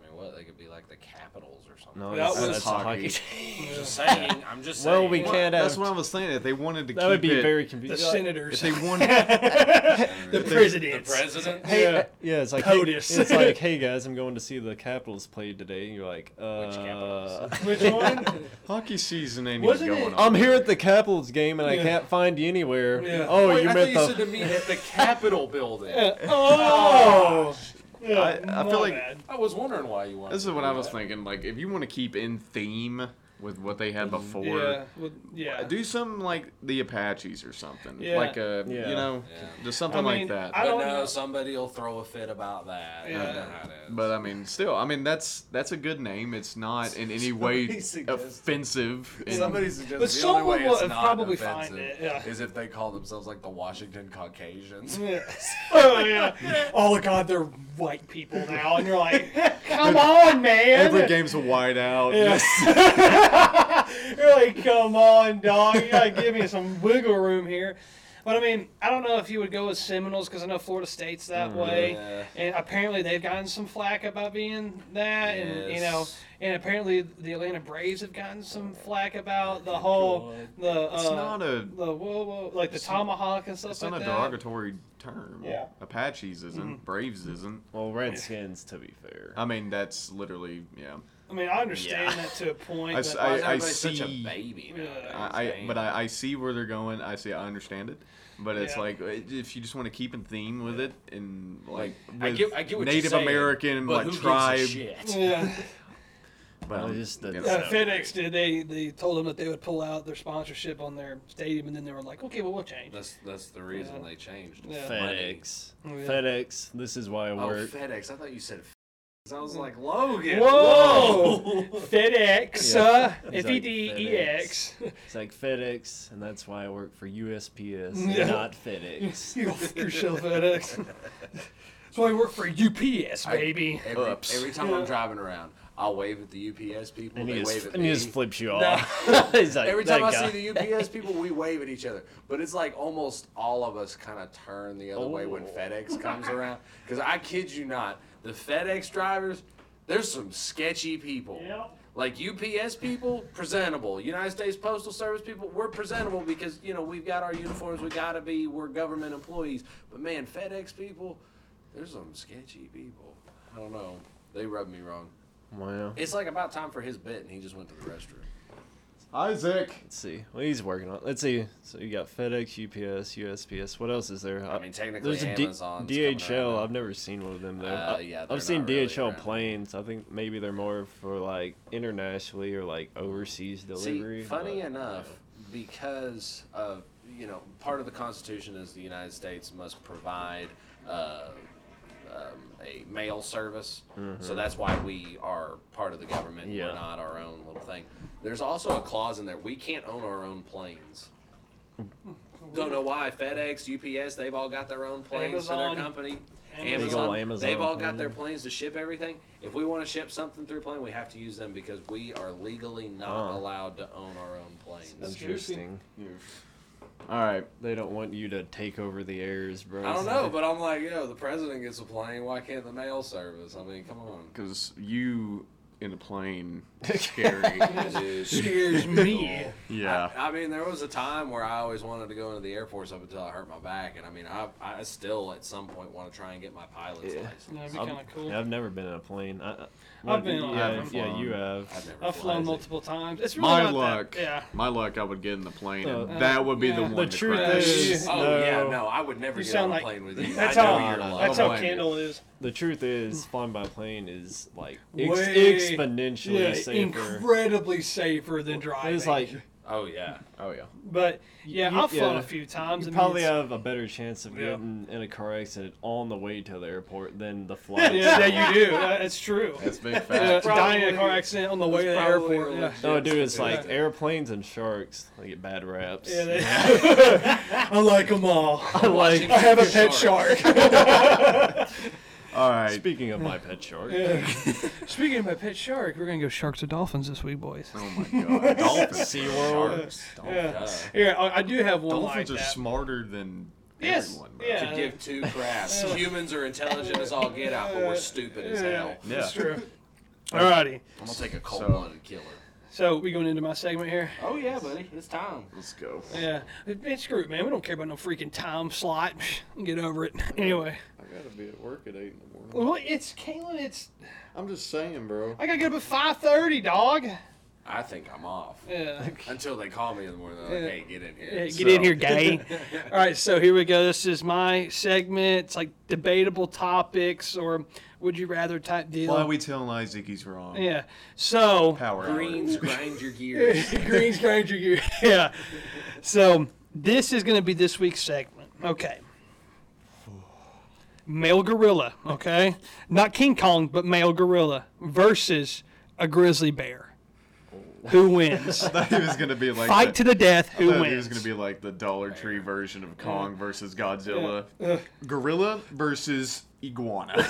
B: I mean, what they could be like the Capitals or something.
C: No,
A: That
C: that's,
A: was
C: that's hockey.
B: I'm just saying. I'm just saying.
D: Well, we
B: What?
D: can't have.
C: That's what I was saying. If they wanted to
D: that
C: keep
D: would be
C: it,
D: very
A: the
D: confusing.
A: Senators,
C: If they wanted,
A: the
B: The
A: presidents.
B: president.
D: Hey, yeah, yeah, it's like hey-
A: POTUS.
D: it's like, hey guys, I'm going to see the Capitals play today, and you're like, uh,
B: Capitals?
A: Which one?
C: hockey season ain't
A: Wasn't
C: even going
A: it-
C: on.
D: I'm here at the Capitals game, and I
A: Yeah.
D: can't find you anywhere.
A: Yeah.
D: Oh,
B: Wait,
D: you
B: I
D: meant
B: thought
D: the
B: you said to meet at the Capitol building.
A: oh, yeah,
C: I- I feel
A: my
C: like-
A: bad.
B: I was wondering why you wanted.
C: This is
B: to
C: what
B: do
C: I was
B: that.
C: thinking. Like, if you want to keep in theme with what they had before,
A: yeah, well, Mm-hmm. yeah.
C: do something like the Apaches or something.
A: Yeah.
C: Like a,
D: Yeah.
C: you know,
B: Yeah.
C: just something
A: I mean,
C: like that.
A: I
B: But
A: don't
B: no,
A: know.
B: somebody will throw a fit about that.
A: Yeah.
B: You know how it is.
C: but I mean, still, I mean that's that's a good name. It's not in any way
B: Somebody suggested-
C: offensive. and-
B: Somebody suggested
A: But
B: the only
A: someone
B: way it's
A: will
B: not
A: probably
B: offensive
A: find it, yeah.
B: is if they call themselves like the Washington Caucasians.
A: oh yeah. Oh god, they're white people now, and you're like, come on, man.
C: every game's a whiteout.
A: You're like, come on, dog. You gotta give me some wiggle room here. But I mean, I don't know if you would go with Seminoles because I know Florida State's that
C: Mm,
A: way,
B: Yeah.
A: and apparently they've gotten some flack about being that, and you know,
B: Yes.
A: and apparently the Atlanta Braves have gotten some flack about the whole the uh,
C: It's not a
A: the whoa whoa like the tomahawk and stuff
C: it's
A: like
C: not a
A: that.
C: derogatory term.
A: Yeah. Mm-hmm.
C: Apaches isn't. Braves isn't.
D: well Redskins, to be fair.
C: I mean, that's literally yeah.
A: I mean, I understand that to a point.
C: I
A: but-
C: s-
B: Why is
C: I
B: everybody such a
C: see-
B: baby nowadays,
C: I, I
B: man?
C: but I, I see where they're going. I see. I understand it. But it's
A: Yeah.
C: like like i- if you just want to keep in theme with it and like with
B: I get, I get what
C: Native
B: you're saying,
C: American
B: but
C: like
B: who gives a
C: tribe.
B: shit?
A: yeah.
C: Well,
D: I just
C: you
D: did
C: know.
A: Yeah,
D: So-
A: FedEx did. They they told them that they would pull out their sponsorship on their stadium, and then they were like, "Okay, well, we'll change."
B: That's that's the reason
A: Yeah.
B: they changed.
A: Yeah.
B: Money.
D: FedEx,
A: Yeah.
D: FedEx. This is why I
B: Oh,
D: work.
B: FedEx. I thought you said. F- I was like Logan.
A: Whoa!
B: Mm. whoa.
A: FedEx,
D: Yeah.
A: uh,
D: He's
A: F E D E X.
D: It's like FedEx, and that's why I work for USPS,
A: Yeah.
D: and not FedEx.
A: You go fuck yourself, FedEx. That's why I work for UPS,
B: I-
A: baby.
B: Every,
C: Ups.
B: every time I'm driving around, I'll wave at the UPS people.
D: And
B: they
D: he,
B: wave
D: just,
B: at
D: and
B: me.
D: he just flips you off. He's like,
B: Every time
D: "That
B: I
D: guy."
B: see the UPS people, we wave at each other. But it's like almost all of us kind of turn the other way when FedEx comes around. Because I kid you not, the FedEx drivers, there's some sketchy people.
A: Yep.
B: Like UPS people, presentable. United States Postal Service people, we're presentable because, you know, we've got our uniforms, we gotta be, we're government employees. But man, FedEx people, there's some sketchy people. I don't know. They rub me wrong.
D: Wow.
B: It's like about time for his bit and he just went to the restroom.
C: Isaac.
D: Let's see. Well, he's working on. Let's see. So you got FedEx, UPS, USPS. What else is there?
B: I mean, technically
D: a D-
B: Amazon's coming out
D: DHL.
B: now.
D: I've never seen one of them though.
B: Uh,
D: I-
B: yeah, they're
D: I've seen
B: not really
D: DHL
B: around.
D: planes. I think maybe they're more for like internationally or like overseas delivery.
B: See, funny
D: but-
B: enough, because of you know part of the Constitution is the United States must provide uh, um, a mail service, so that's why we are part of the government.
D: Mm-hmm. Yeah.
B: We're not our own little thing. There's also a clause in there we can't own our own planes.
D: Mm.
B: Don't know why FedEx, UPS, they've all got their own planes to
A: Amazon.
B: their company.
A: Amazon.
D: Big ol' Amazon
B: They've all got
D: plane.
B: their planes to ship everything. If we want to ship something through plane, we have to use them because we are legally not
D: Oh.
B: allowed to own our own planes.
A: That's
D: Interesting.
C: All right.
D: They don't want you to take over the airs, bro.
B: I don't know, but I'm like, yo, the president gets a plane. Why can't the mail service? I mean, come on.
C: Because you in a plane is scary.
A: Scares me.
C: yeah.
B: I, I mean, there was a time where I always wanted to go into the Air Force up until I hurt my back, and I mean, I, I still at some point want to try and get my pilot's
D: Yeah.
B: license.
A: That'd be
D: I'm-
A: kind of cool.
D: Yeah, I've never been in a plane. I, I've
A: been on- I
D: yeah,
C: haven't
D: yeah,
C: flown.
D: you have.
B: I've never
A: I've flown
B: flown it.
A: multiple times. It's really
C: my
A: not
C: luck.
A: That, yeah.
C: My luck. I would get in the plane, and
D: Uh,
C: that would be
A: yeah.
C: the
A: The
C: one. to
D: truth
C: crash.
D: is-
B: Oh
D: No.
B: yeah, no, I would never
A: You
B: get on
A: sound
B: a
A: like-
B: plane with you.
A: That's
B: I
A: how-
B: know you're lying.
A: That's
C: Oh,
A: how
C: my.
A: Kendall is.
D: The truth is, flying by plane is like ex-
A: Way-
D: exponentially safer.
A: incredibly safer than driving.
D: It's like
B: Oh yeah.
C: Oh yeah.
A: But yeah,
D: You-
A: I've flown
D: yeah.
A: a few times.
D: You
A: and
D: probably
A: it's-
D: have a better chance of
A: Yeah.
D: getting in a car accident on the way to the airport than the flight.
A: yeah, yeah, you do. That- That's true.
C: That's big
A: Yeah,
C: facts.
A: dying in a car accident on the way to the
B: probably
A: airport. Yeah.
D: No, dude, it's like
A: Yeah.
D: airplanes and sharks. They get bad raps.
A: Yeah, they- I like them all.
D: I like.
A: I have a pet shark.
C: All right.
D: Speaking of my pet shark,
A: Speaking of my pet shark, we're gonna go sharks or dolphins this week, boys.
C: Oh my god. Dolphins.
D: SeaWorld.
C: Sharks. Dolphins,
A: Yeah, yeah. I I do have one
C: Dolphins
A: like
C: are
A: that.
C: smarter than
A: Yes,
C: everyone. Bro.
A: yeah.
B: To give two craps. Humans are intelligent as all get out, but we're stupid as hell.
C: Yeah.
A: That's true. Alrighty.
B: I'm gonna take a cold
C: So-
B: blooded killer.
A: So we going into my segment here.
B: Oh yeah, buddy, it's time.
C: Let's go.
A: Yeah. Man, screw it, man. We don't care about no freaking time slot. Get over it. Anyway.
G: I gotta be at work at eight in the morning.
A: Well, it's Caitlin. It's
G: I'm just saying, bro.
A: I gotta get up at five thirty, dog.
B: I think I'm off
A: Yeah.
B: until they call me in the morning. They're like,
A: Yeah.
B: "Hey, get in
A: Yeah,
B: here."
A: Get in here, gay. All right, so here we go. This is my segment. It's like debatable topics or would you rather type deal.
C: Why are we telling Isaac he's wrong?
A: yeah. So
C: Power hour.
B: Greens grind your gears.
A: Green's Granger gear. Yeah. So this is going to be this week's segment. Okay. Male gorilla, okay? Not King Kong, but male gorilla versus a grizzly bear. Who wins?
C: I thought he was gonna be like
A: Fight
C: the,
A: to the death.
C: I
A: Who
C: thought
A: wins?
C: He was gonna be like the Dollar Tree version of Kong versus Godzilla. Gorilla versus iguana.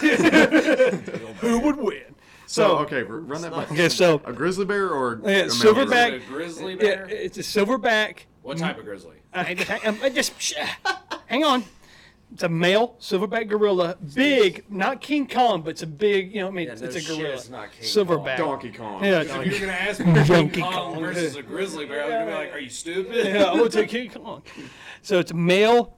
A: Who would win?
C: so okay, r- run that back.
A: Okay, so
C: A grizzly bear or
A: Yeah,
C: a male
A: silverback-
C: gorilla?
B: A grizzly
A: yeah,
B: bear.
A: it's a silverback.
B: What type of grizzly?
A: I just, hang- I just hang on. It's a male silverback gorilla, big, not King Kong, but it's a big. You know, I mean,
B: Yeah, no
A: it's a
B: shit,
A: gorilla.
B: it's not King
A: silverback.
C: Donkey Kong.
A: Yeah,
B: If you're gonna ask me King
A: Donkey
B: Kong
A: Kong.
B: versus a grizzly bear, I'm gonna be like, "Are you stupid?"
A: yeah, I'm gonna take King Kong. So it's a male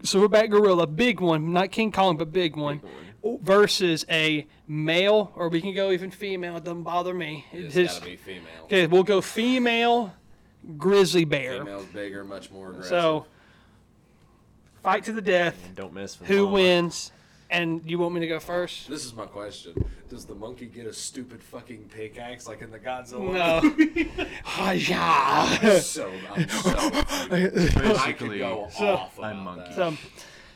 A: silverback gorilla, big one, not King Kong, but big one, versus a male, or we can go even female. It doesn't bother me.
B: It's
A: His-
B: gotta be female.
A: okay, we'll go female grizzly bear.
B: Female's bigger, much more aggressive.
A: So fight to the death.
D: don't mess with
A: Who
D: mama.
A: wins? And you want me to go first?
B: This is my question. Does the monkey get a stupid fucking pickaxe like in the Godzilla?
A: No. Ah, yeah.
B: So, I'm so I could
C: Basically,
B: go off
C: I'm
B: about
C: monkey.
B: that.
A: So, Um,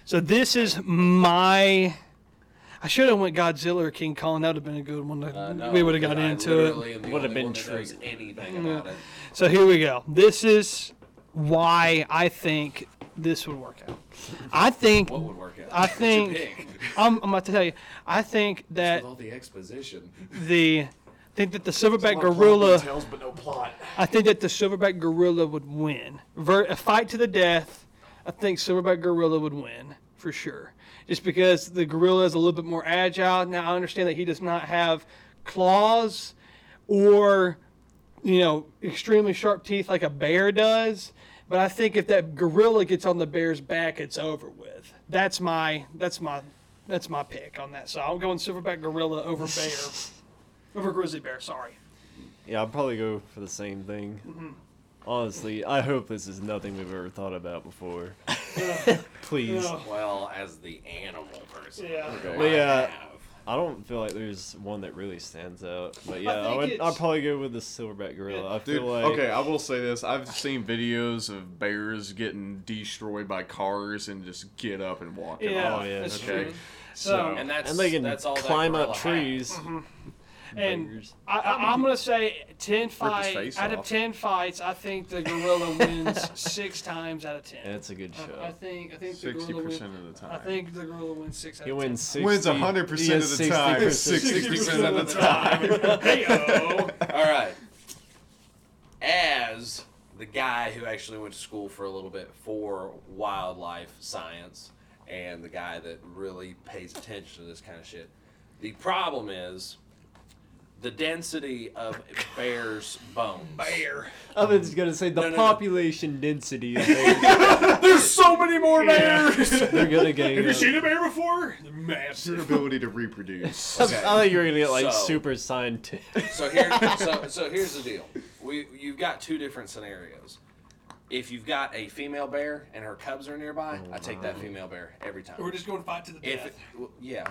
A: so this is my. I should have went Godzilla or King Kong. That would have been a good one. to-
B: Uh, no,
A: we would have
B: because
A: got
B: I
A: into it.
B: literally am the
D: Would have
B: only
D: been
B: one that knows
D: true.
B: Anything about it.
A: So here we go. This is why I think this would work out. I think.
B: What would work out?
A: I
B: What'd you
A: think-
B: pick?
A: I'm, I'm about to tell you. I think that
B: With all the exposition.
A: the. I think that the silverback
G: Plot
A: gorilla.
G: Details, but no plot.
A: I think that the silverback gorilla would win. Ver- a fight to the death, I think silverback gorilla would win for sure. Just because the gorilla is a little bit more agile. Now I understand that he does not have claws or you know extremely sharp teeth like a bear does. But I think if that gorilla gets on the bear's back, it's over with. That's my that's my that's my pick on that. So I'm going silverback gorilla over bear, over grizzly bear. Sorry.
D: Yeah, I'll probably go for the same thing.
A: Mm-hmm.
D: Honestly, I hope this is nothing we've ever thought about before. Please.
B: Well, as the animal person.
A: Yeah.
D: But yeah,
B: Have.
D: I don't feel like there's one that really stands out. But yeah, I,
A: think
D: would.
A: it's-
D: I'd probably go with the silverback gorilla. I feel
C: Dude,
D: like
C: okay, I will say this. I've seen videos of bears getting destroyed by cars and just get up and walk. it
A: Yeah,
D: Oh, yeah,
A: that's
C: off, Okay.
A: true.
C: So,
B: And that's
D: and they can
B: that's all that
D: climb up
B: gorilla Mm-hmm.
D: trees.
A: And
D: Burgers.
A: I, I, I'm gonna say ten fights
C: face
A: out of
C: off.
A: ten fights. I think the gorilla wins six times out of ten.
D: That's a good
A: I- I
D: show.
A: think I think the
C: Sixty
A: gorilla wins.
C: percent of the time.
A: I think the gorilla wins six. Out
D: He
A: of
D: wins six.
C: Wins hundred percent of the time. Sixty percent of the time.
B: has. All right. As the guy who actually went to school for a little bit for wildlife science and the guy that really pays attention to this kind of shit, the problem is the density of bears' bones. Bear.
D: I was gonna say the
B: No, no, no.
D: population density. Is there.
B: There's so many more bears.
D: They're gonna gain. up.
B: a bear before?
C: Your ability to reproduce.
B: Okay.
D: I think you're gonna get like
B: So-
D: super scientific.
B: So here, so, so here's the deal. We you've got two different scenarios. If you've got a female bear and her cubs are nearby, I take that female bear every time.
A: We're just going to fight to the
B: if
A: death.
B: well, yeah,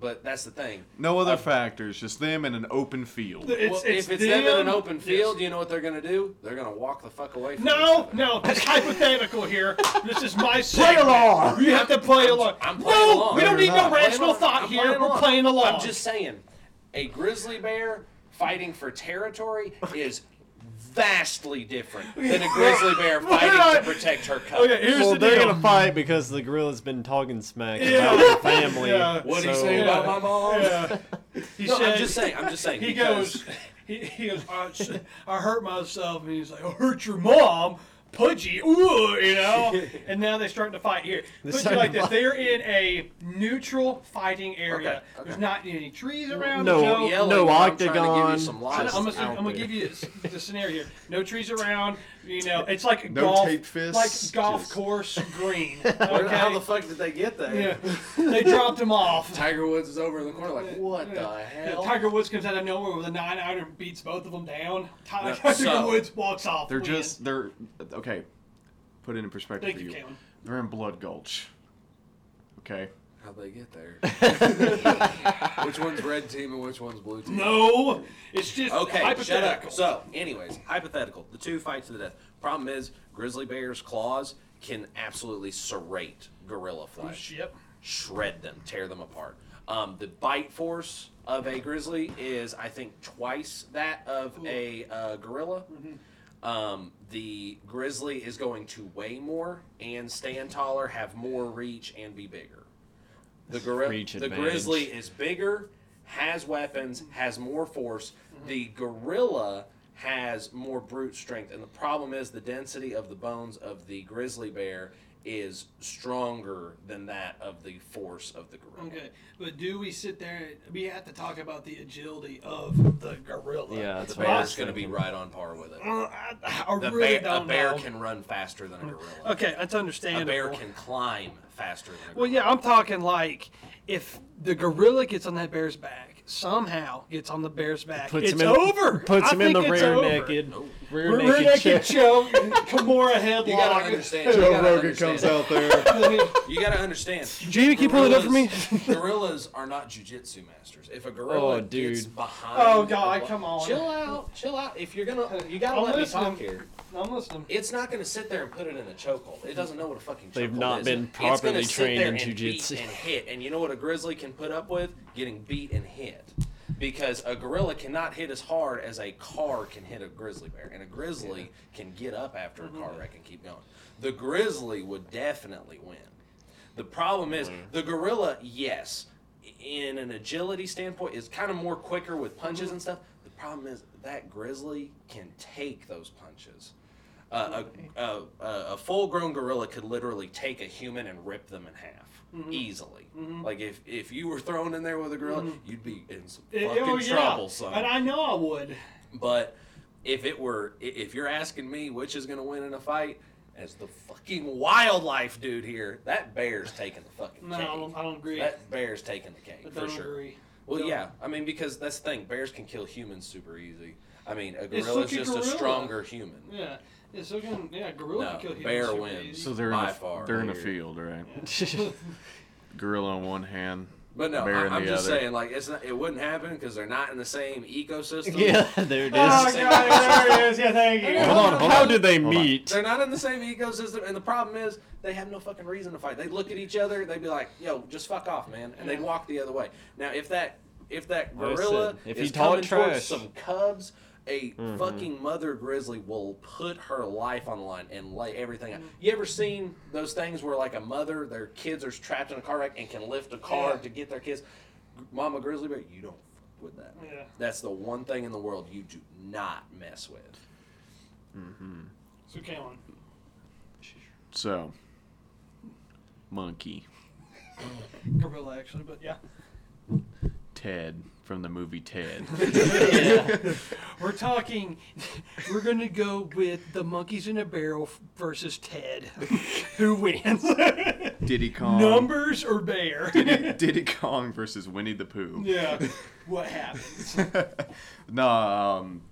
B: But that's the thing.
C: No other factors, just them in an open field.
B: Well, if it's them in an open field, you know what they're gonna do? They're gonna walk the fuck away. From
A: No,
B: each other.
A: no, it's hypothetical here. This is my play along. You have to play along.
B: I'm playing
A: no,
B: along.
A: we don't
B: We're
A: need
B: not.
A: no
B: Playing
A: rational
B: along.
A: thought
B: I'm
A: here. We're playing along.
B: I'm just saying, a grizzly bear fighting for territory is vastly different than a grizzly bear fighting
A: not-
B: to protect her cub.
A: okay. Here's
D: Well,
A: the
D: they're
A: deal.
D: gonna fight because the gorilla's been talking smack
A: Yeah.
D: about the family.
A: Yeah.
B: What do you
D: so-
B: say about my mom?
A: Yeah. He
B: No,
A: said,
B: I'm just saying. I'm just saying.
A: He
B: because-
A: goes. He, he goes. I, s- I hurt myself, and he's like, "I hurt your mom." Pudgy, ooh, you know, and now they're starting to fight here. Put you
D: starting
A: like
D: to
A: this:
D: fight.
A: they're in a neutral fighting area.
B: Okay, okay.
A: There's not any trees around.
D: No,
A: there's
B: yelling,
D: no
B: but I'm trying to give you
D: octagon.
B: some
A: I'm,
B: lies
A: I'm gonna-
B: out
A: I'm gonna
B: there.
A: give you s- the scenario here. No trees around. You know, it's like
C: No
A: golf,
C: taped fists,
A: like golf
C: just-
A: course green.
B: Where- How the
A: Okay,
B: fuck did they get there?
A: yeah, they dropped him off.
B: Tiger Woods is over in the corner, like, what the
A: Yeah,
B: hell?
A: Tiger Woods comes out of nowhere with a nine iron and beats both of them down. Tiger,
B: Yeah, so-
A: Woods walks off.
C: They're
A: wins.
C: just they're okay. Put it in perspective
A: Thank
C: for
A: you,
C: you.
A: Caitlin.
C: They're in Blood Gulch. Okay.
B: How'd they get there? which one's red team and which one's blue team?
A: No, it's just
B: Okay, shut
A: hypothetical.
B: up. So, anyways, hypothetical. The two fight to the death. Problem is, grizzly bear's claws can absolutely serrate gorilla flesh.
A: Yep.
B: Shred them, tear them apart. Um, the bite force of a grizzly is, I think, twice that of a uh, gorilla. Um, the grizzly is going to weigh more and stand taller, have more reach, and be bigger. The gorilla,
D: Reach
B: the
D: advantage.
B: grizzly is bigger, has weapons, has more force.
A: Mm-hmm.
B: The gorilla has more brute strength, and the problem is the density of the bones of the grizzly bear is stronger than that of the force of the gorilla.
A: Okay, but do we sit there? We have to talk about the agility of the gorilla.
D: Yeah, that's
B: The
D: what I
B: bear's
D: was
B: going to be
D: thinking.
B: right on par with it.
A: Uh, I, I
B: The
A: really
B: bear,
A: don't
B: a bear
A: know.
B: can run faster than a gorilla.
A: okay, that's
B: A
A: understandable.
B: bear can climb faster than a
A: Well,
B: gorilla.
A: yeah, I'm talking like if the gorilla gets on that bear's back, somehow gets on the bear's back,
D: Puts
A: it's
D: him in,
A: over.
D: Puts
A: I
D: him in the
A: think it's
D: rear
A: over.
D: naked. Rear,
A: Rear
D: naked.
A: naked
D: choke.
A: choke, Kimura headlock.
B: You gotta understand. you
C: Joe
B: gotta
C: Rogan
B: understand.
C: comes out there.
B: You gotta understand.
A: Jamie, can you pull it up for me?
B: Gorillas- gorillas are not jujitsu masters. If a gorilla
D: Oh, dude.
B: gets behind,
A: Oh,
B: a
A: God,
B: bu-
A: come on.
B: chill out, chill out. If you're gonna, you gotta
A: I'm
B: let
A: listening.
B: me talk here.
A: I'm listening.
B: It's not gonna sit there and put it in a chokehold. It doesn't know what a fucking.
D: They've
B: chokehold
D: not
B: is.
D: been
B: It's
D: properly
B: gonna sit
D: trained
B: there
D: in
B: and beat
D: jujitsu.
B: And hit, and you know what a grizzly can put up with? Getting beat and hit. Because a gorilla cannot hit as hard as a car can hit a grizzly bear, and a grizzly can get up after a car
D: Mm-hmm.
B: wreck and keep going. The grizzly would definitely win. The problem is
D: Mm-hmm.
B: the gorilla, yes, in an agility standpoint, is kind of more quicker with punches and stuff. The problem is that grizzly can take those punches. Uh, a, a, a, a full-grown gorilla could literally take a human and rip them in half
A: Mm-hmm.
B: easily. Like if, if you were thrown in there with a gorilla, you'd be in some
A: Mm-hmm. It-
B: fucking
A: oh, yeah.
B: trouble, son.
A: And I know I would.
B: But if it were, i- if you're asking me which is going to win in a fight, as the fucking wildlife dude here, that bear's taking the fucking
A: No, I
B: cake.
A: don't, I don't agree.
B: That bear's taking the cake
A: I
B: for
A: don't
B: sure.
A: agree.
B: Well,
A: Don't-
B: yeah, I mean because that's the thing, bears can kill humans super easy. I mean, a
A: It's
B: gorilla's
A: fucking
B: just a
A: gorilla.
B: stronger human.
A: Yeah. Yeah, so again, yeah, gorilla
B: No,
A: can kill humans.
B: bear
A: super
B: wins.
A: easy.
C: So they're in
B: By
C: a,
B: far.
C: they're in a
B: Weird.
C: field, right? Gorilla on one hand.
B: But no,
C: bear
B: I,
C: in
B: I'm
C: the
B: just
C: other.
B: saying like it's not, it wouldn't happen because they're not in the same ecosystem.
D: Yeah, there it is.
A: Oh, God, there it is. Yeah, thank you.
D: Hold on, how did they
C: Hold on.
D: meet?
B: They're not in the same ecosystem, and the problem is they have no fucking reason to fight. They look at each other, they'd be like, "Yo, just fuck off, man," and they'd walk the other way. Now, if that if that
D: Listen,
B: gorilla
D: if
B: is
D: he
B: coming
D: talk
B: towards
D: trash. Mm-hmm.
B: some cubs, a fucking mother grizzly will put her life on the line and lay everything. out.
D: Mm-hmm.
B: You ever seen those things where like a mother, their kids are trapped in a car wreck and can lift a car
A: Yeah.
B: to get their kids? Mama grizzly bear, you don't fuck with that.
A: Yeah.
B: That's the one thing in the world you do not mess with.
A: So, Kalen,
C: So, monkey
A: gorilla, actually, but yeah.
C: Ted from the movie Ted.
A: We're talking, we're going to go with the monkeys in a barrel versus Ted. Who wins?
C: Diddy Kong.
A: Numbers or bear?
C: Diddy Kong versus Winnie the Pooh.
A: yeah. What happens?
C: No, um,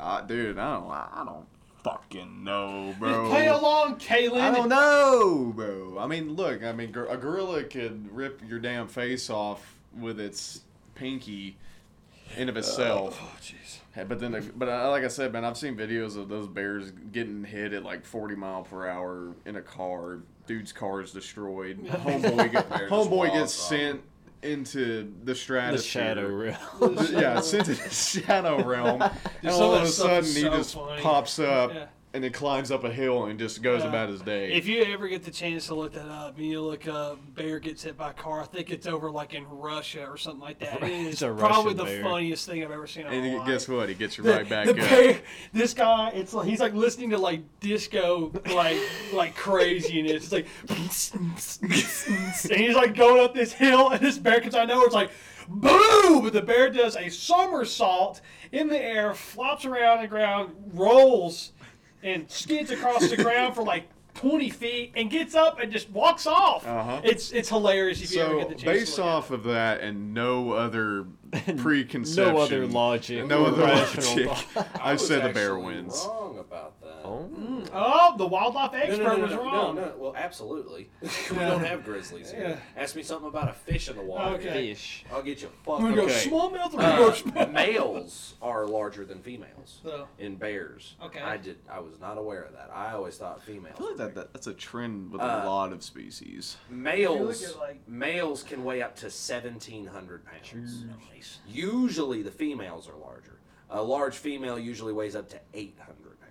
C: I, dude, I don't, I don't fucking know,
B: Oh.
C: bro.
A: Play along, Kalen.
C: I don't know, bro. I mean, look, I mean, gor- a gorilla could rip your damn face off with its pinky in of itself. Hey, But then, if, but I, like I said, man, I've seen videos of those bears getting hit at like forty mile per hour in a car. Dude's car is destroyed. Homeboy, get,
B: Bear just
C: homeboy
B: wild
C: gets
B: dog.
C: sent into the stratosphere.
D: The shadow real.
C: The- yeah, sent to the shadow realm. and
A: some
C: all
A: of
C: of
A: that
C: a
A: stuff
C: sudden,
A: is
C: he
A: so
C: just
A: funny.
C: pops up
A: Yeah.
C: and then climbs up a hill and just goes
A: Yeah.
C: about his day.
A: If you ever get the chance to look that up, you look up bear gets hit by car. I think it's over like in Russia or something like that. It is
D: It's a
A: probably
D: Russian
A: the
D: bear.
A: funniest thing I've ever seen. In
C: and
A: my
C: he-
A: life.
C: guess what? He gets you
A: The-
C: right back
A: the
C: up.
A: bear- this guy, it's like he's like listening to like disco, like like craziness. It's like, and he's like going up this hill, and this bear comes. I know it's like, boom! But the bear does a somersault in the air, flops around the ground, rolls, and skids across the ground for like. 20 feet and gets up and just walks off.
C: Uh-huh.
A: It's it's hilarious if you ever
C: So
A: get the chance. to
C: based
A: look at it.
C: off of that and no other preconception,
D: No other logic.
C: no
D: or
C: other
D: rational
C: logic,
D: thought.
C: I,
B: was
C: said the bear
B: actually
C: wins.
B: Wrong about that.
A: Oh, the wildlife
B: No,
A: expert
B: no, no,
A: was
B: no,
A: wrong.
B: no, no. Well, absolutely. we don't have grizzlies here. Ask me something about a fish in the water.
A: Okay.
D: Fish.
B: I'll get you
A: I'm
B: fucked.
A: gonna
C: Okay.
A: go smallmouth or
B: Uh,
A: largemouth?
B: males are larger than females
A: So-
B: in bears.
A: Okay.
B: I did. I was not aware of that. I always thought females.
C: feel like that, that that's a trend with
B: Uh,
C: a lot of species.
A: If you
B: Males
A: look at, like-
B: males can weigh up to seventeen hundred pounds. Usually, the females are larger. A large female usually weighs up to eight hundred pounds.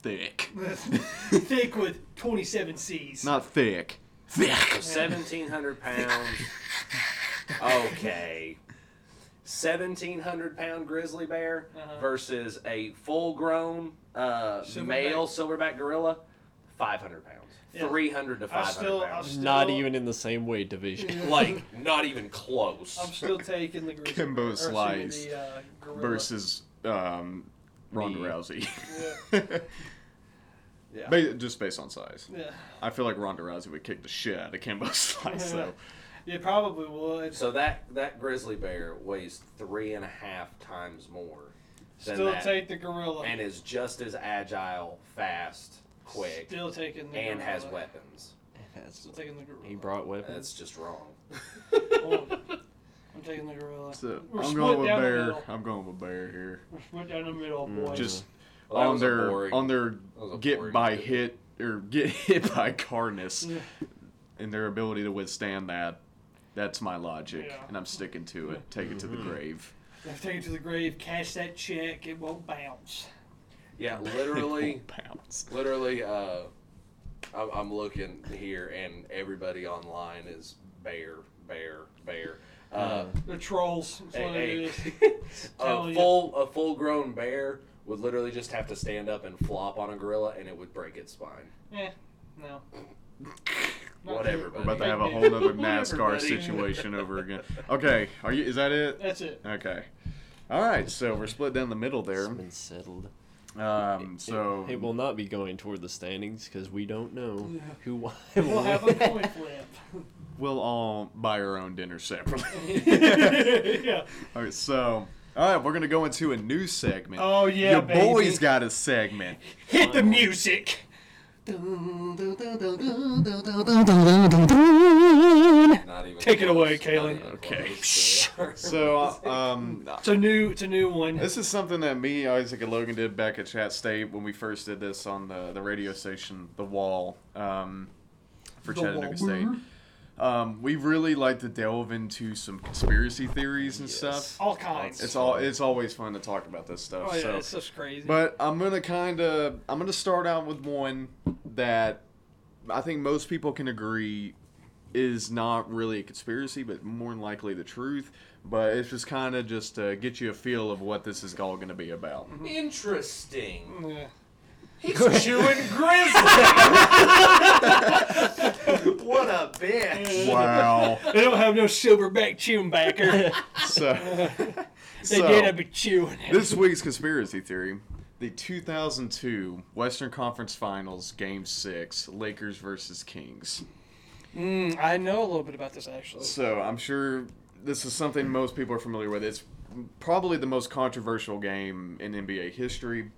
C: Thick,
A: thick with 27 C's.
C: not thick. Thick.
B: Seventeen hundred pounds. Okay. Seventeen hundred pound grizzly bear
A: Uh-huh.
B: versus a full grown uh, male silverback gorilla, five hundred pounds.
A: Yeah.
B: Three hundred to
A: I
B: five
A: still,
B: hundred
A: I'm
B: pounds.
A: still,
D: Not even in the same weight division.
B: Like not even close.
A: I'm still taking the grizzly.
C: Kimbo
A: or excuse me,
C: Slice
A: the, uh, gorilla.
C: versus um, Ronda
D: Me.
C: Rousey.
B: Yeah.
C: Ba- just based on size,
A: Yeah,
C: I feel like Ronda Rousey would kick the shit out of Kimbo Slice. So
A: you probably would.
B: So that that grizzly bear weighs three and a half times more than
A: still
B: that,
A: take the gorilla.
B: and is just as agile, fast, quick,
A: still taking the
B: and
A: gorilla.
B: has weapons.
A: Still taking the gorilla.
D: He brought weapons.
B: That's just wrong.
A: Oh, I'm taking the gorilla.
C: so
A: We're
C: I'm
A: split
C: going with
A: down the
C: bear.
A: middle.
C: I'm going with bear here.
A: We're down the middle, boy.
C: Just
B: Well, that
C: on
B: was a
C: their
B: boring-
C: on their
B: was a boring
C: get by
B: debate.
C: hit or get hit by carness and their ability to withstand that. That's my logic,
A: Yeah.
C: and I'm sticking to it. Take it to the
B: Mm-hmm.
C: grave.
A: I've taken it to the grave. Cash that check. It won't bounce.
B: Yeah, literally,
C: Pounds.
B: literally. Uh, I'm, I'm looking here, and everybody online is bear, bear, bear. Uh,
A: They're trolls. That's what it
B: a,
A: is.
B: a,
A: Telling
B: a
A: you.
B: full a full grown bear would literally just have to stand up and flop on a gorilla, and it would break its spine.
A: Eh, no. Not
B: Whatever.
A: true.
C: We're about to
A: Big
C: have a
A: dick.
C: whole other
B: Everybody.
C: NASCAR situation over again. Okay, are you? Is that it?
A: That's it.
C: Okay. All right, so we're split down the middle
D: It's
C: there.
D: been settled.
C: Um, so
D: It will not be going toward the standings because we don't know who won.
A: We'll have a coin flip.
C: we'll all buy our own dinner separately.
A: yeah.
C: All right, so all right, we're gonna go into a new segment.
A: Oh, yeah,
C: your
A: baby.
C: boy's got a segment.
A: Hit the music.
B: Not even
A: Take it
B: close.
A: away,
B: Not
A: Kalen.
B: even
C: Okay.
B: close.
C: So um,
A: It's a new, it's a new one.
C: This is something that me, Isaac, and Logan did back at Chat State when we first did this on the, the radio station, The Wall, um, for
A: The
C: Chattanooga
A: Wall.
C: State. Um, we really like to delve into some conspiracy theories and stuff.
A: All kinds.
C: It's all it's always fun to talk about this stuff.
A: oh yeah,
C: so.
A: it's just crazy.
C: But I'm gonna kind of I'm gonna start out with one that I think most people can agree is not really a conspiracy, but more than likely the truth. But it's just kind of just to get you a feel of what this is all gonna be about.
B: Interesting.
A: yeah.
B: He's chewing grizzly. what a bitch.
C: Wow.
A: They don't have no silverback chewing backer.
C: so
A: they
C: so,
A: did. I'd be chewing it.
C: this week's conspiracy theory. The 2002 Western Conference Finals, Game 6, Lakers versus Kings.
A: I know a little bit about this actually.
C: So I'm sure this is something most people are familiar with. It's probably the most controversial game in NBA history.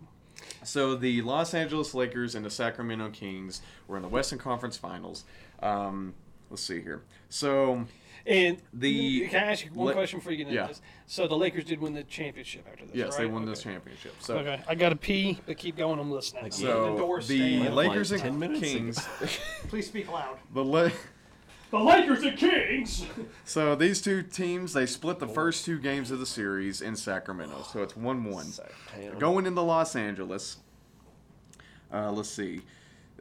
C: So the Los Angeles Lakers and the Sacramento Kings were in the Western Conference Finals. Um, let's see here. So
A: And
B: The-
A: can I ask you one
C: Le-
A: question before you get into
C: Yeah.
A: this? So the Lakers did win the championship after this.
C: Yes, they
A: right?
C: won
A: okay.
C: this championship. So,
A: Okay, I gotta pee, but keep going. I'm listening.
C: so
A: the door's
C: the
A: standing.
C: Lakers
D: Like 10
C: and
D: minutes ago.
C: Kings.
A: Please speak loud.
C: The La-
A: The Lakers are kings.
C: so these two teams they split the first two games of the series in Sacramento. So it's one-one. Going into Los Angeles. Uh, let's see.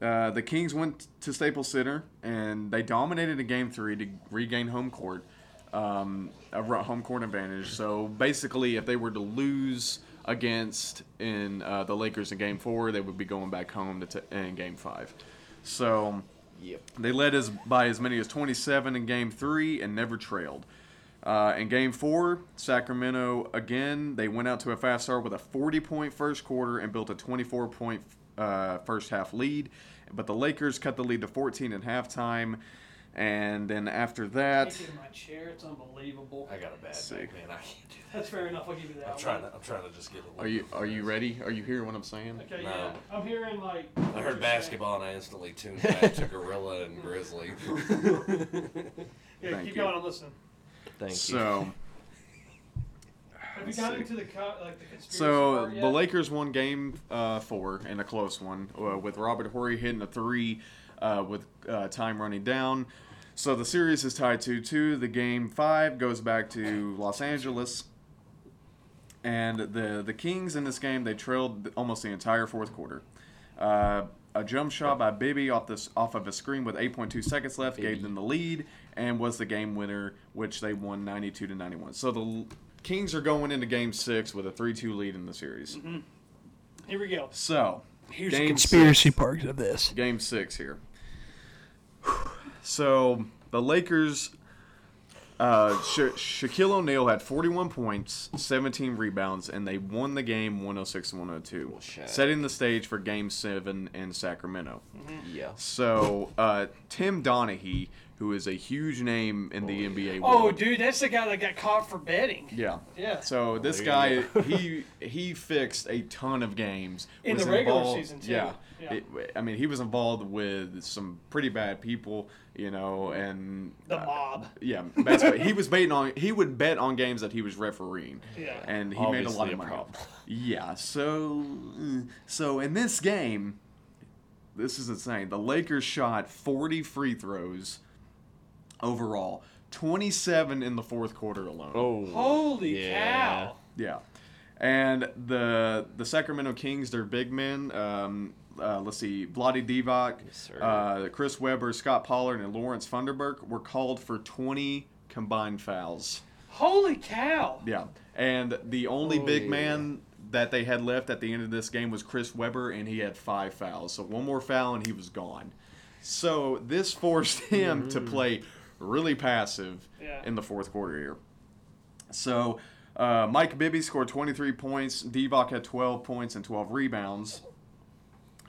C: Uh, the Kings went to Staples Center and they dominated in Game Three to regain home court, um, a ro- home court advantage. So basically, if they were to lose against in uh, the Lakers in Game Four, they would be going back home to t- in Game Five. So they led as by as many as 27 in Game Three and never trailed. Uh, in Game Four, Sacramento again they went out to a fast start with a 40-point first quarter and built a 24-point uh, first half lead, but the Lakers cut the lead to 14 at halftime, and then after that,
A: my chair. It's unbelievable.
B: I got a bad
C: see.
B: back, man. I can't do that.
A: That's fair enough. I'll give you that.
B: I'm trying to. I'm trying to just get. A
C: are you are you ready? Are you hearing what I'm saying?
A: Okay,
B: No.
A: yeah. I'm hearing like.
B: I heard basketball and I instantly tuned back to Gorilla and Grizzly.
A: Yeah,
C: Thank
A: keep
C: you.
A: going. I'm listening.
D: Thank you.
C: So.
A: Have you gotten into the co- like the conspiracy
C: So
A: part
C: the
A: yet?
C: Lakers won Game uh, Four and a close one, uh, with Robert Horry hitting a three, uh, with uh, time running down. So the series is tied two two. The Game Five goes back to Los Angeles, and the the Kings in this game they trailed almost the entire fourth quarter. Uh, a jump shot by Bibby off this off of a screen with 8.2 seconds left gave them the lead and was the game winner, which they won 92 to 91. So the L- Kings are going into Game Six with a 3-2 lead in the series.
A: Here we go.
C: So
A: Here's
C: Game
A: conspiracy part of this.
C: Game Six here. So the Lakers. Uh, Sha- Shaquille O'Neal had 41 points, 17 rebounds, and they won the game 106 102,
D: Shaq.
C: setting the stage for Game 7 in Sacramento.
A: Mm-hmm.
D: Yeah.
C: So, uh, Tim Donaghy, who is a huge name in the NBA world.
A: Oh, dude, that's the guy that got caught for betting.
C: Yeah.
A: Yeah.
C: So this
D: There
C: guy
D: you
C: he he fixed a ton of games
A: In
C: was
A: the regular
C: involved-
A: season, too.
C: Yeah,
A: Yeah.
C: It- I mean he was involved with some pretty bad people, you know, and
A: The
C: uh,
A: mob.
C: yeah, basically he was betting on he would bet on games that he was refereeing.
A: Yeah.
C: And he made a lot
D: Obviously
C: of
D: a
C: money.
D: problem.
C: Yeah. So so in this game, this is insane. The Lakers shot 40 free throws overall, 27 in the fourth quarter alone.
D: Oh.
A: Holy
D: Yeah.
A: cow!
C: Yeah, and the the Sacramento Kings, their big men. Um, uh, let's see, Vlade Divac,
D: sir.
C: uh, Chris Webber, Scott Pollard, and Lawrence Funderburk were called for 20 combined fouls.
A: Holy cow!
C: Yeah, and the only big man that they had left at the end of this game was Chris Webber, and he had five fouls. So one more foul, and he was gone. So this forced him to play really passive
A: Yeah.
C: in the fourth quarter here. So uh, Mike Bibby scored 23 points. Divock had 12 points and 12 rebounds.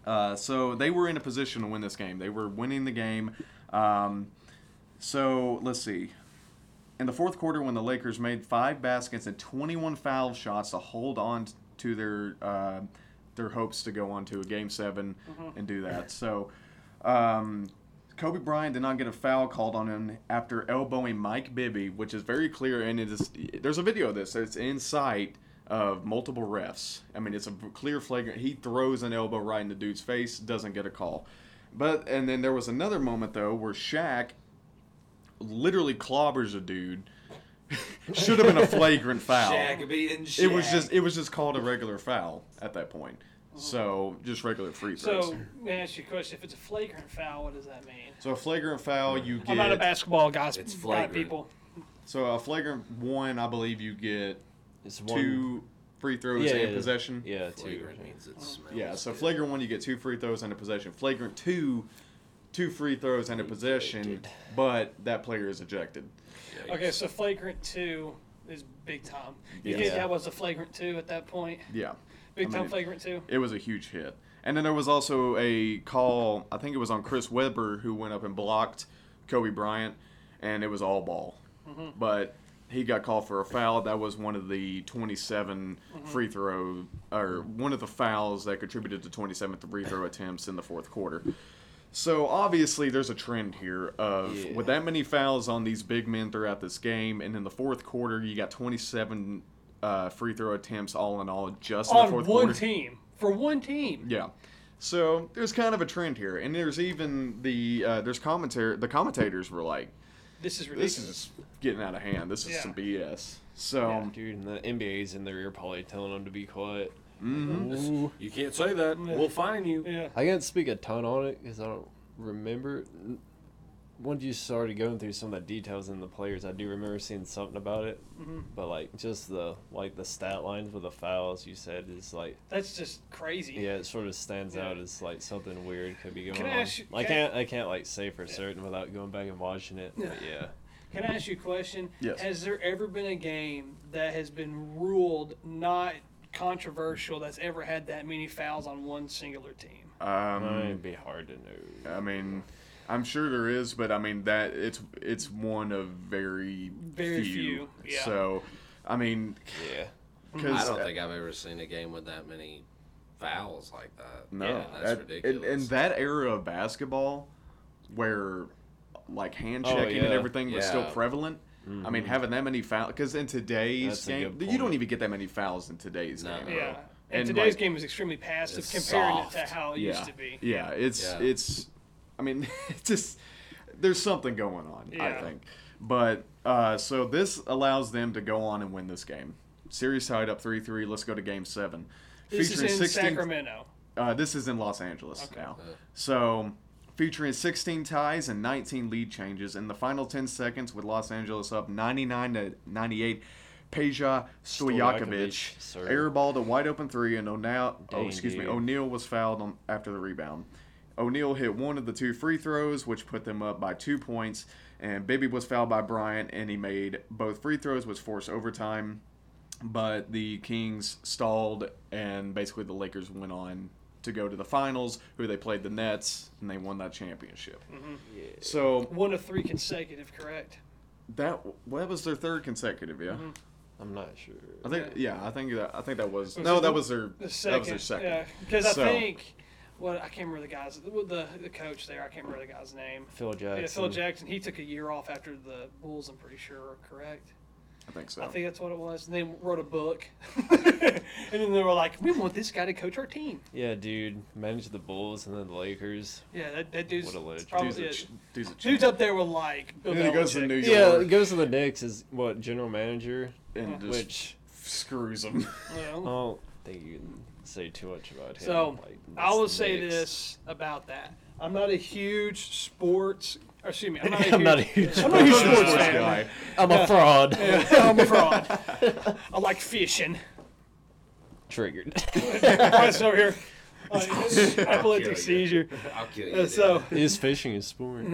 C: Uh, so they were in a position to win this game. They were winning the game. Um, so let's see. In the fourth quarter, when the Lakers made five baskets and 21 foul shots to hold on to their uh, their hopes to go on to a game 7 and do that. So. Um, Kobe Bryant did not get a foul called on him after elbowing Mike Bibby, which is very clear, and it is there's a video of this. It's in sight of multiple refs. I mean, it's a clear flagrant. He throws an elbow right in the dude's face, doesn't get a call. But and then there was another moment though where Shaq literally clobbers a dude. Should have been a flagrant foul.
B: Shaq being Shaq.
C: it was just it was just called a regular foul at that point. So just regular free throws.
A: So,
C: So,
A: let me ask you a question. If it's a flagrant foul, what does that mean?
C: a flagrant foul, you get
A: I'm not a basketball guy.
B: It's
A: guy
B: flagrant.
A: people.
C: So a flagrant one, I believe you get
D: It's one.
C: two free throws
D: Yeah,
C: and
D: yeah.
C: a possession.
D: Yeah. Two.
B: Flagrant means it smells.
C: Yeah, So
B: good.
C: flagrant one, you get two free throws and a possession. Flagrant two, two free throws and a possession, but that player is ejected.
A: Okay, so flagrant two is big time. You
C: Yeah.
A: think that was a flagrant two at that point?
C: Yeah.
A: Big
C: I
A: time
C: mean,
A: flagrant two.
C: It was a huge hit. And then there was also a call, I think it was on Chris Webber, who went up and blocked Kobe Bryant, and it was all ball.
A: Mm-hmm.
C: But he got called for a foul. That was one of the 27
A: Mm-hmm.
C: free throw, or one of the fouls that contributed to 27 free throw attempts in the fourth quarter. So obviously, there's a trend here of
B: Yeah.
C: with that many fouls on these big men throughout this game, and in the fourth quarter, you got 27 uh, free throw attempts all in all just in the
A: on one
C: fourth quarter.
A: team for one team.
C: Yeah. So there's kind of a trend here, and there's even the uh, there's commentary. The commentators were like,
A: This is ridiculous.
C: "This is getting out of hand. This is
A: Yeah.
C: some BS." So
D: Dude, and the NBA's in their ear probably telling them to be quiet.
B: You can't say that. We'll fine you.
A: yeah.
D: I can't speak a ton on it because I don't remember. N- Once you started going through some of the details in the players, I do remember seeing something about it.
A: Mm-hmm.
D: But like just the like the stat lines with the fouls you said is like
A: That's just crazy.
D: yeah, it sort of stands
A: Yeah.
D: out as like something weird could be going
A: Can I
D: on.
A: ask you-
D: I
A: can I-
D: can't I can't like say for certain without going back and watching it. But yeah.
A: Can I ask you a question?
C: Yes.
A: Has there ever been a game that has been ruled not controversial that's ever had that many fouls on one singular team?
C: um,
D: It'd be hard to know.
C: I mean, I'm sure there is, but I mean that it's it's one of very
A: Very few, yeah.
C: So, I mean,
D: Yeah.
C: because
B: I don't think I've ever seen a game with that many fouls like that.
C: no,
B: yeah, that's
C: that-
B: ridiculous.
C: In, in that era of basketball, where like hand checking and
D: Oh, yeah. Mm-hmm.
C: everything was still
B: Yeah.
C: prevalent. I mean, having that many fouls because in today's
D: That's a
C: game,
D: good
C: you don't
D: point.
C: even get that many fouls in today's
B: No.
C: game.
A: Yeah. And,
C: And,
A: today's
C: like,
A: game is extremely passive
B: it's
A: comparing it
B: soft.
A: to how it
C: yeah,
A: used to be.
C: yeah, it's
B: Yeah.
C: it's. I mean, it's just there's something going on. I
A: Yeah.
C: think, but uh, so this allows them to go on and win this game. Series tied up three three. Let's go to game seven.
A: This is in
C: 16
A: Sacramento.
C: Uh, this is in Los Angeles now. So, featuring 16 ties and 19 lead changes in the final 10 seconds with Los Angeles up 99 to 98. Peja Stojakovic
D: Stojakovic, sir.
C: airballed a wide open three, and O'Neal, oh,
D: Dang,
C: excuse me,
D: dude.
C: O'Neal was fouled on, after the rebound. O'Neal hit one of the two free throws, which put them up by two points. And Bibby was fouled by Bryant, and he made both free throws, which forced overtime but the Kings stalled, and basically the Lakers went on to go to the finals, who they played the Nets, and they won that championship.
A: Mm-hmm.
C: So
A: One of three consecutive, correct?
C: that well, that was their third consecutive, yeah.
D: I'm not sure.
C: I think yeah, I think that I think that was,
A: Was Mm-hmm.
C: no,
A: it
C: that
A: the-
C: was their
A: The
C: that
A: second.
C: was their second.
A: Yeah. Because I
C: So-
A: think, what I can't remember the guy's, the, the coach there, I can't remember the guy's name.
D: Phil Jackson.
A: Yeah, Phil Jackson, he took a year off after the Bulls, I'm pretty sure, correct?
C: I think so.
A: I think that's what it was. And they wrote a book. and then they were like, we want this guy to coach our team.
D: Yeah, dude. Manage the Bulls and then the Lakers.
A: Yeah, that, that dude's
D: What a legend.
A: probably
C: Dude's a
A: it.
C: ch- dude's a
A: Dude's
C: champ.
A: up there with like Bill
C: And then he goes to
A: Belichick.
C: New York
D: Yeah, it goes to the Knicks is what general manager,
C: and just
D: which
C: screws them.
A: you know?
D: I don't think you can say too much about him.
A: So
D: like,
A: I
D: it's
A: will
D: the
A: say
D: Knicks.
A: this about that. I'm not a huge sports. Or excuse me. I'm not a huge,
D: I'm
A: I'm
D: not a huge.
A: not a huge
C: Sports
A: sports fan.
C: guy.
D: I'm a fraud.
A: I'm a fraud. I like fishing.
D: Triggered.
A: What's over here? Like, epileptic seizure.
B: I'll kill you.
A: Uh, So
D: is fishing a sport?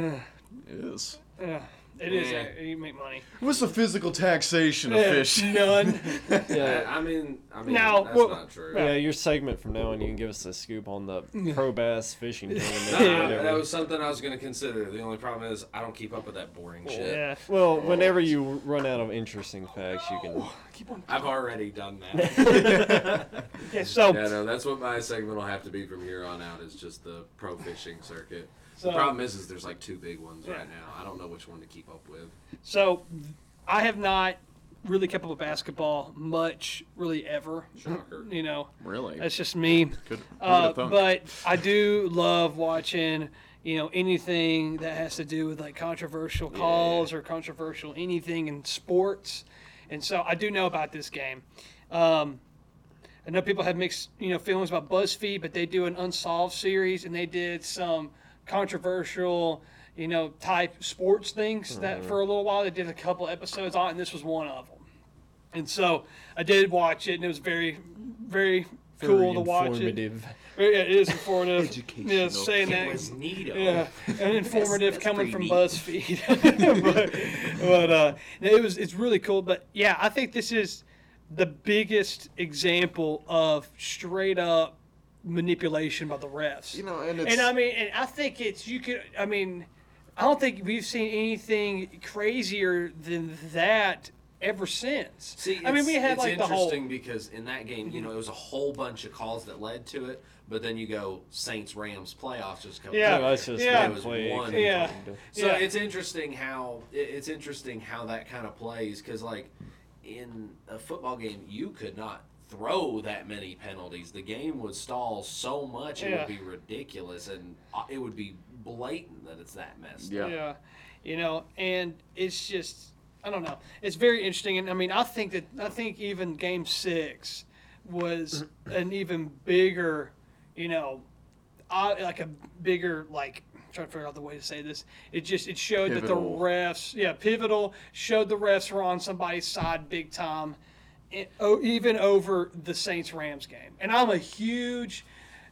C: Yes.
A: uh, it is.
B: Yeah.
A: uh, You make money.
C: What's the physical taxation of
A: Yeah,
C: fish?
A: None.
B: dude.
D: Yeah.
B: I, I mean, I mean,
A: Now,
B: that's
A: well-
B: not true.
D: Yeah, your segment from now on, you can give us a scoop on the pro bass fishing
B: Nah,
D: tournament. or
B: I-
D: whatever.
B: Uh, that was something I was gonna consider. The only problem is I don't keep up with that boring shit.
A: Yeah.
D: Well, whenever you run out of interesting facts, you can.
A: Keep on.
B: I've already done that.
A: Yeah, so
B: Yeah, no, that's what my segment will have to be from here on out is just the pro fishing circuit.
A: So-
B: the problem is, is there's like two big ones
A: Yeah.
B: right now. I don't know which one to keep up with.
A: So, I have not really kept up with basketball much, really ever.
B: Shocker.
A: You know,
C: Really?
A: that's just me.
C: Could,
A: Uh,
C: thunk.
A: but I do love watching, you know, anything that has to do with like controversial calls or controversial anything in sports. And so I do know about this game. Um, I know people have mixed, you know, feelings about BuzzFeed, but they do an unsolved series and they did some controversial, you know, type sports things that
D: Mm-hmm.
A: for a little while they did a couple episodes on, and this was one of them. And so I did watch it, and it was very, very cool
D: Very
A: to watch it.
D: informative.
A: Yeah, it is informative. Yeah, saying that.
B: neato.
A: Yeah, and informative coming from BuzzFeed. but but uh, no, it was it's really cool. But yeah, I think this is the biggest example of straight up manipulation by the refs.
C: you know, and it's
A: and I mean, and I think it's you could. I mean, I don't think we've seen anything crazier than that ever since.
B: See,
A: I mean,
B: it's-
A: we had
B: it's
A: like the whole. Mhm.
B: interesting because in that game, you know, it was a whole bunch of calls that led to it, but then you go Saints Rams playoffs just come.
A: Yeah.
D: No, that's just
A: Yeah.
D: one
B: It was
D: play.
B: one.
A: Yeah.
B: So
A: Yeah.
B: it's interesting how it- it's interesting how that kind of plays because like in a football game you could not throw that many penalties. The game would stall so much it
A: Yeah.
B: would be ridiculous and uh, it would be blatant that it's that messed.
C: Yeah.
A: Yeah. You know, and it's just I don't know. It's very interesting and I mean I think that I think even game six was an even bigger, you know, uh, like a bigger like I'm trying to figure out the way to say this. It just it showed that
C: Pivotal.
A: the refs, yeah, pivotal showed the refs were on somebody's side big time, and, oh, even over the Saints Rams game. And I'm a huge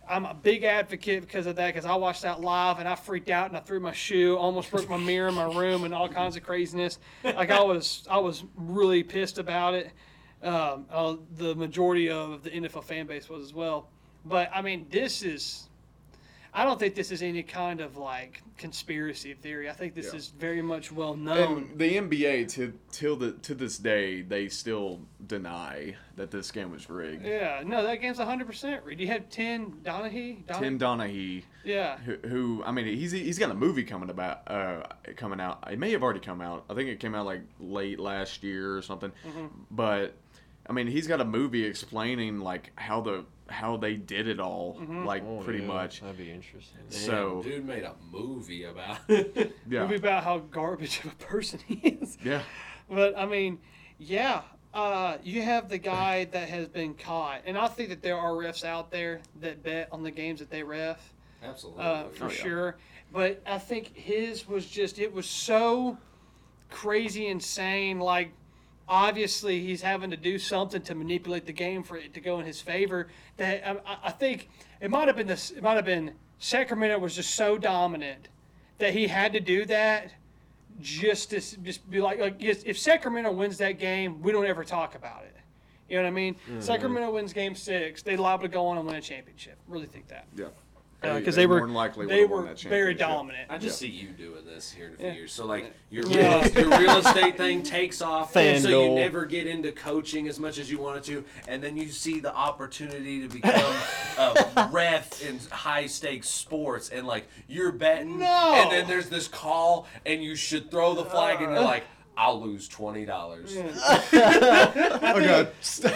A: I'm a big advocate because of that because I watched that live and I freaked out and I threw my shoe, almost broke my mirror in my room and all kinds of craziness. Like I was, I was really pissed about it. Um, uh, the majority of the NFL fan base was as well. But I mean, this is. I don't think this is any kind of like conspiracy theory. I think this
C: Yeah.
A: is very much well known.
C: And the NBA to till the to this day they still deny that this game was rigged.
A: yeah, no, that game's 100% rigged. You had 10 Donahue? Don-
C: Tim Donahue,
A: Yeah.
C: who, who I mean he's he's got a movie coming about uh coming out. It may have already come out. I think it came out like late last year or something.
A: Mm-hmm.
C: But I mean he's got a movie explaining like how the how they did it all
A: Mm-hmm.
C: like
D: Oh,
C: pretty
D: yeah,
C: much.
D: That'd be interesting.
B: Damn,
C: So-
B: dude made a movie about it.
C: Yeah.
A: Movie about how garbage of a person he is.
C: Yeah.
A: But I mean, yeah, uh, you have the guy that has been caught, and I think that there are refs out there that bet on the games that they ref
B: Absolutely.
A: uh, for
C: Oh, yeah.
A: sure. But I think his was just it was so crazy, insane. Like obviously he's having to do something to manipulate the game for it to go in his favor. That I- I, I think it might have been this. It might have been Sacramento was just so dominant that he had to do that. Just to s- just be like, like yes, if Sacramento wins that game, we don't ever talk about it. You know what I mean?
C: Mm-hmm.
A: Sacramento wins Game Six, they liable to go on and win a championship. Really think that
C: Yeah.
A: because they were
C: more than likely
A: they
C: would've won
A: were
C: that
A: very
C: championship.
A: dominant.
B: I just see you doing this here in a few
A: Yeah.
B: years. So like your
A: Yeah.
B: real, your real estate thing takes off, so you
D: FanDuel.
B: never get into coaching as much as you wanted to, and then you see the opportunity to become a ref in high stakes sports, and like you're betting,
A: No.
B: and then there's this call, and you should throw the flag, and you're
A: Uh.
B: like, I'll lose twenty dollars.
C: I got, got
A: for-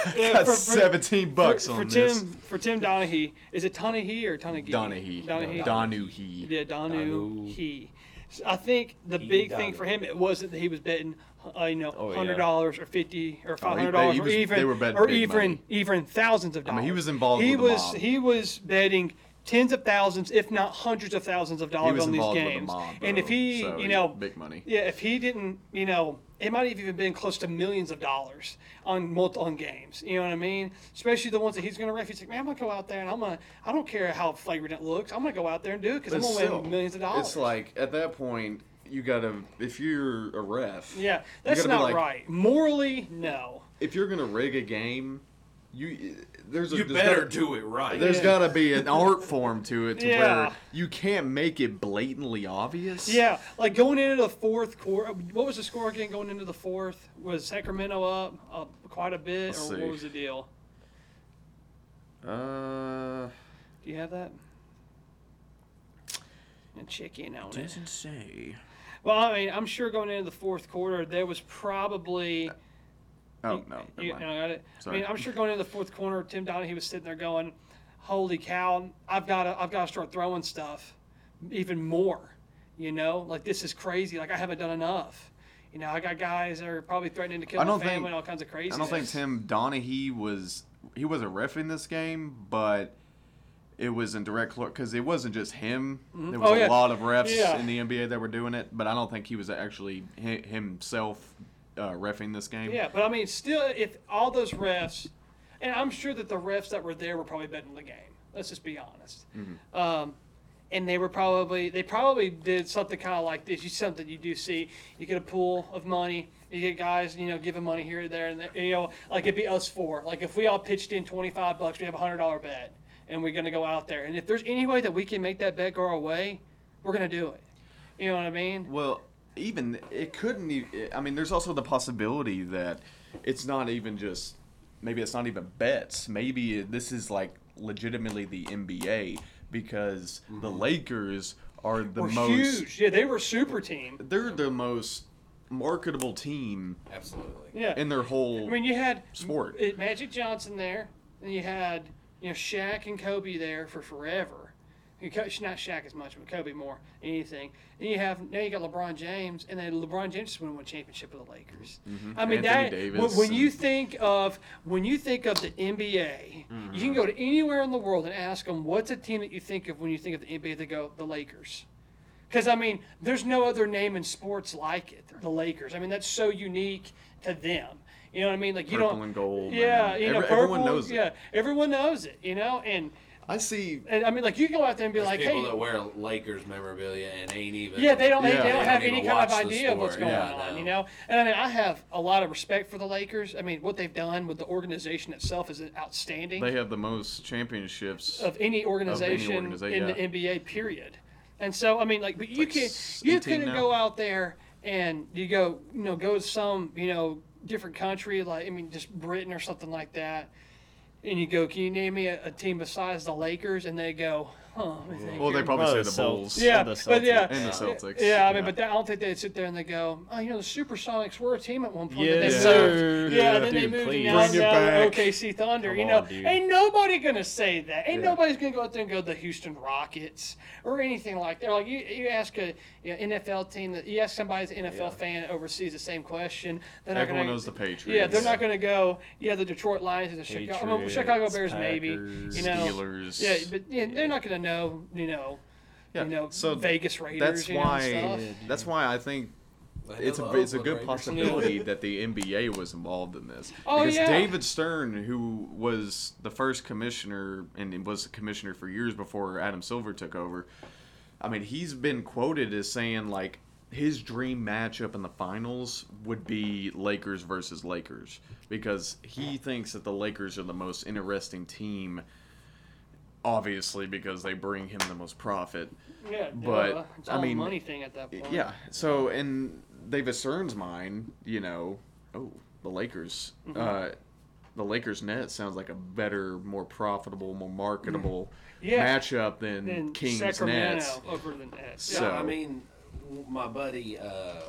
A: for-
C: 17 bucks
A: for,
C: on
A: for
C: this.
A: Tim for Tim Donahue is it Donahue or Donahue?
C: Donahue.
A: Donahue.
C: Donahue.
A: Yeah, Donahue. So I think the
B: He
A: big thing
B: Donahue.
A: for him it wasn't that he was betting, uh, you know,
D: Oh, yeah.
A: hundred dollars or fifty or five hundred
C: Oh,
A: dollars
C: he
A: or
C: was-
A: even
C: they were betting
A: or
C: big
A: even
C: money.
A: even thousands of
C: I
A: dollars.
C: mean, he was involved
A: He
C: with the
A: was
C: mob.
A: he was betting tens of thousands, if not hundreds of thousands of dollars
C: was
A: on these
C: involved with the
A: games.
C: mob,
A: and if
C: though,
A: he,
C: so
A: you know,
C: big money.
A: Yeah, if he didn't, you know, it might have even been close to millions of dollars on multi on games. You know what I mean? Especially the ones that he's going to ref. He's like, man, I'm gonna go out there and I'm gonna. I don't care how flagrant it looks. I'm gonna go out there and do it because I'm
C: But
A: gonna
C: still,
A: win millions of dollars.
C: It's like at that point, you gotta if you're a ref,
A: yeah, that's
C: gotta be
A: not
C: like-
A: right. Morally, no.
C: If you're gonna rig a game, you there's a
B: You
C: there's
B: better
C: gotta,
B: do it right.
C: There's
A: Yeah.
C: gotta be an art form to it to
A: Yeah.
C: where you can't make it blatantly obvious.
A: Yeah, like going into the fourth quarter. What was the score again going into the fourth? Was Sacramento up, up quite a bit,
C: Let's
A: or
C: see.
A: what was the deal?
C: Uh,
A: Do you have that? And check in on it.
C: say.
A: Well, I mean, I'm sure going into the fourth quarter, there was probably.
C: Oh no, never
A: You,
C: mind.
A: no, I got it. I
C: Sorry.
A: mean, I'm sure going into the fourth corner, Tim Donahue was sitting there going, "Holy cow! I've got to, I've got to start throwing stuff, even more. You know, like this is crazy. Like I haven't done enough. You know, I got guys that are probably threatening to kill
C: I
A: my
C: don't
A: family
C: think-
A: and all kinds of crazy.
C: I don't think Tim Donahue was he was a ref in this game, but it was in direct because it wasn't just him. There was
A: Oh,
C: a
A: yeah.
C: lot of refs
A: Yeah.
C: in the NBA that were doing it, but I don't think he was actually hi himself uh, refing this game.
A: Yeah, but I mean, still, if all those refs, and I'm sure that the refs that were there were probably betting the game. Let's just be honest.
C: Mm-hmm.
A: Um, and they were probably they probably did something kind of like this. You something you do see. You get a pool of money. You get guys, you know, giving money here and there, and there, you know, like it'd be us four. Like if we all pitched in twenty five bucks, we have a hundred dollar bet, and we're gonna go out there. And if there's any way that we can make that bet go our way, we're gonna do it. You know what I mean?
C: Well, even it couldn't. e- I mean, there's also the possibility that it's not even just. Maybe it's not even bets. Maybe this is like legitimately the NBA because the Lakers are
A: Mm-hmm.
C: the
A: were
C: most.
A: huge. Yeah, they were super team.
C: They're the most marketable team
B: Absolutely.
A: Yeah,
C: in their whole.
A: I mean, you had
C: Sport.
A: it- Magic Johnson there, and you had you know Shaq and Kobe there for forever. You co- Not Shaq as much, but Kobe more than anything. And you have now you got LeBron James, and then LeBron James just won one championship with the Lakers. I mean
C: Mm-hmm. Anthony
A: that
C: Davis
A: when, when you
C: and-
A: think of when you think of the NBA,
C: Mm-hmm.
A: you can go to anywhere in the world and ask them what's a team that you think of when you think of the NBA. They go the Lakers. Because I mean, there's no other name in sports like it. The Lakers. I mean, that's so unique to them. You know what I mean? Like you
C: Purple
A: don't.
C: and gold,
A: Yeah,
C: man.
A: you know,
C: Every-
A: purple,
C: everyone knows it.
A: Yeah, everyone knows it. You know, and,
C: I see.
A: and I mean, like you go out there and be like,
B: People
A: hey,
B: that wear Lakers memorabilia and ain't even.
A: yeah, they don't.
C: Yeah,
A: they
C: they
A: don't
C: don't
A: have
B: even
A: any kind of
B: watch the
A: idea of what's
B: sport.
A: going
B: Yeah,
A: on.
B: no.
A: You know, and I mean, I have a lot of respect for the Lakers. I mean, what they've done with the organization itself is outstanding.
C: They have the most championships.
A: of any organization,
C: organiza- yeah.
A: in the NBA period. And so I mean like but you
C: Like
A: can
C: s-
A: you
C: 18
A: couldn't
C: now.
A: go out there and you go you know go to some you know different country like I mean just Britain or something like that and you go can you name me a, a team besides the Lakers and they go huh let me think
C: well, they
A: here."
C: probably
D: Well,
C: say
D: the
C: the
D: Celt-
C: Bulls.
A: yeah,
D: the
A: but yeah,
D: Celtics.
C: And the
A: yeah,
C: Celtics.
A: Yeah, I mean,
C: Yeah.
A: but they, I don't think they'd sit there and they go, "Oh, you know, the Supersonics were a team at one point."
D: Yeah,
A: and they
D: yeah.
A: moved-
D: dude.
A: yeah,
D: Yeah,
A: then they
D: dude,
A: moved
D: please.
A: now,
D: Bring it
A: now they're
D: back.
A: OKC Thunder. you
D: Come
A: know,
D: on, dude.
A: ain't nobody gonna say that. Ain't nobody's gonna go out there and go the Houston Rockets or anything like that. Like you, you ask a you know, NFL team that you ask somebody's an NFL fan overseas the same question. They're not
C: Everyone
A: gonna,
C: knows the Patriots.
A: Yeah, they're not gonna go. Yeah, the Detroit Lions or the Chicago, well,
D: Patriots,
A: Chicago Bears maybe.
D: Packers,
A: You know,
C: Steelers.
A: Yeah, but yeah, they're not gonna know. You know
C: Yeah,
A: you know,
C: so
A: Vegas Raiders.
C: That's
A: you know, and
C: why.
A: stuff.
C: That's why I think
B: Like,
C: it's
B: the
C: a it's a
B: Oakland
C: good
B: Raiders.
C: possibility that the NBA was involved in this
A: Oh,
C: because
A: yeah.
C: David Stern, who was the first commissioner and was the commissioner for years before Adam Silver took over, I mean, he's been quoted as saying like his dream matchup in the finals would be Lakers versus Lakers because he thinks that the Lakers are the most interesting team. Obviously, because they bring him the most profit.
A: Yeah,
C: but,
A: duh, it's
C: I
A: all a
C: mean,
A: money thing at that point.
C: Yeah. So in David Stern's mind, you know, oh, the Lakers,
A: Mm-hmm.
C: uh, the Lakers net sounds like a better, more profitable, more marketable
A: Mm-hmm. Yeah.
C: matchup than
A: Then
C: Kings
A: Sacramento
C: Nets.
A: over the Nets.
C: So-
A: Yeah.
B: Yeah, I mean, my buddy, uh,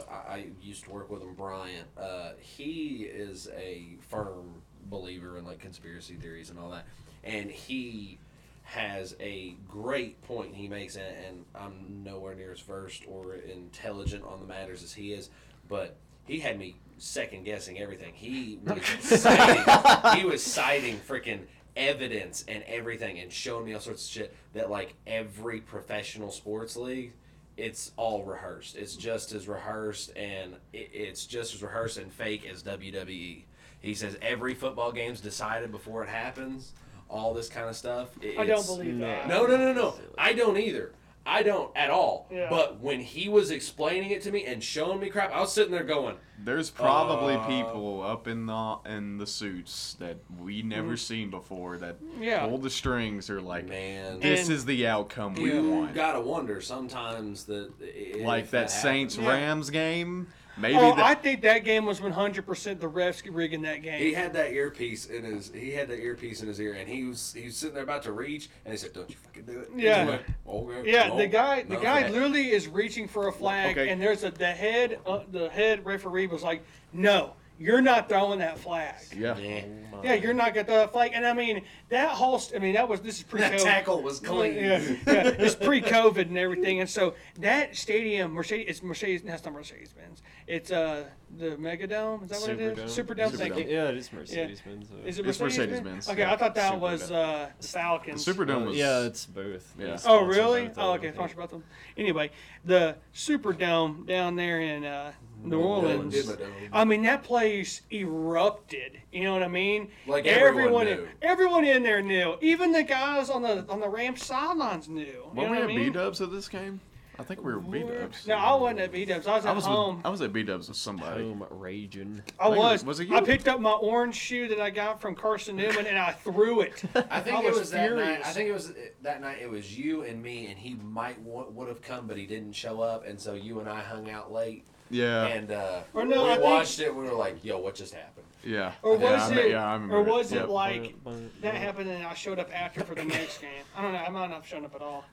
B: I, I used to work with him, Bryant. Uh, he is a firm believer in like conspiracy theories and all that, and he has a great point he makes, and, and I'm nowhere near as versed or intelligent on the matters as he is, but he had me second guessing everything. He was citing, he was citing freaking evidence and everything, and showing me all sorts of shit that like every professional sports league it's all rehearsed. It's just as rehearsed, and it, it's just as rehearsed and fake as WWE. He says every football game's decided before it happens. All this kind of stuff. It-
A: I don't
B: it's-
A: believe that.
B: No, no, no, no. I don't either. I don't at all.
A: Yeah.
B: But when he was explaining it to me and showing me crap, I was sitting there going,
C: There's probably
A: Uh,
C: people up in the in the suits that we never seen before that
A: Mm. Yeah.
C: pull the strings are like,
B: "Man,
C: this
A: And-
C: is the outcome we
B: you
C: want.
B: gotta wonder sometimes that i-
C: Like
B: if
C: that
B: happens.
C: Saints
A: Yeah.
C: Rams game, maybe
A: Oh,
C: that
A: I think that game was 100% the refs rigging that game.
B: He had that earpiece in his he had that earpiece in his ear and he was he was sitting there about to reach and he said, Don't you fucking do it. And he
A: Yeah.
B: went, "Oh, okay,
A: yeah,
B: no,
A: the guy, the
B: no,
A: guy
B: okay."
A: literally is reaching for a flag,
C: Okay.
A: and there's a the head, uh, the head referee was like, "No, you're not throwing that flag.
C: yeah.
B: Yeah.
A: Yeah, you're not gonna throw that flag." And I mean, that whole, st- I mean, that was this is pre
B: That tackle was clean.
A: Yeah, yeah, it's pre-COVID and everything, and so that stadium, Mercedes, it's Mercedes. That's not Mercedes Benz. It's uh the Megadome. Is that what it is?
D: Superdome.
A: Superdome. Thank you.
D: Yeah, it is Mercedes Benz. though.
A: Is it
C: It's
A: Mercedes
C: Mercedes-Benz,
A: Benz? Okay,
C: yeah.
A: I thought that
C: Superdome.
A: was uh the Falcons.
C: Superdome was
D: yeah, it's both.
C: Yeah.
D: It's
A: Oh
D: sponsored
A: really?
D: both of
A: Oh
D: them,
A: okay,
D: I
A: talk
D: think.
A: about them. Anyway, the Superdome down there in uh, New Orleans.
B: Dimmadome.
A: I mean that place erupted. You know what I mean?
B: Like, everyone
A: in,
B: knew.
A: everyone in there knew. Even the guys on the on the Rams sidelines knew. You know
C: Were
A: what
C: we
A: I
C: at B
A: mean?
C: Dubs at this game? I think we were B Dubs.
A: No, um, I wasn't at B Dubs. I was at
C: I was
A: home.
C: With, I was at B Dubs with somebody.
D: Home raging.
A: I
C: think
A: was.
C: it was- was it
A: I
C: you?
A: picked up my orange shoe that I got from Carson Newman and I threw it.
B: I think
A: I
B: it
A: was
B: was, that night.
A: furious.
B: I think it was uh, that night. It was you and me, and he might w- would have come, but he didn't show up, and so you and I hung out late.
C: Yeah.
H: and uh,
A: Or no,
H: we
A: I think-
H: watched it. We were like, "Yo, what just happened?"
C: yeah.
A: Or
C: yeah,
A: was
C: I me-
A: it?
C: yeah, I remember
A: or was it,
C: Yep.
A: like that happened and I showed up after for the next game? I don't know. I might not have shown up at all.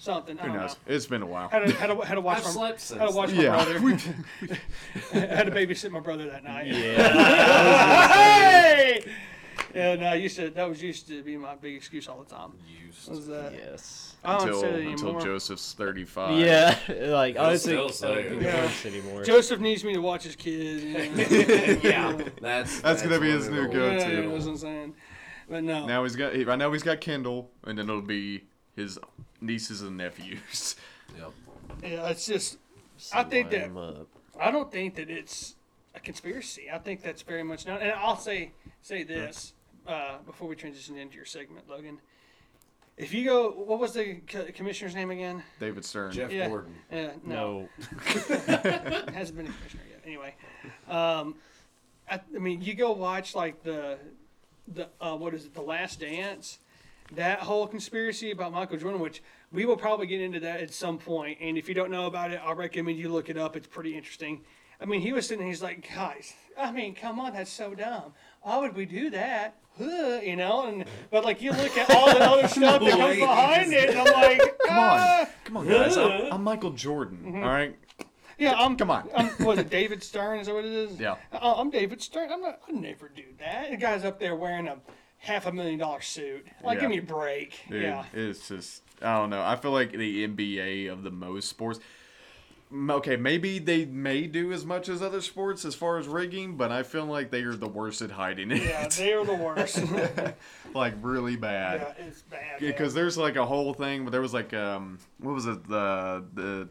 A: Something. I
C: Who
A: don't
C: knows?
A: know.
C: It's been a while.
A: Had to, had to, had to watch
B: I've
A: my
B: slept since.
A: had to Oh, watch my
C: Yeah.
A: brother. had to babysit my brother that night.
D: Yeah.
A: hey! Yeah, no, I used to. That was used to be my big excuse all the time.
B: Used.
A: Was that?
D: yes.
A: I don't
C: Until
A: say that
C: until
A: anymore.
C: Joseph's thirty five.
D: Yeah. Like I don't
H: still
D: think I
H: say
D: don't
H: it.
D: think
A: Yeah.
D: it works anymore.
A: Joseph needs me to watch his kid. You know?
H: yeah, that's
C: That's gonna be
H: one
C: his
H: of
C: new
H: the-
C: go-to.
A: yeah, you know what I'm saying? But no.
C: Now he's got. he- Right now he's got Kendall, and then it'll be his nieces and nephews.
H: Yep.
A: Yeah, it's just. I think that
D: Line 'em up.
A: I don't think that it's a conspiracy. I think that's very much known. And I'll say say this uh, before we transition into your segment, Logan. If you go, what was the co- commissioner's name again?
C: David Stern.
H: Jeff
A: Yeah.
H: Gordon.
A: Uh, no,
D: No.
A: it hasn't been a commissioner yet. Anyway, um, I, I mean, you go watch like the the uh, what is it, the Last Dance. That whole conspiracy about Michael Jordan, which we will probably get into that at some point, and if you don't know about it, I recommend you look it up. It's pretty interesting. I mean, he was sitting there, he's like, guys, I mean, come on, that's so dumb. Why would we do that? Huh, you know, and but like you look at all the other stuff that goes behind it, and I'm like,
C: Come on,
A: "Ah."
C: come on, guys. I'm, I'm Michael Jordan.
A: Mm-hmm.
C: all right,
A: yeah, I'm
C: come on.
A: I'm, was it David Stern? Is that what it is?
C: Yeah.
A: Oh, I'm David Stern. I'm not. I never do that. The guy's up there wearing a half a million dollar suit. Like,
C: Yeah.
A: give me a break.
C: Dude,
A: Yeah.
C: it's just I don't know. I feel like the NBA of the most sports. m- Okay, maybe they may do as much as other sports as far as rigging, but I feel like they are the worst at hiding it.
A: Yeah, they are the worst. yeah,
C: like really bad.
A: it's bad. man.
C: Because there's like a whole thing where there was like um what was it the the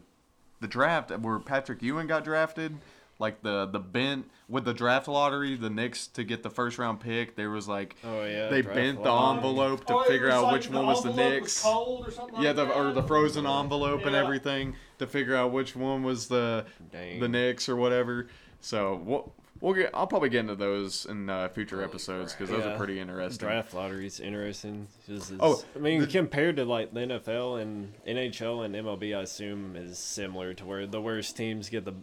C: the draft where Patrick Ewing got drafted. Like the the bent with the draft lottery, the Knicks to get the first round pick, there was like
D: Oh, yeah,
C: they
D: draft
C: bent the
D: lottery.
C: envelope to
A: Or Oh, it
C: figure
A: was
C: out
A: like
C: which one was the
A: envelope
C: Knicks.
A: cold or something
C: Yeah,
A: like
C: the or
A: that.
C: the frozen envelope and
A: Yeah.
C: everything to figure out which one was the
D: Dang.
C: the Knicks or whatever. So we'll, we'll get. I'll probably get into those in uh, future episodes because those are
D: Yeah.
C: pretty interesting.
D: Draft lottery's interesting. This is-
C: Oh,
D: I mean, compared to like the NFL and NHL and MLB, I assume is similar to where the worst teams get the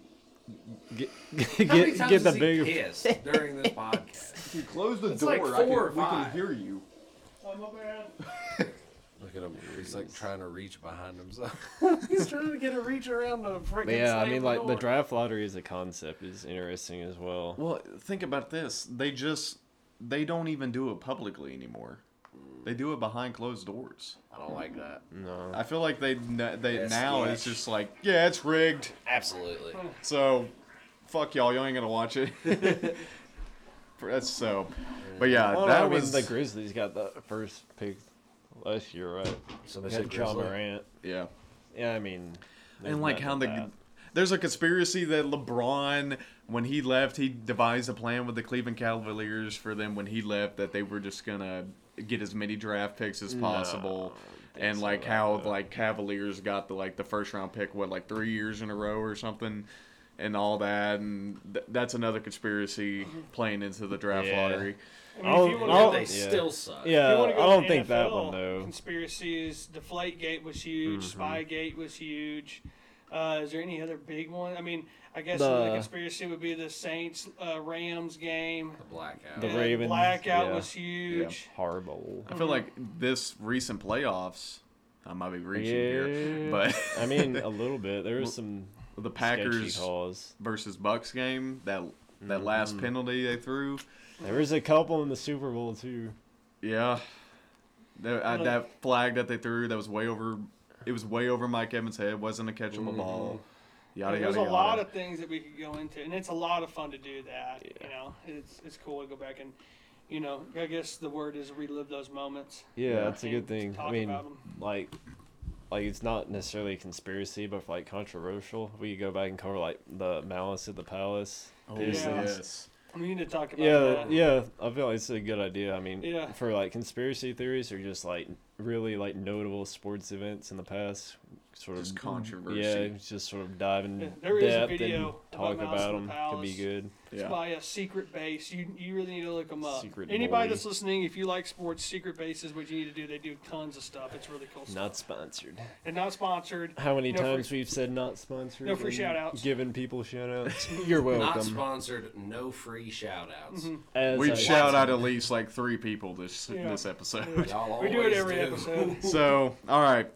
D: get
H: How many
D: get,
H: times
D: get the
H: is he
D: big.
H: pissed during this podcast?
G: If you close the
H: It's
G: door,
H: like
G: I can,
H: four or
G: we can
H: five.
G: hear you.
A: Oh,
H: Look at him. He's like trying to reach behind himself. He's trying to get a reach around the freaking.
D: Yeah, I mean, like the draft lottery as a concept is interesting as well.
C: Well, think about this. They just they don't even do it publicly anymore. They do it behind closed doors.
H: I don't like that.
C: I feel like they n- they
H: Oh. Yes,
C: now
H: yeah.
C: it's just like yeah, it's rigged.
H: Absolutely.
C: So, fuck y'all. Y'all ain't gonna watch it. That's so. But yeah,
D: Well,
C: that
D: I mean,
C: was
D: the Grizzlies got the first pick last year, right?
H: So
D: They
H: they
D: had
H: said
D: John
H: Grizzly.
D: Morant.
C: yeah.
D: Yeah, I mean,
C: and like how the there's a conspiracy that LeBron when he left he devised a plan with the Cleveland Cavaliers for them when he left that they were just gonna get as many draft picks as possible. and like how like Cavaliers got the like the first round pick what like three years in a row or something, and all that and th- that's another conspiracy playing into the draft
D: Yeah.
C: lottery.
A: I mean, if you
D: I'll-
A: wanna
D: I'll-
A: go-
B: They
D: Yeah.
B: still suck.
D: yeah,
A: if you
D: Uh, I
A: wanna go
D: don't
A: to
D: think that
A: NFL
D: one though. Mm-hmm.
A: Conspiracies. The flight gate was huge. Spygate was huge. Uh, is there any other big one? I mean, I guess another
D: The-
A: conspiracy would be the Saints uh, Rams game.
H: The blackout.
D: The
A: Yeah,
D: Ravens,
A: blackout
D: yeah.
A: was huge.
D: Horrible.
C: I feel like this recent playoffs. I might be reaching here,
D: Yeah.
C: but
D: I mean, a little bit. There was some
C: the
D: Packers
C: Packers
D: calls.
C: versus Bucks game that that
D: Mm-hmm.
C: last penalty they threw.
D: There was a couple in the Super Bowl too.
C: Yeah, that, I, that flag that they threw that was way over. It was way over Mike Evans' head. Wasn't a catchable
D: Mm-hmm.
C: ball. Yada
A: There's
C: yada
A: a
C: yada.
A: lot of things that we could go into, and it's a lot of fun to do that. You know, it's it's cool to go back and, you know, I guess the word is relive those moments.
D: Yeah, that's a good
A: And
D: thing.
A: talk
D: I mean,
A: about 'em.
D: like, like it's not necessarily a conspiracy, but like controversial. We could go back and cover like the malice at the palace.
C: Oh,
A: Yeah.
C: yes.
A: We need to talk about
D: Yeah,
A: that.
D: yeah. I feel like it's a good idea. I mean,
A: Yeah.
D: for like conspiracy theories or just like really like notable sports events in the past, sort
C: Just
D: of
C: controversy.
D: Yeah, just sort of dive in
A: Yeah, there is a
D: depth
A: video
D: and
A: about
D: talk
A: Mouse in
D: about them.
A: the
D: Could be
A: Palace.
D: good.
A: It's
C: Yeah.
A: by a secret base. You you really need to look them up.
D: Secret
A: Anybody
D: Molly.
A: that's listening, if you like sports, secret base is what you need to do. They do tons of stuff. It's really cool stuff.
D: Not sponsored.
A: and not sponsored.
D: How many
A: No free-
D: times we've said not sponsored?
A: no free
D: and
A: shout-outs.
D: Given people shout outs. You're
B: Not
D: welcome.
B: sponsored, no free shout outs.
H: Mm-hmm.
D: As I-
C: We've shout out at least like three people this
A: Yeah.
C: this episode.
B: Y'all
A: We do it
B: always
A: every episode.
C: so, all right.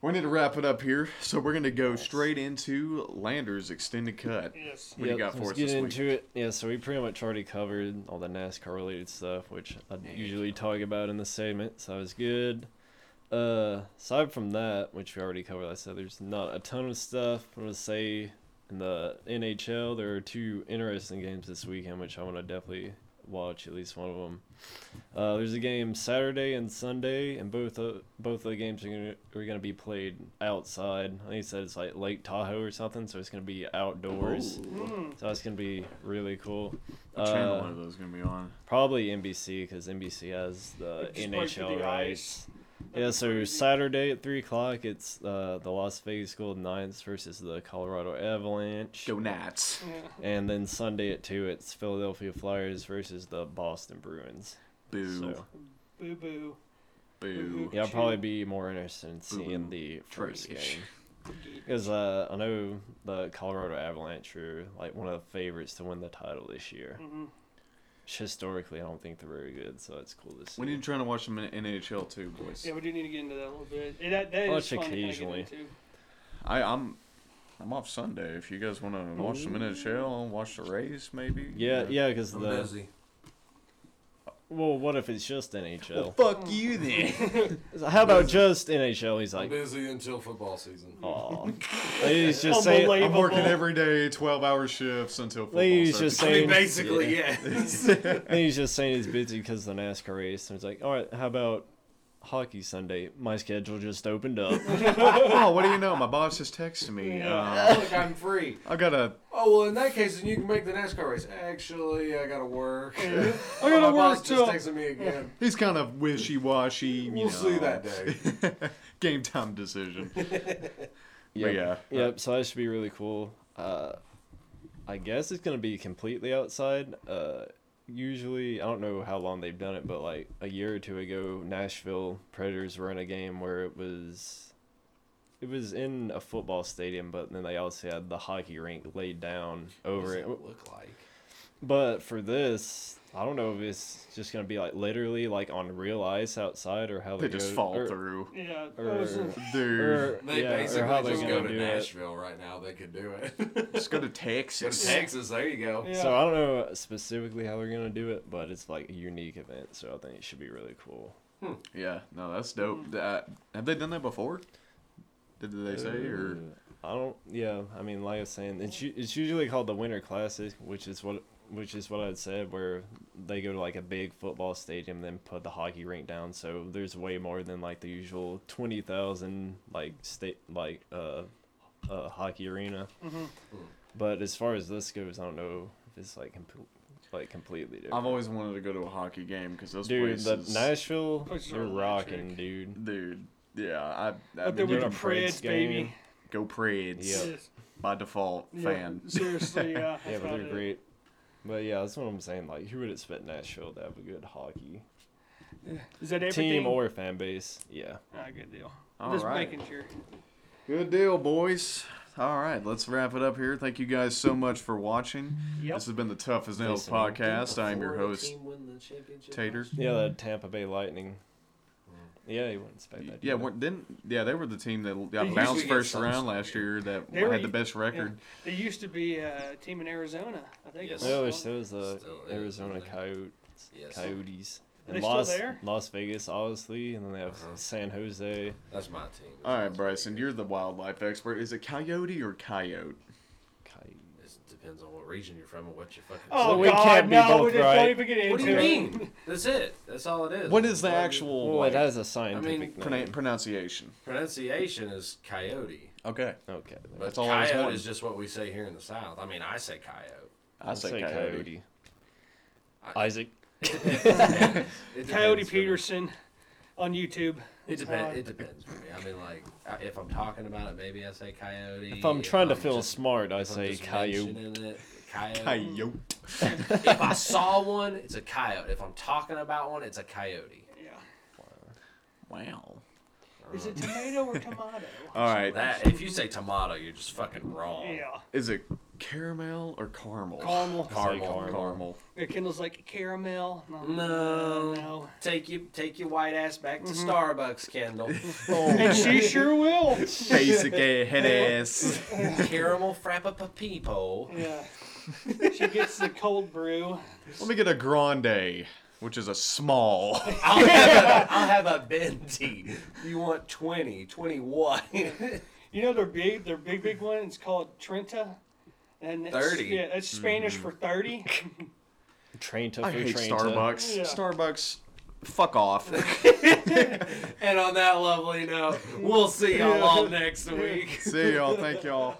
C: We need to wrap it up here. So we're going to go straight into Lander's extended cut.
A: yes.
C: What do you got for
D: let's
C: us
D: get
C: this week?
D: into it. Yeah, so we pretty much already covered all the NASCAR related stuff, which I usually talk about in the segment. So that was good. Uh, aside from that, which we already covered, like I said there's not a ton of stuff. I'm gonna say in the NHL there are two interesting games this weekend, which I want to definitely watch at least one of them. Uh, there's a game Saturday and Sunday, and both uh, both of the games are gonna are gonna be played outside. I think it said it's like Lake Tahoe or something, so it's gonna be outdoors.
A: Mm.
D: So that's gonna be really cool.
C: What channel
D: Uh,
C: one of those going to be on?
D: Probably NBC because NBC has the
A: It just breaks
D: NHL
A: the
D: rights.
A: ice.
D: Yeah, so
A: crazy.
D: Saturday at three o'clock, it's uh, the Las Vegas Golden Knights versus the Colorado Avalanche,
C: Go Nats.
D: and then Sunday at two, it's Philadelphia Flyers versus the Boston Bruins.
C: Boo.
D: So
A: Boo boo.
C: Boo.
D: yeah, I'll probably be more interested in
C: Boo.
H: Mm-hmm.
D: seeing the first
C: Trash.
D: game because uh, I know the Colorado Avalanche are like one of the favorites to win the title this year.
H: Mm-hmm.
D: Which Historically, I don't think they're very good, so it's cool to see.
C: We need to try to watch them in NHL too, boys.
A: Yeah, we do need to get into that a little bit. And that that
D: Watch
A: is fun to kinda
D: occasionally.
A: get into.
C: I, I'm I'm off Sunday. If you guys want to watch some NHL and watch the race, maybe.
D: Yeah, yeah, because
H: I'm
D: the
H: busy.
D: well, what if it's just NHL?
C: Fuck you then.
D: How about just NHL? He's
H: I'm
D: like,
H: busy until football season.
D: oh, he's just saying.
C: I'm
A: Unbelievable.
C: working every day, twelve-hour shifts until football.
D: He's
C: starts.
D: just saying.
H: basically, yeah.
D: I think he's just saying he's busy because of the NASCAR race. And he's like, all right, how about hockey Sunday? My schedule just opened up.
C: oh, what do you know? My boss just texted me. Uh,
H: Look, I'm free.
C: I got a
H: Oh well, in that case, then you can make the NASCAR race. Actually, I gotta work. I
A: gotta
H: My boss
A: work
H: just
A: till-
H: texted me again.
C: He's kind of wishy-washy. You
H: We'll
C: know.
H: see that day.
C: Game time decision.
D: Yep.
C: yeah.
D: Yep. So that should be really cool. Uh, I guess it's gonna be completely outside. Uh, usually, I don't know how long they've done it, but like a year or two ago, Nashville Predators were in a game where it was, it was in a football stadium, but then they also had the hockey rink laid down
H: What does
D: over it.
H: it look like?
D: But for this, I don't know if it's just gonna be like literally like on real ice outside or how
C: They
D: they,
C: just
D: go-
C: fall
D: or-
C: through,
A: Yeah.
D: Or,
A: that was a-
C: dude.
D: or-
H: They
D: yeah, or
H: basically
D: how they're
H: just
D: gonna
H: go to
D: do it.
H: Nashville right now. They could do it.
C: Let's go to
H: go
C: Texas.
H: to Texas. There you go.
A: yeah.
D: So I don't know specifically how they're gonna do it, but it's like a unique event, so I think it should be really cool.
C: Yeah, no, that's dope. That- have they done that before? Did they say or
D: I don't. Yeah, I mean, like I was saying, it's u- it's usually called the Winter Classic, which is what which is what I'd said, where they go to like a big football stadium, then put the hockey rink down. So there's way more than like the usual twenty thousand like state like uh, uh hockey arena. But as far as this goes, I don't know if it's like com- like completely different.
C: I've always wanted to go to a hockey game because those
D: Uh, Dude,
C: places,
D: the Nashville,
A: Places are
D: they're
A: electric.
D: rocking, dude.
C: dude. Yeah, I, I
A: Up there with
C: mean,
A: the
D: a Preds
A: Preds, baby.
C: go Preds
D: Yeah.
A: Yes.
C: by default
A: Yeah,
C: fan.
A: Seriously, yeah.
D: Yeah,
A: that's
D: but
A: about
D: they're
A: it.
D: great. But yeah, that's what I'm saying. Like, who would expect Nashville to have a good hockey
A: Is that everything?
D: team or fan base? Yeah.
A: Ah, good deal.
C: All
A: Just
C: right.
A: making sure.
C: Good deal, boys. All right, let's wrap it up here. Thank you guys so much for watching.
A: Yep.
C: This has been the Tough as Nails
D: Listening.
C: podcast. I am your host, Tater.
D: Yeah, the Tampa Bay Lightning. Yeah, you wouldn't expect that.
C: Yeah,
D: either.
C: weren't, didn't yeah they were the team that got
A: usually
C: bounced
H: get
C: first
H: some
C: round
H: sort of
C: last year that
A: They were e-
C: had the
A: u-
C: best record.
A: There used to be a team in Arizona, I think.
H: Yes.
A: it was.
D: No, there's still the
H: Still is,
D: uh, Arizona
H: isn't it?
D: Coyotes.
H: Yes.
D: Coyotes.
A: Are
D: And
A: they still
D: Las,
A: there?
D: Las Vegas, obviously, and then they have San Jose.
H: That's my team.
C: All right, Bryson, you're the wildlife expert. Is it coyote or coyote?
D: Coyote.
H: It depends on what region you're from and what you're fucking.
A: Oh,
D: So we
A: God,
D: can't be
A: no,
D: both
A: we just
D: right.
A: don't even get into
H: what do you
A: it.
H: mean? That's it. That's all it is.
C: What is the
H: Like,
C: actual
D: Well,
C: like,
D: it has Oh, a scientific
C: prona-
D: name.
C: pronunciation?
H: pronunciation? Is coyote,
C: Okay,
D: Okay. there.
H: but
C: That's all I was
H: coyote
C: wanting.
H: is just what we say here in the South. I mean, I say coyote.
C: I
D: I'll
C: say, coyote.
D: Isaac.
H: It
A: Coyote
H: depends, but-
A: Peterson. on YouTube.
B: It depends.
A: Uh,
B: It depends. For me. I mean, like I- if I'm talking about it, maybe I say coyote.
D: If I'm trying to feel
B: just-
D: smart, I
B: if I'm
D: say
B: just
D: coyote.
B: mentioning it, Coyote.
C: Coyote.
B: if I saw one, it's a coyote. If I'm talking about one, it's a coyote.
C: Wow.
A: Is it tomato or tomato?
C: All right.
B: That if you say tomato, you're just fucking wrong.
A: yeah.
C: Is it caramel or caramel?
A: Caramel.
B: Caramel.
C: Caramel.
A: Yeah, Kendall's like caramel. No.
B: No.
A: no.
B: Take you take your white ass back to Starbucks, Kendall. Oh.
A: And she sure will.
C: Basic a head ass.
B: Caramel frappuccino.
A: Yeah. She gets the cold brew.
C: Let me get a grande, which is a small.
B: I'll have a, I'll have a venti. You want 20, 21.
A: You know their big, their big, big one. It's called Trenta. And it's,
B: 30.
A: Yeah, it's Spanish for thirty.
D: Train to
C: I
D: food
C: hate
D: train
C: Starbucks.
A: Yeah.
C: Starbucks, fuck off.
B: and on that lovely note, we'll see y'all all next week.
C: See y'all. Thank y'all.